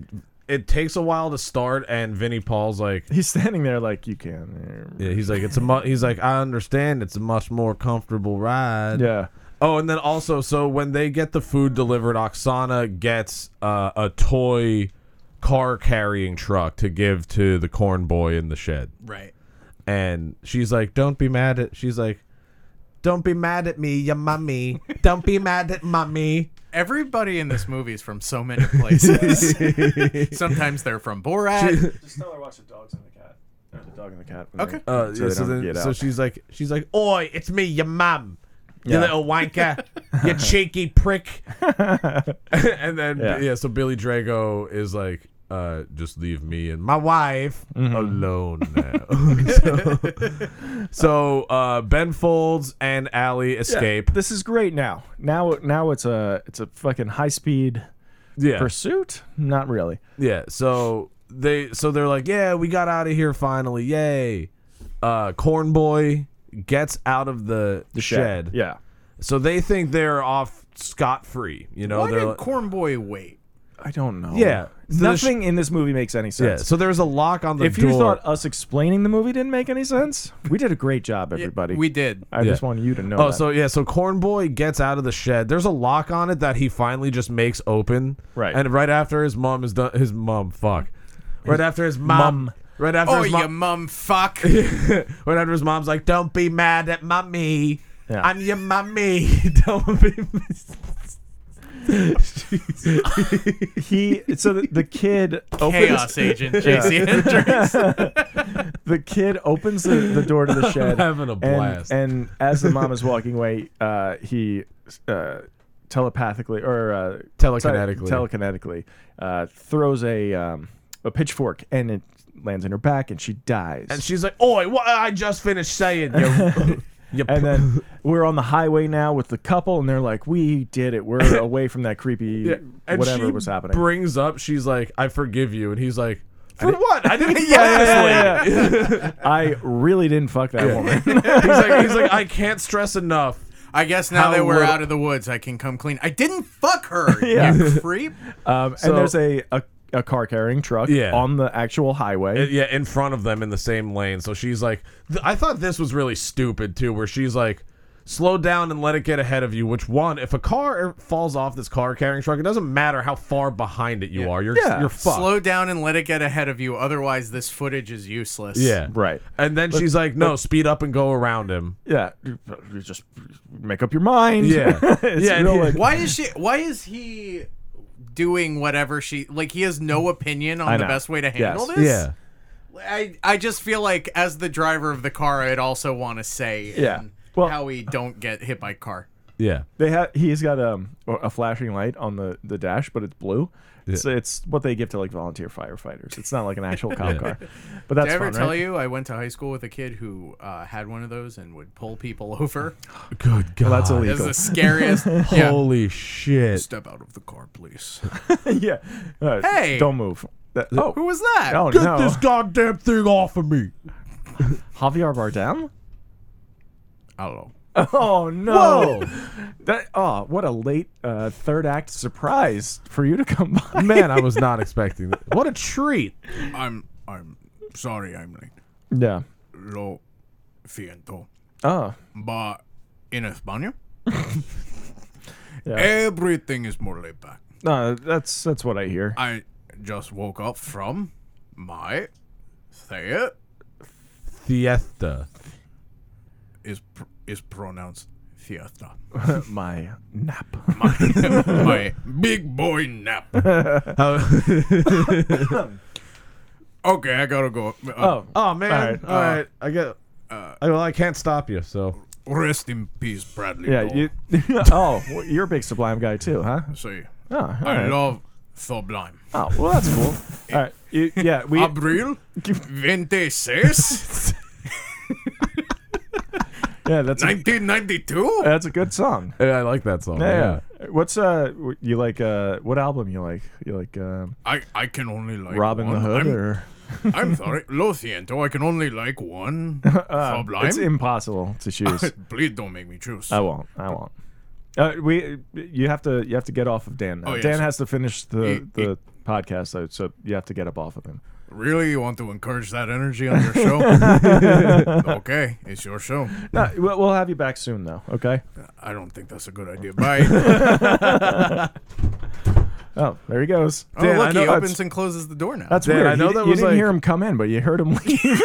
D: it takes a while to start and Vinnie Paul's like,
C: He's standing there like you can.
D: Yeah, he's like it's a mu- he's like I understand it's a much more comfortable ride.
C: Yeah.
D: Oh, and then also so when they get the food delivered, Oksana gets uh, a toy car carrying truck to give to the corn boy in the shed.
A: Right.
D: And she's like, "Don't be mad at." She's like, "Don't be mad at me, your mummy. Don't be mad at mummy."
A: Everybody in this movie is from so many places. Sometimes they're from Borat.
C: Just tell her watch the dogs and the cat. Or the dog and the cat.
A: Okay.
D: Uh,
C: So
D: yeah,
C: they
D: so,
C: don't
D: then,
C: get
D: so
C: out.
D: she's like, she's like, "Oi, it's me, your mum, you
C: Yeah.
D: little wanker, you cheeky prick." and then yeah.
C: Yeah.
D: so Billy Drago is like, uh, "Just leave me and my wife
C: Mm-hmm.
D: alone now." so so, uh, Ben Folds and Allie escape.
C: This is great now. Now, now it's a it's a fucking high speed
D: Yeah,
C: pursuit. Not really.
D: yeah. So they so they're like, "Yeah, we got out of here finally, yay!" Uh, Corn Boy gets out of the, shed.
C: Yeah.
D: So they think they're off scot free. You know,
A: Why
D: they're
A: did
D: like,
A: Cornboy wait?
C: I don't know.
D: Yeah. The sh-
C: Nothing in this movie makes any
D: yeah.
C: sense.
D: So there's a lock on the
C: if
D: door.
C: you thought uh, us explaining the movie didn't make any sense, we did a great job, everybody.
A: We did.
C: I
D: Yeah.
C: just want you to know.
D: oh,
C: that.
D: so yeah, so Cornboy gets out of the shed. There's a lock on it that he finally just makes open.
C: Right.
D: And right after his mom is done, his mom fuck. Right after his mom.
C: mum.
D: Right after
A: Oh,
D: his
A: you
D: mom.
A: mum fuck.
D: right after his mom's like, "Don't be mad at mummy.
C: Yeah.
D: I'm your mummy. Don't be."
C: he so the, the kid opens
A: Chaos agent JC Hendricks.
C: the kid opens the, the door to the shed
D: having a
C: and-
D: blast.
C: and, as the mom is walking away uh, he uh, telepathically or uh,
D: Telekinetically.
C: te- telekinetically uh, throws a um, a pitchfork and it lands in her back and she dies
D: and she's like, "Oi, what I just finished saying." You, you
C: And then we're on the highway now with the couple, and they're like, "We did it. We're away from that creepy
D: Yeah, and
C: whatever
D: she
C: was happening."
D: Brings up, she's like, "I forgive you," and he's like, "For what? I didn't."
C: Yeah,
D: yeah,
C: yeah, yeah. I really didn't fuck that woman.
D: he's like, he's like, "I can't stress enough."
A: I guess now
D: How
A: that we're
D: little-
A: out of the woods, I can come clean. I didn't fuck her,
C: Yeah.
A: you creep.
C: Um,
D: So-
C: and there's a, a, a car carrying truck
D: Yeah.
C: on the actual highway.
D: Uh, Yeah, in front of them in the same lane. So she's like, th- "I thought this was really stupid too," where she's like. Slow down and let it get ahead of you. Which one? If a car falls off this car carrying truck, it doesn't matter how far behind it you are. You're
C: Yeah.
D: you're fucked.
A: Slow down and let it get ahead of you. Otherwise, this footage is useless.
D: yeah,
C: Right.
D: And then she's like, "No, speed up and go around him."
C: yeah. You you just make up your mind.
D: Yeah.
C: it's
D: Yeah,
C: real,
D: yeah.
C: like-
A: Why is she? Why is he doing whatever she? Like he has no opinion on
C: I
A: the
C: know.
A: best way to
C: Yes.
A: handle this. I I just feel like as the driver of the car, I'd also want to say
C: Yeah.
A: um,
C: Well-
A: how we don't get hit by car.
D: yeah.
C: They have. He's got um, a flashing light on the, the dash, but it's blue. It's, it's what they give to like volunteer firefighters. It's not like an actual cop car, but that's
A: Did I ever
C: fun,
A: tell
C: right?
A: you I went to high school with a kid who uh, had one of those and would pull people over?
D: Good God,
C: that's
A: It was
C: illegal.
A: the scariest. yeah.
D: Holy shit.
A: Step out of the car, please.
C: yeah. Uh,
A: Hey!
C: don't move. That- oh,
A: Who was that?
C: oh
D: Get
C: no,
D: this goddamn thing off of me.
C: Javier Bardem.
A: I don't know.
C: Oh no! That oh, what a late uh, third act surprise for you to come by.
D: Man, I was not expecting that. What a treat.
A: I'm I'm sorry. I'm like
C: Yeah.
A: lo siento.
C: Oh,
A: But in España,
C: Yeah.
A: everything is more laid back.
C: no, that's that's what I hear.
A: I just woke up from my theater
D: Fiesta.
A: is pr- is pronounced fiesta.
C: My nap.
A: my big boy nap.
D: Oh,
A: okay, I gotta go. Uh,
C: Oh,
D: Oh man. All right.
C: Alright,
D: I get uh, I, well, I can't stop you, so
A: Rest in peace, Bradley.
C: yeah.
A: Dole.
C: You. oh, well, you're a big Sublime guy too, huh?
A: See,
C: Oh, all
A: I
C: right.
A: love Sublime.
C: Oh, well, that's cool. all right. You, yeah. We.
A: Abril 26,
C: Yeah, that's a,
A: 1992.
C: that's a good song.
D: Yeah, I like that song.
C: Yeah. What's uh? w- You like uh? What album you like? You like um,
A: I, I can only like
C: Robin
A: one.
C: the Hood
A: I'm,
C: or?
A: I'm sorry, Lo siento, I can only like one Sublime.
C: Ah, It's impossible to choose.
A: Please don't make me choose.
C: I won't. I won't. Uh, we you have to you have to get off of Dan now.
A: Oh, yes.
C: Dan has to finish the
A: He-
C: the podcast, so, so you have to get up off of him.
A: Really, you want to encourage that energy on your show? okay, it's your show.
C: No, we'll, we'll have you back soon, though. Okay.
A: I don't think that's a good idea. Bye.
C: Oh, there he goes.
A: Oh,
C: Dan, I
A: look,
C: know
A: he
C: that's-
A: opens and closes the door now.
C: That's
D: Dan,
C: weird.
D: I know
C: you,
D: that
C: you
D: was
C: didn't
D: like-
C: hear him come in, but you heard him leave.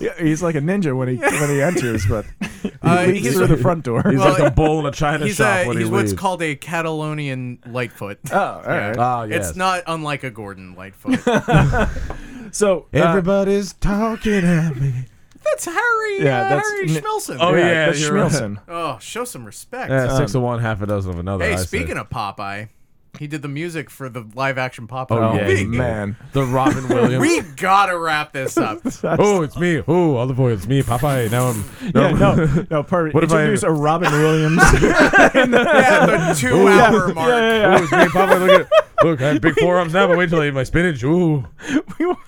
C: Yeah, he's like a ninja when he when he enters, but he
A: Uh,
C: leaves
A: he's-
C: through the front door. Oh,
D: He's
A: Well,
D: like a bull in a china
A: he's
D: shop
A: a,
D: when
A: he's
D: he
A: what's
D: leaves.
A: called a Catalonian Lightfoot.
C: oh, all right.
D: Ah, yes.
A: It's not unlike a Gordon Lightfoot.
C: So uh,
D: Everybody's talking at me.
A: that's Harry.
C: Yeah,
A: uh,
C: that's
A: Harry
C: Ni-
A: Schmelson.
D: Oh,
C: yeah,
D: yeah,
C: that's
D: you're right.
C: Schmielsen.
A: Oh, show some respect.
D: Yeah, six of one, half a dozen of another.
A: hey,
D: I say.
A: speaking of Popeye, he did the music for the live action Popeye.
D: Oh,
A: movie.
D: yeah.
C: man.
D: the Robin Williams.
A: We gotta wrap this up.
D: oh, it's me. Oh, all the boy, it's me, Popeye. Now I'm. No,
C: Yeah, no, no, perfect.
D: What if I-
C: Introduce a Robin Williams.
A: At the two hour mark.
D: Oh, it's me, Popeye. Look at Look, I have big forearms now, but wait till I eat my spinach. Ooh.
C: we want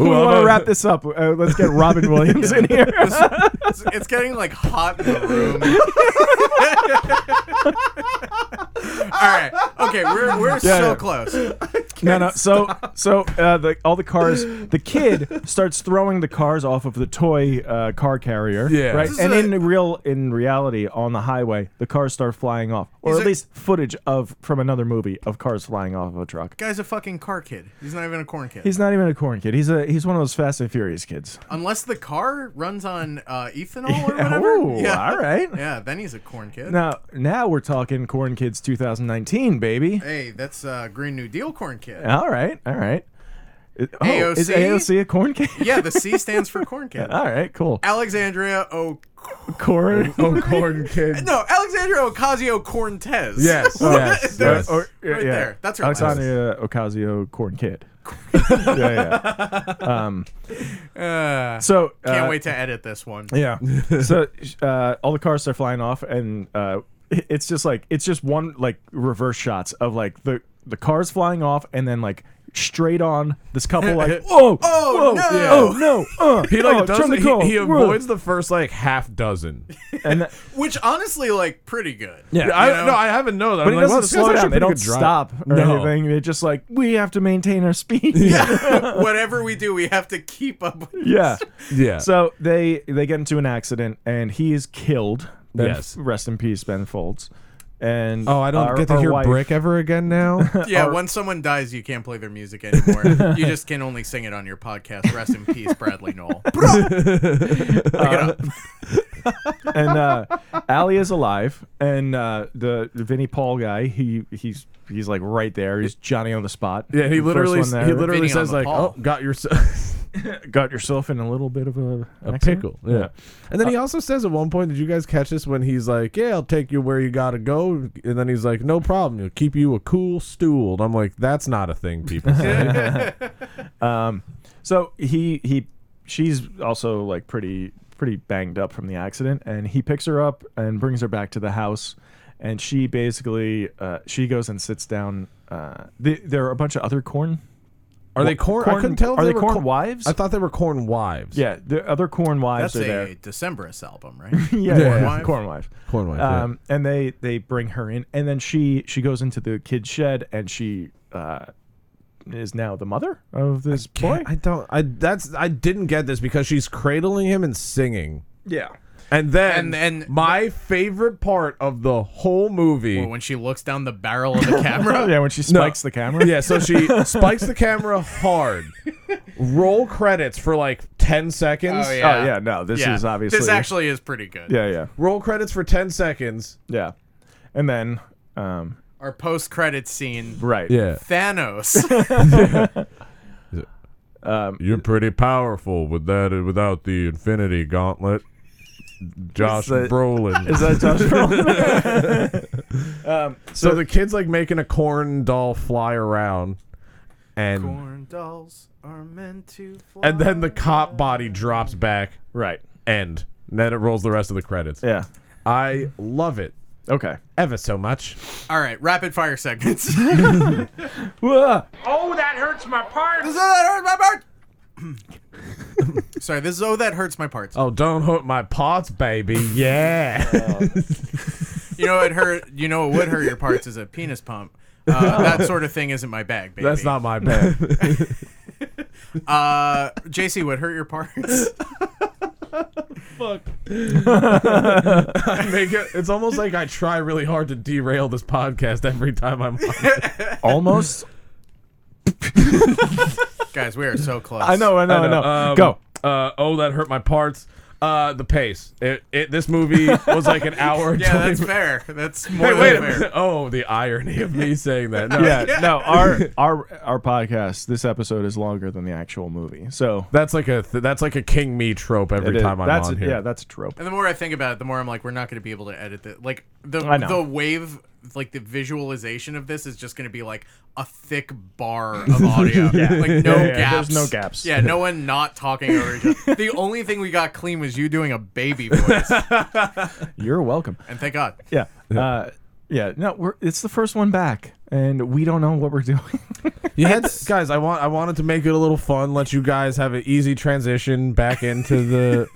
D: Ooh, I'm
C: to
D: a-
C: wrap this up. Uh, let's get Robin Williams in here.
A: It's, it's getting like hot in the room. All right. Okay, we're we're so
C: yeah.
A: close.
C: No, no. So, so uh, the all the cars. The kid starts throwing the cars off of the toy uh, car carrier.
D: Yeah.
C: Right.
D: This is
C: And
A: a-
C: in real, in reality, on the highway, the cars start flying off, or
A: He's
C: at
A: a-
C: least footage of from another movie of cars flying off of a truck.
A: Guy's a fucking car kid. He's not even a corn kid.
C: He's not even a corn kid. He's a he's one of those Fast and Furious kids.
A: Unless the car runs on uh, ethanol or whatever.
C: Ooh, all right.
A: Yeah, then he's a corn kid.
C: Now, now we're talking corn kids 2019, baby.
A: Hey, that's uh, Green New Deal corn kid.
C: All right, all right. It- Oh, is
A: AOC?
C: AOC a corn kid?
A: Yeah, the C stands for corn kid.
C: All right, cool.
A: Alexandria O.
C: Corn.
D: Oh, corn kid.
A: No, Alexandria Ocasio Cortez.
D: Yes,
C: Oh,
D: yes,
A: There's-
D: yes.
C: Or- yeah,
A: right
C: yeah.
A: there. That's her. last name.
C: Alexandria Ocasio Corn Kid. yeah, yeah. Um,
A: Uh,
C: So uh,
A: can't wait to edit this one.
C: Yeah. so uh, all the cars are flying off, and uh, it- it's just like it's just one like reverse shots of like the the cars flying off, and then like straight on this couple like whoa
A: Oh,
C: whoa
A: no. Yeah.
C: oh no uh,
D: He like
C: oh, turn
D: doesn't.
C: the
D: He,
C: car,
D: he
C: whoa."
D: avoids the first like half dozen.
C: and th-
A: Which honestly, like, pretty good.
C: yeah.
D: I
A: You know?
D: no, I haven't known that.
C: but
D: I'm
C: it
D: like,
C: doesn't
D: wow, this guy's
C: slow down. They
D: actually a pretty
C: don't
D: good driver.
C: stop or
D: No.
C: anything. They're just like, we have to maintain our speed.
A: Whatever we do, we have to keep up. with
C: yeah.
D: Yeah.
C: So they they get into an accident and he is killed. Ben,
D: Yes.
C: Rest in peace, Ben Folds. And
D: oh, I don't
C: our-
D: get to
C: our
D: hear
C: wife-
D: Brick ever again now.
A: Yeah, when someone dies, you can't play their music anymore. you just can only sing it on your podcast. Rest in peace, Bradley Knoll.
C: And uh, Ali is alive, and uh, the, the Vinnie Paul guy, he he's he's like right there. He's Johnny on the spot.
D: yeah, he
C: First
D: literally
C: one there.
D: he literally
A: Vinny on
D: says
A: the
D: like,
A: Paul.
D: "Oh, got your."
C: got yourself in a little bit of a,
D: a
C: accident.
D: pickle. Yeah. Uh, And then he also says at one point, did you guys catch this when he's like, Yeah, I'll take you where you gotta go and then he's like, No problem, it'll keep you a cool stool. And I'm like, That's not a thing people say.
C: So he he she's also like pretty pretty banged up from the accident and he picks her up and brings her back to the house and she basically uh, she goes and sits down uh, the, there are a bunch of other corn
D: Are they corn, I couldn't tell if
C: are they,
D: were
C: corn
D: cor-
C: wives
D: I thought they were corn wives.
C: yeah the other corn wives
A: That's
C: are there
A: a Decemberist album, right?
C: yeah,
D: Yeah.
C: corn,
A: wife?
C: corn
D: Corn
C: wife.
D: Corn wife, yeah.
C: Um, and they they bring her in, and then she she goes into the kid's shed, and she uh, is now the mother of this boy.
D: Can't- I don't I that's I didn't get this because she's cradling him and singing.
C: yeah,
D: And then
A: And- and-
D: my favorite part of the whole movie
A: Or when she looks down the barrel of the camera.
C: yeah. When she spikes the camera,
D: Yeah, so she spikes the camera hard. Roll credits for like 10 seconds.
A: Oh, yeah.
C: Oh yeah, no, this
A: Yeah,
C: is obviously
A: This actually is pretty good.
C: yeah, yeah,
D: Roll credits for 10 seconds.
C: yeah, and then um,
A: Our post credit scene.
C: right,
A: Thanos.
D: You're pretty powerful with that without the infinity gauntlet. Josh
C: Is that-
D: Brolin.
C: Is that Josh Brolin?
D: so the kid's like making a corn doll fly around and
A: Corn dolls are meant to fly.
D: and then the cop body drops back.
C: right?
D: End. And then it rolls the rest of the credits.
C: Yeah.
D: I love it
C: Okay.
D: ever so much.
A: All right, rapid fire segments.
C: Whoa.
A: This is Oh, that hurts my part. Sorry, this is oh that hurts my parts.
D: Oh, don't hurt my parts, baby. Yeah.
A: You know it hurt. You know what would hurt your parts is a penis pump. Uh, that sort of thing isn't my bag, baby.
D: That's not my bad.
A: Uh, JC, what hurt your parts?
D: fuck. I make it, it's almost like I try really hard to derail this podcast every time I'm. on it.
C: Almost.
A: Guys, we are so close.
C: I know. I know. I know.
D: Um,
C: Oh, Go.
D: Uh, oh, that hurt my parts. Uh, the pace. It, it, this movie was like an hour. and
A: Yeah,
D: 20
A: that's fair. That's more
D: Hey, wait a
A: than fair.
D: minute. Oh, the irony of me saying that. No,
C: Yeah. No. Our our our podcast. This episode is longer than the actual movie. So
D: That's like a th- that's like a king me trope every
C: it is-
D: time I'm
C: that's
D: on
C: a,
D: here.
C: yeah. That's a trope.
A: And the more I think about it, the more I'm like, we're not going to be able to edit it. Like the
C: I know.
A: the wave, like the visualization of this is just going to be like a thick bar of audio. Like no
C: Yeah, yeah,
A: gaps.
C: there's no gaps.
A: Yeah, no one not talking over each other. The only thing we got clean was you doing a baby voice,
C: You're welcome.
A: and thank God.
C: Yeah. Uh, yeah. No. We're it's the first one back, and we don't know what we're doing.
D: You had guys. I want. I wanted to make it a little fun. Let you guys have an easy transition back into the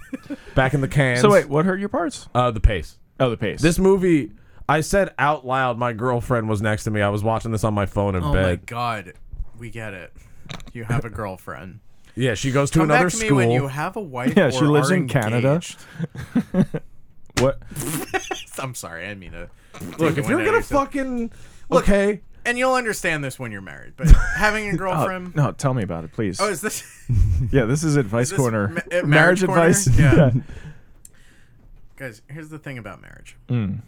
D: back in the cans.
C: so wait, what hurt your parts?
D: uh, the pace.
C: Oh, the pace.
D: This movie, I said out loud. My girlfriend was next to me. I was watching this on my phone in
A: Oh
D: bed.
A: my God, we get it. You have a girlfriend.
D: Yeah, she goes to
A: Come
D: another
A: back to
D: school.
A: me when you have a wife.
C: Yeah, she
A: or
C: lives
A: are
C: in Canada.
A: engaged.
C: what?
A: I'm sorry, I didn't mean to.
D: Look, if you're gonna fucking okay,
A: and you'll understand this when you're married, but having a
C: Oh,
A: girlfriend.
C: no, tell me about it, please.
A: Oh, is this
C: yeah, this is advice
A: this
C: corner.
A: ma- uh, marriage corner?
C: advice.
A: Yeah. guys? Here's the thing about marriage.
C: Mm.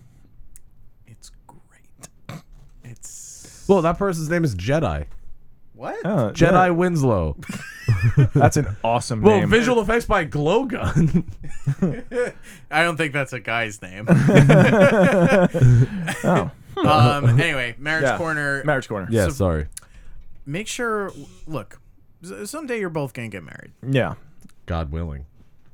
A: It's great. It's
D: well, that person's name is Jedi.
A: what?
C: Oh,
D: Jedi
C: yeah,
D: Winslow.
C: that's an awesome
D: Well,
C: name.
D: visual effects by Glowgun.
A: I don't think that's a guy's name.
C: Oh.
A: um. Anyway, marriage
C: Yeah.
A: corner.
C: Marriage corner.
D: yeah,
A: So-
D: sorry.
A: Make sure. Look, s- someday you're both gonna get married.
C: Yeah.
D: God willing.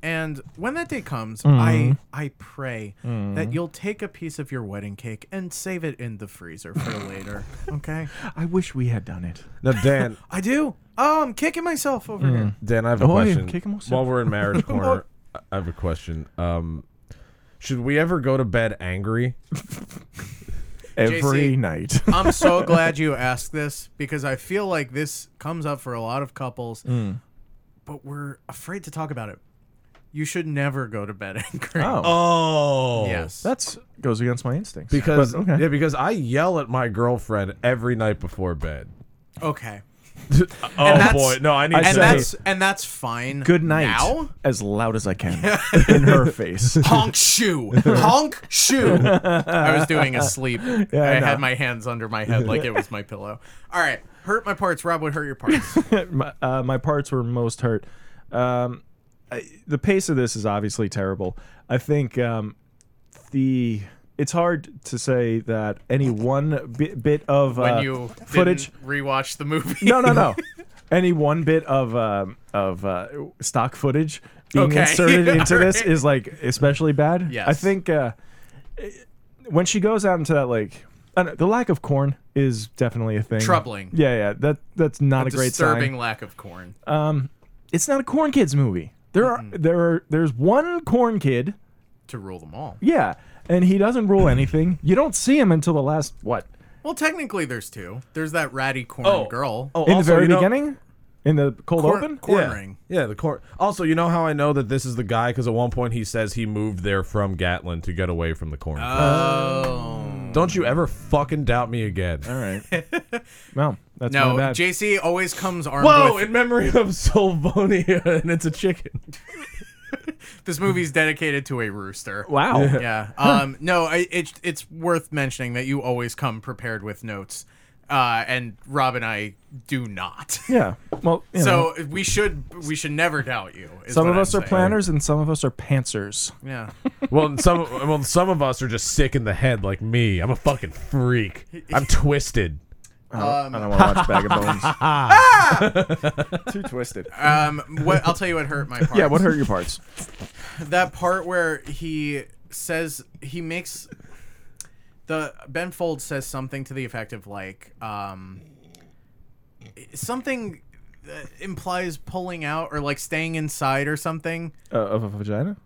A: And when that day comes,
C: Mm.
A: I I pray that you'll take a piece of your wedding cake and save it in the freezer for later. Okay?
C: I wish we had done it.
D: Now, Dan,
A: I do. Oh, I'm kicking myself over here.
D: Dan, I have a
C: Oh, yeah,
D: question.
C: kick 'em also.
D: While we're in marriage corner, I- I have a question. Um, should we ever go to bed angry?
C: Every
A: JC.
C: night.
A: I'm so glad you asked this because I feel like this comes up for a lot of couples,
C: Mm.
A: but we're afraid to talk about it. You should never go to bed angry.
C: Oh.
D: Oh,
A: yes.
C: That's goes against my instincts.
D: Because
C: But, okay.
D: yeah, because I yell at my girlfriend every night before bed.
A: okay.
D: oh
A: that's-
D: boy, no, I need.
C: and
D: to
A: And
C: So-
A: that's and that's fine.
C: Good night.
A: Now?
C: As loud as I can. in her face.
A: honk shoe honk shoe i was doing a sleep i,
C: I know.
A: had my hands under my head like it was my pillow all right hurt my parts rob would hurt your parts
C: my, uh, my parts were most hurt. Um, I, the pace of this is obviously terrible. I think um, the it's hard to say that any one bit, bit of uh,
A: when you
C: footage.
A: didn't rewatch the movie
C: No, no, no. any one bit of um, of uh, stock footage being
A: Okay.
C: inserted into this
A: Alright.
C: is like especially bad.
A: Yes.
C: I think uh, it- when she goes out into that like. I don't know, the lack of corn is definitely a thing.
A: Troubling.
C: Yeah, yeah. That that's not a great sign
A: disturbing lack of corn
C: it's not a corn kids movie. There are there are there's one corn kid.
A: to rule them all
C: Yeah, and he doesn't rule anything. You don't see him until the last what
A: well technically there's two there's that ratty corn girl
D: Oh,
C: in the
D: also,
C: very
D: you know-
C: beginning, in the cold
A: Corn-
C: open.
A: corn
D: yeah.
A: ring
D: Yeah, the court. Also, you know how I know that this is the guy because at one point he says he moved there from Gatlin to get away from the corn.
A: oh
D: Don't you ever fucking doubt me again.
C: All right. well, that's
A: no
C: my bad.
A: jc always comes armed
D: Whoa,
A: with
D: in memory of Solvonia, and it's a chicken.
A: this movie's dedicated to a rooster
C: wow.
A: yeah. Um, no, I, it, it's worth mentioning that you always come prepared with notes, uh, and Rob and I do not.
C: Yeah. Well, you know,
A: so we should we should never doubt you. is
C: some
A: what
C: of
A: I'm
C: us are
A: saying.
C: planners and some of us are pantsers.
A: Yeah.
D: Well, and some well, some of us are just sick in the head, like me. I'm a fucking freak. I'm twisted.
C: I don't want to watch Bag of Bones. Too twisted.
A: Um, what I'll tell you what hurt my part.
C: Yeah. What hurt your parts?
A: that part where he says he makes the Ben Folds says something to the effect of like um something that implies pulling out or like staying inside or something.
C: Uh, of a vagina.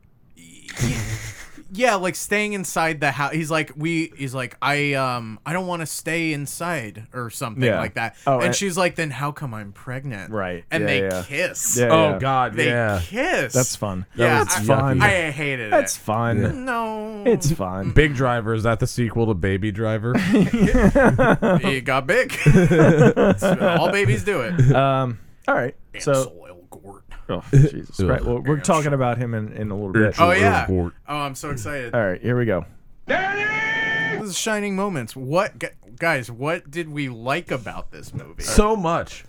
A: yeah, like staying inside the house. He's like, we. He's like, I um, I don't want to stay inside or something
C: Yeah.
A: like that.
C: Oh,
A: and,
C: and-
A: she's like, then how come I'm pregnant?
C: Right.
A: And
C: Yeah,
A: they
C: yeah.
A: kiss.
C: Yeah,
D: oh
C: yeah.
D: God,
A: They
D: yeah.
A: kiss.
C: That's fun.
A: yeah,
C: it's
A: I-
C: fun.
A: I, hated
C: That's
A: it.
C: fun.
A: No,
C: It's fun.
D: Big Driver is that the sequel to Baby Driver?
A: it got big. It's- all babies do it.
C: Um, all right. So,
A: soil gourd.
C: oh, Jesus Christ. Well, we're talking about him in, in a little bit.
A: Oh yeah. Oh,
D: gourd.
A: I'm so excited.
C: All right, here we go.
A: This is shining moments. What gu- guys? What did we like about this movie?
D: so much.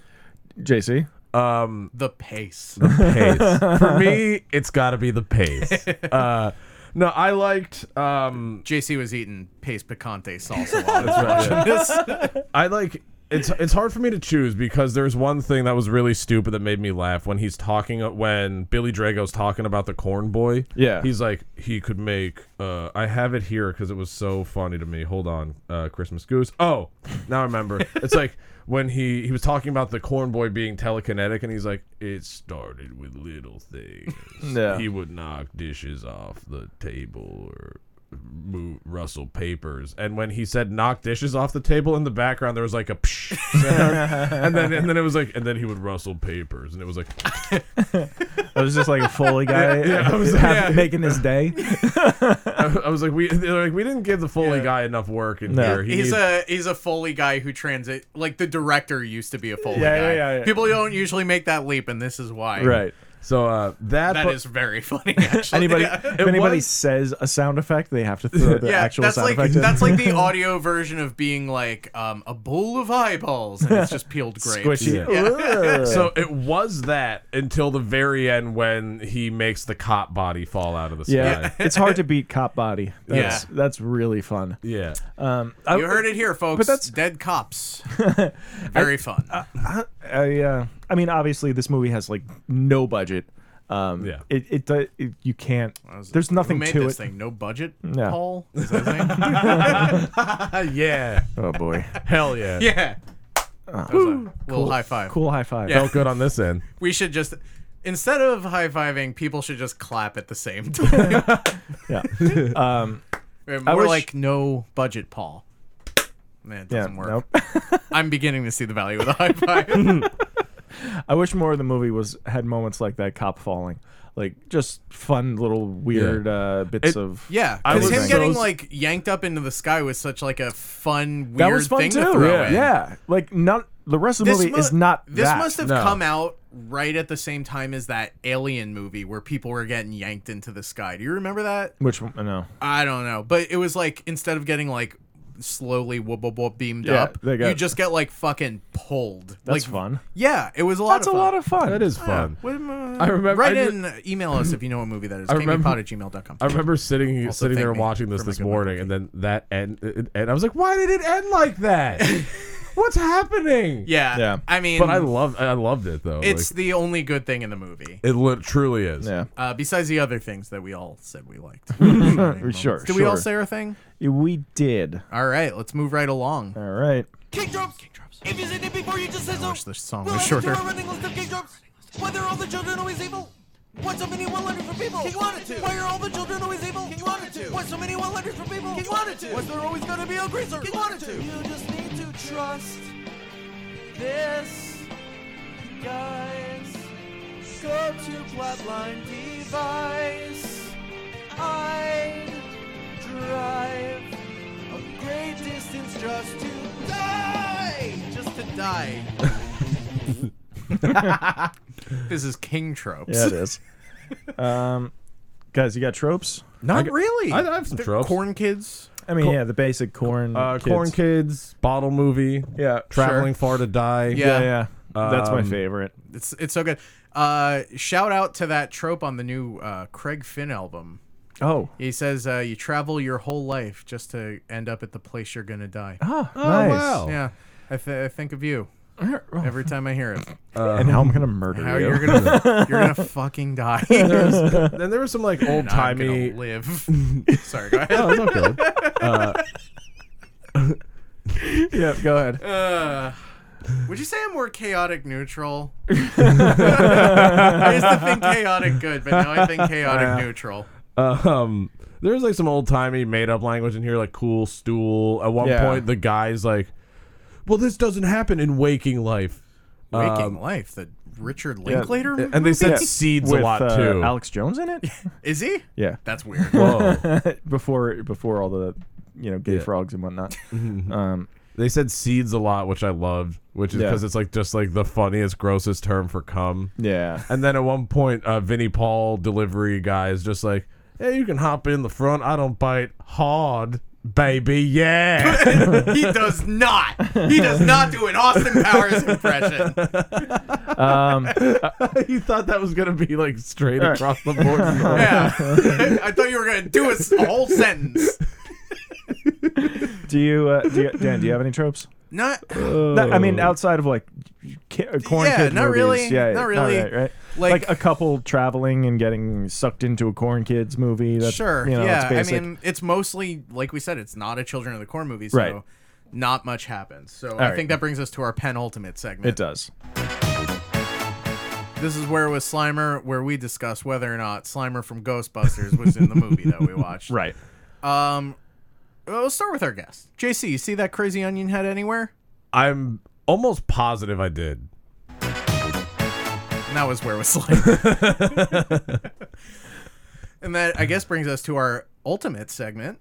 C: JC.
A: the pace.
D: pace. For me, it's got to be the pace. Uh, no, I liked. Um,
A: JC was eating pace picante salsa while I was watching this.
D: I like. It's it's hard for me to choose because there's one thing that was really stupid that made me laugh when he's talking uh, when Billy Drago's talking about the corn boy.
C: Yeah.
D: he's like he could make. Uh, I have it here because it was so funny to me. Hold on, uh, Christmas goose. Oh, now I remember. it's like when he he was talking about the corn boy being telekinetic and he's like it started with little things.
C: Yeah.
D: He would knock dishes off the table or move, rustle papers. And when he said knock dishes off the table in the background, there was like a psh sound. and then and then it was like and then he would rustle papers and it was like
C: I was just like a Foley guy
D: yeah, I was-
C: have-
D: yeah.
C: making this day.
D: I was like we they're like we didn't give the Foley
A: Yeah.
D: guy enough work in
C: No.
D: here. He
A: He's
D: needs-
A: a he's a Foley guy who transit like the director used to be a Foley
C: Yeah, yeah,
A: guy.
C: yeah, yeah.
A: People don't usually make that leap, and this is why.
C: Right.
D: so uh that,
A: That
D: but-
A: is very funny. Actually.
C: Anybody,
A: Yeah.
C: if anybody
D: was-
C: says a sound effect, they have to throw the
A: Yeah,
C: actual
A: that's
C: sound
A: like
C: effect. in.
A: that's like the audio version of being like um, a bowl of eyeballs, and it's just peeled grapes.
C: squishy. Ugh.
D: so it was that until the very end when he makes the cop body fall out of the
C: Yeah,
D: sky.
C: it's hard to beat Cop Body. That's,
A: Yeah.
C: that's really fun.
D: Yeah.
C: Um,
A: You heard it here, folks.
C: that's- uh,
A: dead cops. Very fun.
C: I, uh, I mean, obviously, this movie has like no budget. Um,
D: Yeah.
C: it, it, do- it you can't.
A: was-
C: There's
A: Who
C: nothing
A: made
C: to
A: this
C: it.
A: thing? No budget.
C: No.
A: Paul. Is that his name?
D: yeah.
C: Oh boy,
D: Hell yeah.
A: yeah. That was a little high five.
C: Ah. cool high five.
A: Yeah.
D: Felt good on this end.
A: We should just instead of high fiving, people should just clap at the same time.
C: Yeah.
A: We're
C: wish-
A: like no budget, Paul. Man, it
C: Yeah,
A: doesn't work.
C: nope.
A: I'm beginning to see the value of the high five.
C: I wish more of the movie was had moments like that cop falling, like just fun little weird uh, bits
D: It-
C: of.
A: yeah,
D: I
A: because
D: was
A: him
D: so-
A: getting like yanked up into the sky was such like a fun, weird
C: that was fun
A: thing
C: too.
A: to throw
C: yeah.
A: in.
C: yeah, like not the rest of the
A: This
C: movie
A: mu-
C: is not
A: This
C: that.
A: must have
D: no.
A: come out right at the same time as that Alien movie where people were getting yanked into the sky. Do you remember that?
C: Which one? No.
A: I don't know, but it was like instead of getting like slowly whoop whoop whoop beamed
C: Yeah,
A: up,
C: they got-
A: you just get like fucking pulled. like,
C: That's fun.
A: Yeah, it was a lot.
C: That's
A: of
C: a
A: fun.
C: lot of fun.
D: That is fun.
A: What am I
D: I remember-
A: Write
D: I ju-
A: in, uh, email us if you know what movie that is.
D: remember-
A: KingMePod at gmail.com.
D: I remember sitting
A: Also
D: sitting there
A: thank
D: and
A: me
D: watching this
A: for my
D: this
A: good
D: morning, and then that end, it- it- and I was like, "Why did it end like that? What's happening?"
A: yeah,
C: Yeah.
A: I mean,
D: but I love I loved it though.
A: it's
D: Like,
A: the only good thing in the movie,
D: it lit truly is.
C: Yeah.
A: uh, besides the other things that we all said we liked.
C: Sure. sure.
A: Did we all say our thing?
C: we did?
A: All right, let's move right along.
C: All right.
G: King drops. If you seen it before, you just said so.
A: wish this song
G: We'll
A: was
G: add it to
A: shorter.
G: our running list of king drops. Why they're all the children always evil? Why so many one letters for people? King wanted to. Why are all the children always evil? King wanted to. Why so many one letters for people? King wanted to. Why there always gonna be a greaser? King wanted to. You just need to trust this, guys. Go to flatline device. I drive a great distance just to die.
A: Just to die. this is King Tropes.
C: Yeah, it is. um, guys, you got tropes?
D: I
A: Not
D: got-
A: really.
D: I- I have some
A: The
D: tropes.
A: Corn kids.
C: I mean, yeah, the basic corn.
D: Uh,
C: kids.
D: Corn kids, bottle movie,
C: Yeah,
D: traveling far to die.
A: Yeah.
C: Yeah, yeah. That's my
D: Um,
C: favorite.
A: It's it's so good. Uh, shout out to that trope on the new uh, Craig Finn album.
C: Oh,
A: He says uh, you travel your whole life just to end up at the place you're gonna die.
C: oh, nice.
D: wow.
A: Yeah, I, th- I think of you every time I hear it.
C: and how I'm gonna murder
A: How
C: you?
A: you're gonna you're gonna fucking die.
D: There was- and there was some like old
A: And I'm gonna
D: timey.
A: live. Sorry, go ahead.
D: Oh, it's okay.
C: yeah, go ahead.
A: Uh, would you say I'm more chaotic neutral? I used to think chaotic good, but now I think chaotic neutral.
D: Um, there's like some old timey made up language in here, like cool stool. At one
C: Yeah.
D: point, the guy's like, "Well, this doesn't happen in waking life."
A: Waking
D: Um,
A: Life, the Richard Linklater movie?
D: and they said seeds
C: With,
D: a lot
C: uh,
D: too.
C: Alex Jones in it.
A: Is he?
C: Yeah.
A: That's weird.
D: Whoa.
C: before before all the you know gay
D: Yeah.
C: frogs and whatnot. um,
D: They said seeds a lot, which I loved, which is
C: Yeah.
D: because it's like just like the funniest, grossest term for cum.
C: yeah,
D: And then at one point, uh, Vinnie Paul delivery guy is just like, "Hey, you can hop in the front. I don't bite hard, baby. Yeah."
A: he does not. He does not do an Austin Powers impression.
D: he thought that was gonna be like straight
C: um, All right.
D: across the board.
A: Yeah. I thought you were going to do a, s- a whole sentence.
C: do you, uh, do you Dan? Do you have any tropes?
A: Not
C: Not- I mean, outside of like ki- corn
A: Oh. Yeah,
C: kid
A: not
C: movies.
A: really,
C: Yeah,
A: not really.
C: right, right? Like,
A: Like-
C: a couple traveling and getting sucked into a corn kids movie. That's,
A: sure.
C: you know,
A: yeah.
C: That's
A: I
C: basic.
A: mean, it's mostly, like we said, it's not a Children of the Corn movie, so
C: Right.
A: not much happens. So I
C: right.
A: think that brings us to our penultimate segment.
C: it does.
A: This is where it was Slimer, where we discuss whether or not Slimer from Ghostbusters was in the movie that we watched.
C: Right.
A: Um, well, let's start with our guest, JC. You see that crazy onion head anywhere?
D: I'm almost positive I did.
A: And that was where it was Slimer. and that I guess brings us to our ultimate segment.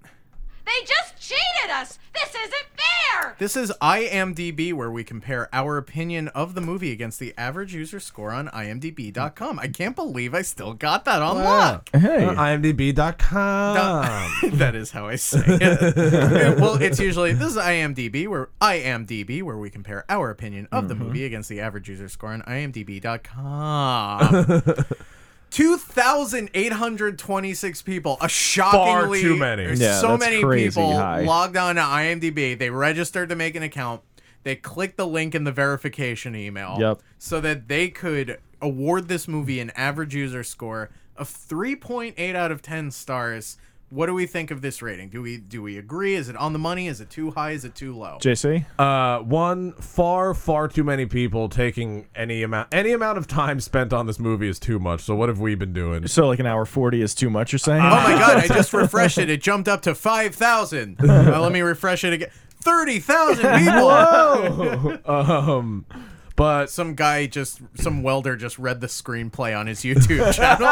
H: They just cheated us! This isn't fair!
A: This is IMDb, where we compare our opinion of the movie against the average user score on IMDb.com. I can't believe I still got that on lock.
C: Hey.
D: Uh, IMDb.com.
A: that is how I say it. Yeah, well, it's usually this is IMDb where IMDb where we compare our opinion of
D: Mm-hmm.
A: the movie against the average user score on IMDb.com. 2,826 people, a shockingly
D: too many.
C: Yeah,
A: so
C: that's
A: many
C: crazy
A: people
C: high.
A: logged on to IMDb. They registered to make an account. They clicked the link in the verification email
C: Yep.
A: so that they could award this movie an average user score of 3.8 out of 10 stars. What do we think of this rating? Do we do we agree? Is it on the money? Is it too high? Is it too low?
C: JC.
D: Uh, one far, far too many people taking any amount any amount of time spent on this movie is too much. So what have we been doing?
C: So like an hour forty is too much. You're saying?
A: oh my god, I just refreshed it. It jumped up to 5,000. Well, let me refresh it again. 30,000 people.
D: Um, but
A: Some guy just some welder just read the screenplay on his YouTube channel.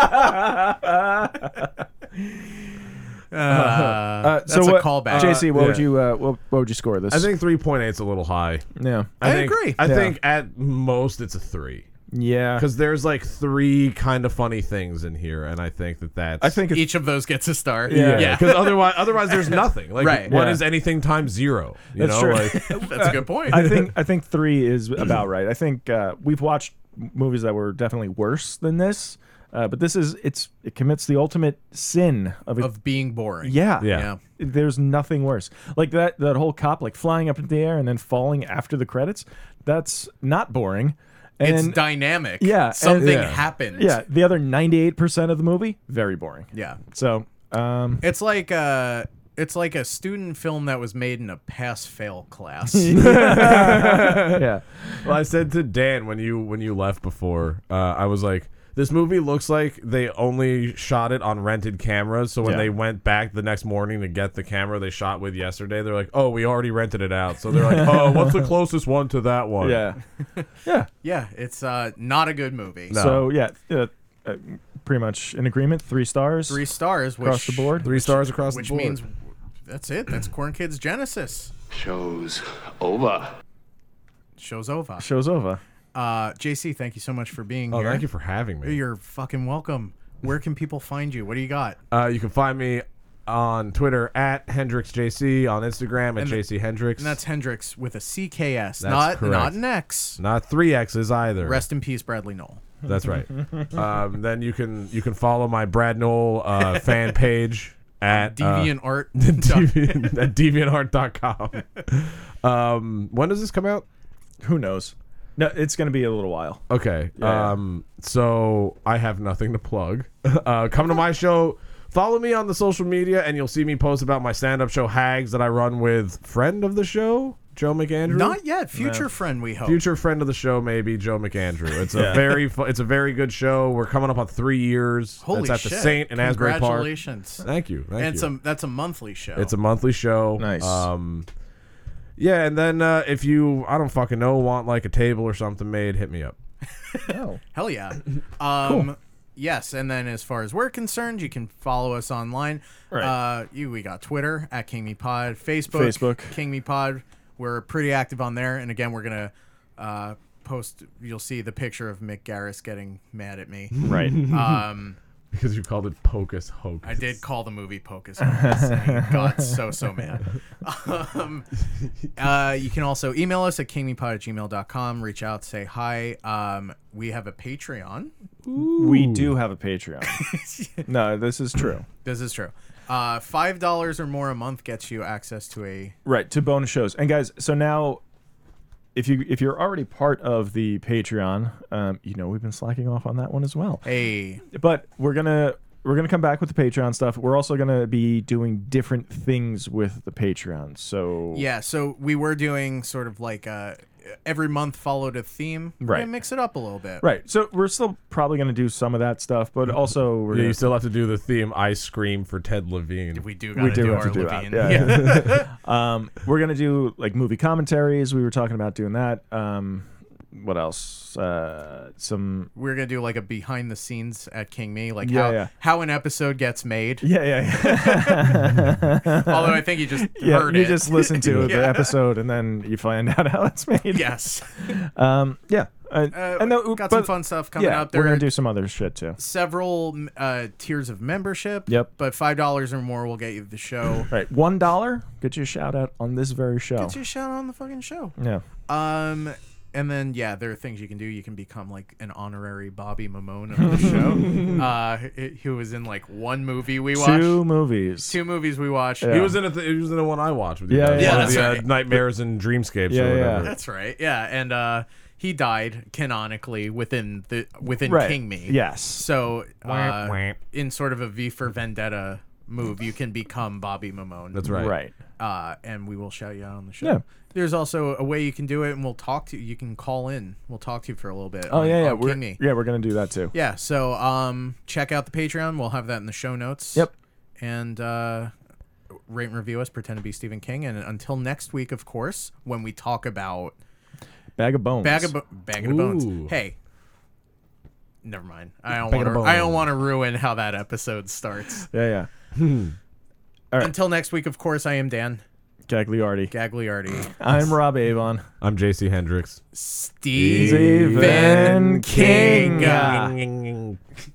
C: Uh,
A: that's
C: so
A: a
C: what,
A: callback.
C: JC, what would
D: yeah.
C: you uh, what, what would you score this?
D: I think three point eight is a little high.
C: yeah,
A: I
D: think,
A: agree.
D: I
C: Yeah.
D: think at most it's a three
C: yeah.
D: because there's like three kind of funny things in here, and I think that that's
C: I think it's
A: Each of those gets a star.
C: Yeah.
D: because otherwise otherwise there's nothing. Like what
A: Right.
D: is
C: Yeah.
D: anything times zero? You
C: That's
D: know,
C: true.
D: like
A: That's a good point.
C: Uh, I think I think three is about right. I think uh, we've watched m- movies that were definitely worse than this, uh, but this is it's it commits the ultimate sin of, it.
A: of being boring.
C: yeah
D: Yeah.
C: There's nothing worse like that that whole cop like flying up in the air and then falling after the credits. That's not boring. And
A: It's dynamic.
C: Yeah, and-
A: Something
C: yeah.
A: happened.
C: yeah, the other ninety eight percent of the movie very boring.
A: Yeah.
C: So um,
A: It's like uh it's like a student film that was made in a pass fail class.
C: yeah,
D: Well, I said to Dan when you when you left before, uh, I was like, "This movie looks like they only shot it on rented cameras. So when
C: Yeah.
D: they went back the next morning to get the camera they shot with yesterday, they're like, oh, we already rented it out. So they're like, oh, what's the closest one to that one?
C: yeah, yeah.
A: yeah, it's uh not a good movie.
C: So yeah, uh, uh, pretty much in agreement. Three stars
A: Three stars, which
C: across the board.
D: three stars across
A: which
D: the board.
A: means that's it. That's Corn Kids Genesis.
I: Show's over.
A: Show's over.
C: Show's over.
A: Uh JC, thank you so much for being
D: oh,
A: here.
D: thank you for having me.
A: You're fucking welcome. Where can people find you? What do you got?
D: Uh, you can find me on Twitter at HendrixJC, on Instagram at
A: And-
D: JC Hendrix.
A: And that's Hendrix with a CKS, not not
D: correct.
A: an X.
D: not three X's either.
A: Rest in peace, Bradley Knoll.
D: That's right. um, then you can you can follow my Brad Knoll uh, fan page at
A: Deviant art.
D: Uh, deviant, at deviantart.com. Um, when does this come out?
C: Who knows? No, it's gonna be a little while.
D: Okay.
C: yeah.
D: Um, so I have nothing to plug. Uh, come to my show. Follow me on the social media, and you'll see me post about my stand-up show Hags that I run with friend of the show Joe McAndrew?
A: Not yet. Future friend, we hope.
D: Future friend of the show, maybe Joe McAndrew. It's a very, fu- it's a very good show. We're coming up on three years.
A: Holy
D: it's at
A: shit.
D: the Saint in Asbury Park.
A: Congratulations.
D: Thank you. Thank
A: and
D: you.
A: it's a, that's a monthly show.
D: It's a monthly show.
C: Nice.
D: Um, yeah, and then uh, if you, I don't fucking know, want like a table or something made, hit me up.
A: Hell yeah. Um, Yes, and then as far as we're concerned, you can follow us online.
C: Right.
A: Uh, you we got Twitter at King Me Pod, Facebook,
C: Facebook.
A: King Me Pod. We're pretty active on there, and again, we're gonna uh, post. You'll see the picture of Mick Garris getting mad at me.
C: Right.
A: Um,
D: Because you called it Pocus Hocus.
A: I did call the movie Pocus. Hocus, and he got so so mad. Um, uh, you can also email us at kingmepod at gmail.com. Reach out, say hi. Um, we have a Patreon.
C: we do have a Patreon. no, this is true.
A: This is true. Uh, Five dollars or more a month gets you access to a
C: Right, to bonus shows. And guys, so now if you if you're already part of the Patreon, um, you know we've been slacking off on that one as well.
A: a
C: But we're gonna we're gonna come back with the Patreon stuff. We're also gonna be doing different things with the Patreon. So
A: yeah. So we were doing sort of like uh every month followed a theme. We're
C: Right.
A: gonna Mix it up a little bit.
C: Right. So we're still probably gonna do some of that stuff, but also we're
D: Yeah,
C: gonna-
D: you still have to do the theme "I Scream" for Ted Levine.
A: We do. Gotta
C: we do,
A: do
C: have
A: our
C: to do
A: Levine.
C: that. Yeah. um, we're gonna do like movie commentaries. We were talking about doing that. Um, what else? Uh, some
A: We're gonna do like a behind the scenes at King Me, like
C: Yeah,
A: how
C: yeah.
A: how an episode gets made.
C: yeah, yeah, yeah.
A: Although I think you just
C: yeah,
A: heard
C: you
A: it.
C: just listen to
A: Yeah.
C: the episode and then you find out how it's made.
A: yes.
C: Um, yeah. And,
A: Uh,
C: and the-
A: got
C: but-
A: some fun stuff coming
C: yeah,
A: up. There
C: we're
A: are
C: gonna do some other shit too.
A: several m- uh, tiers of membership.
C: Yep.
A: But five dollars or more will get you the show.
C: Right, one dollar get you a shout out on this very show.
A: Get your shout on the fucking show.
C: yeah,
A: Um, and then yeah, there are things you can do. You can become like an honorary Bobby Mamone of the show, uh, h- who was in like one movie we watched,
C: two
A: two,
C: movies.
A: movies we watched.
D: He
C: Yeah.
D: was in a th- he was in the one I watched with you
C: Yeah,
D: guys.
C: yeah.
D: One
A: Yeah,
D: of the,
A: that's
D: uh,
A: right.
D: nightmares and dreamscapes
C: Yeah,
D: or
C: yeah.
D: whatever.
A: That's right. Yeah, and uh, he died canonically within the within
C: Right.
A: King Me.
C: Yes.
A: So
D: Wah, wah.
A: uh, in sort of a V for Vendetta move, you can become Bobby Mamone.
D: That's right.
C: Right.
A: Uh, and we will shout you out on the show.
C: Yeah.
A: There's also a way you can do it, and we'll talk to you. You can call in. We'll talk to you for a little bit.
C: Oh
A: on-
C: yeah, yeah.
A: on
C: We're
A: King Me.
C: yeah, we're gonna do that too.
A: Yeah, so um check out the Patreon. We'll have that in the show notes.
C: Yep.
A: And uh rate and review us, pretend to be Stephen King. And until next week, of course, when we talk about
C: Bag of bones.
A: Bag of Bo- Bag of the
D: Ooh.
A: Bones. Hey. Never mind. I don't
D: Bag of
A: want to I don't
D: Bones.
A: want to ruin how that episode starts.
C: Yeah, yeah. right.
A: Until next week, of course, I am Dan
C: Gagliardi.
A: Gagliardi.
C: I'm Rob Avon.
D: I'm JC Hendricks.
A: Stephen King.
C: King.
D: Ding, ding, ding.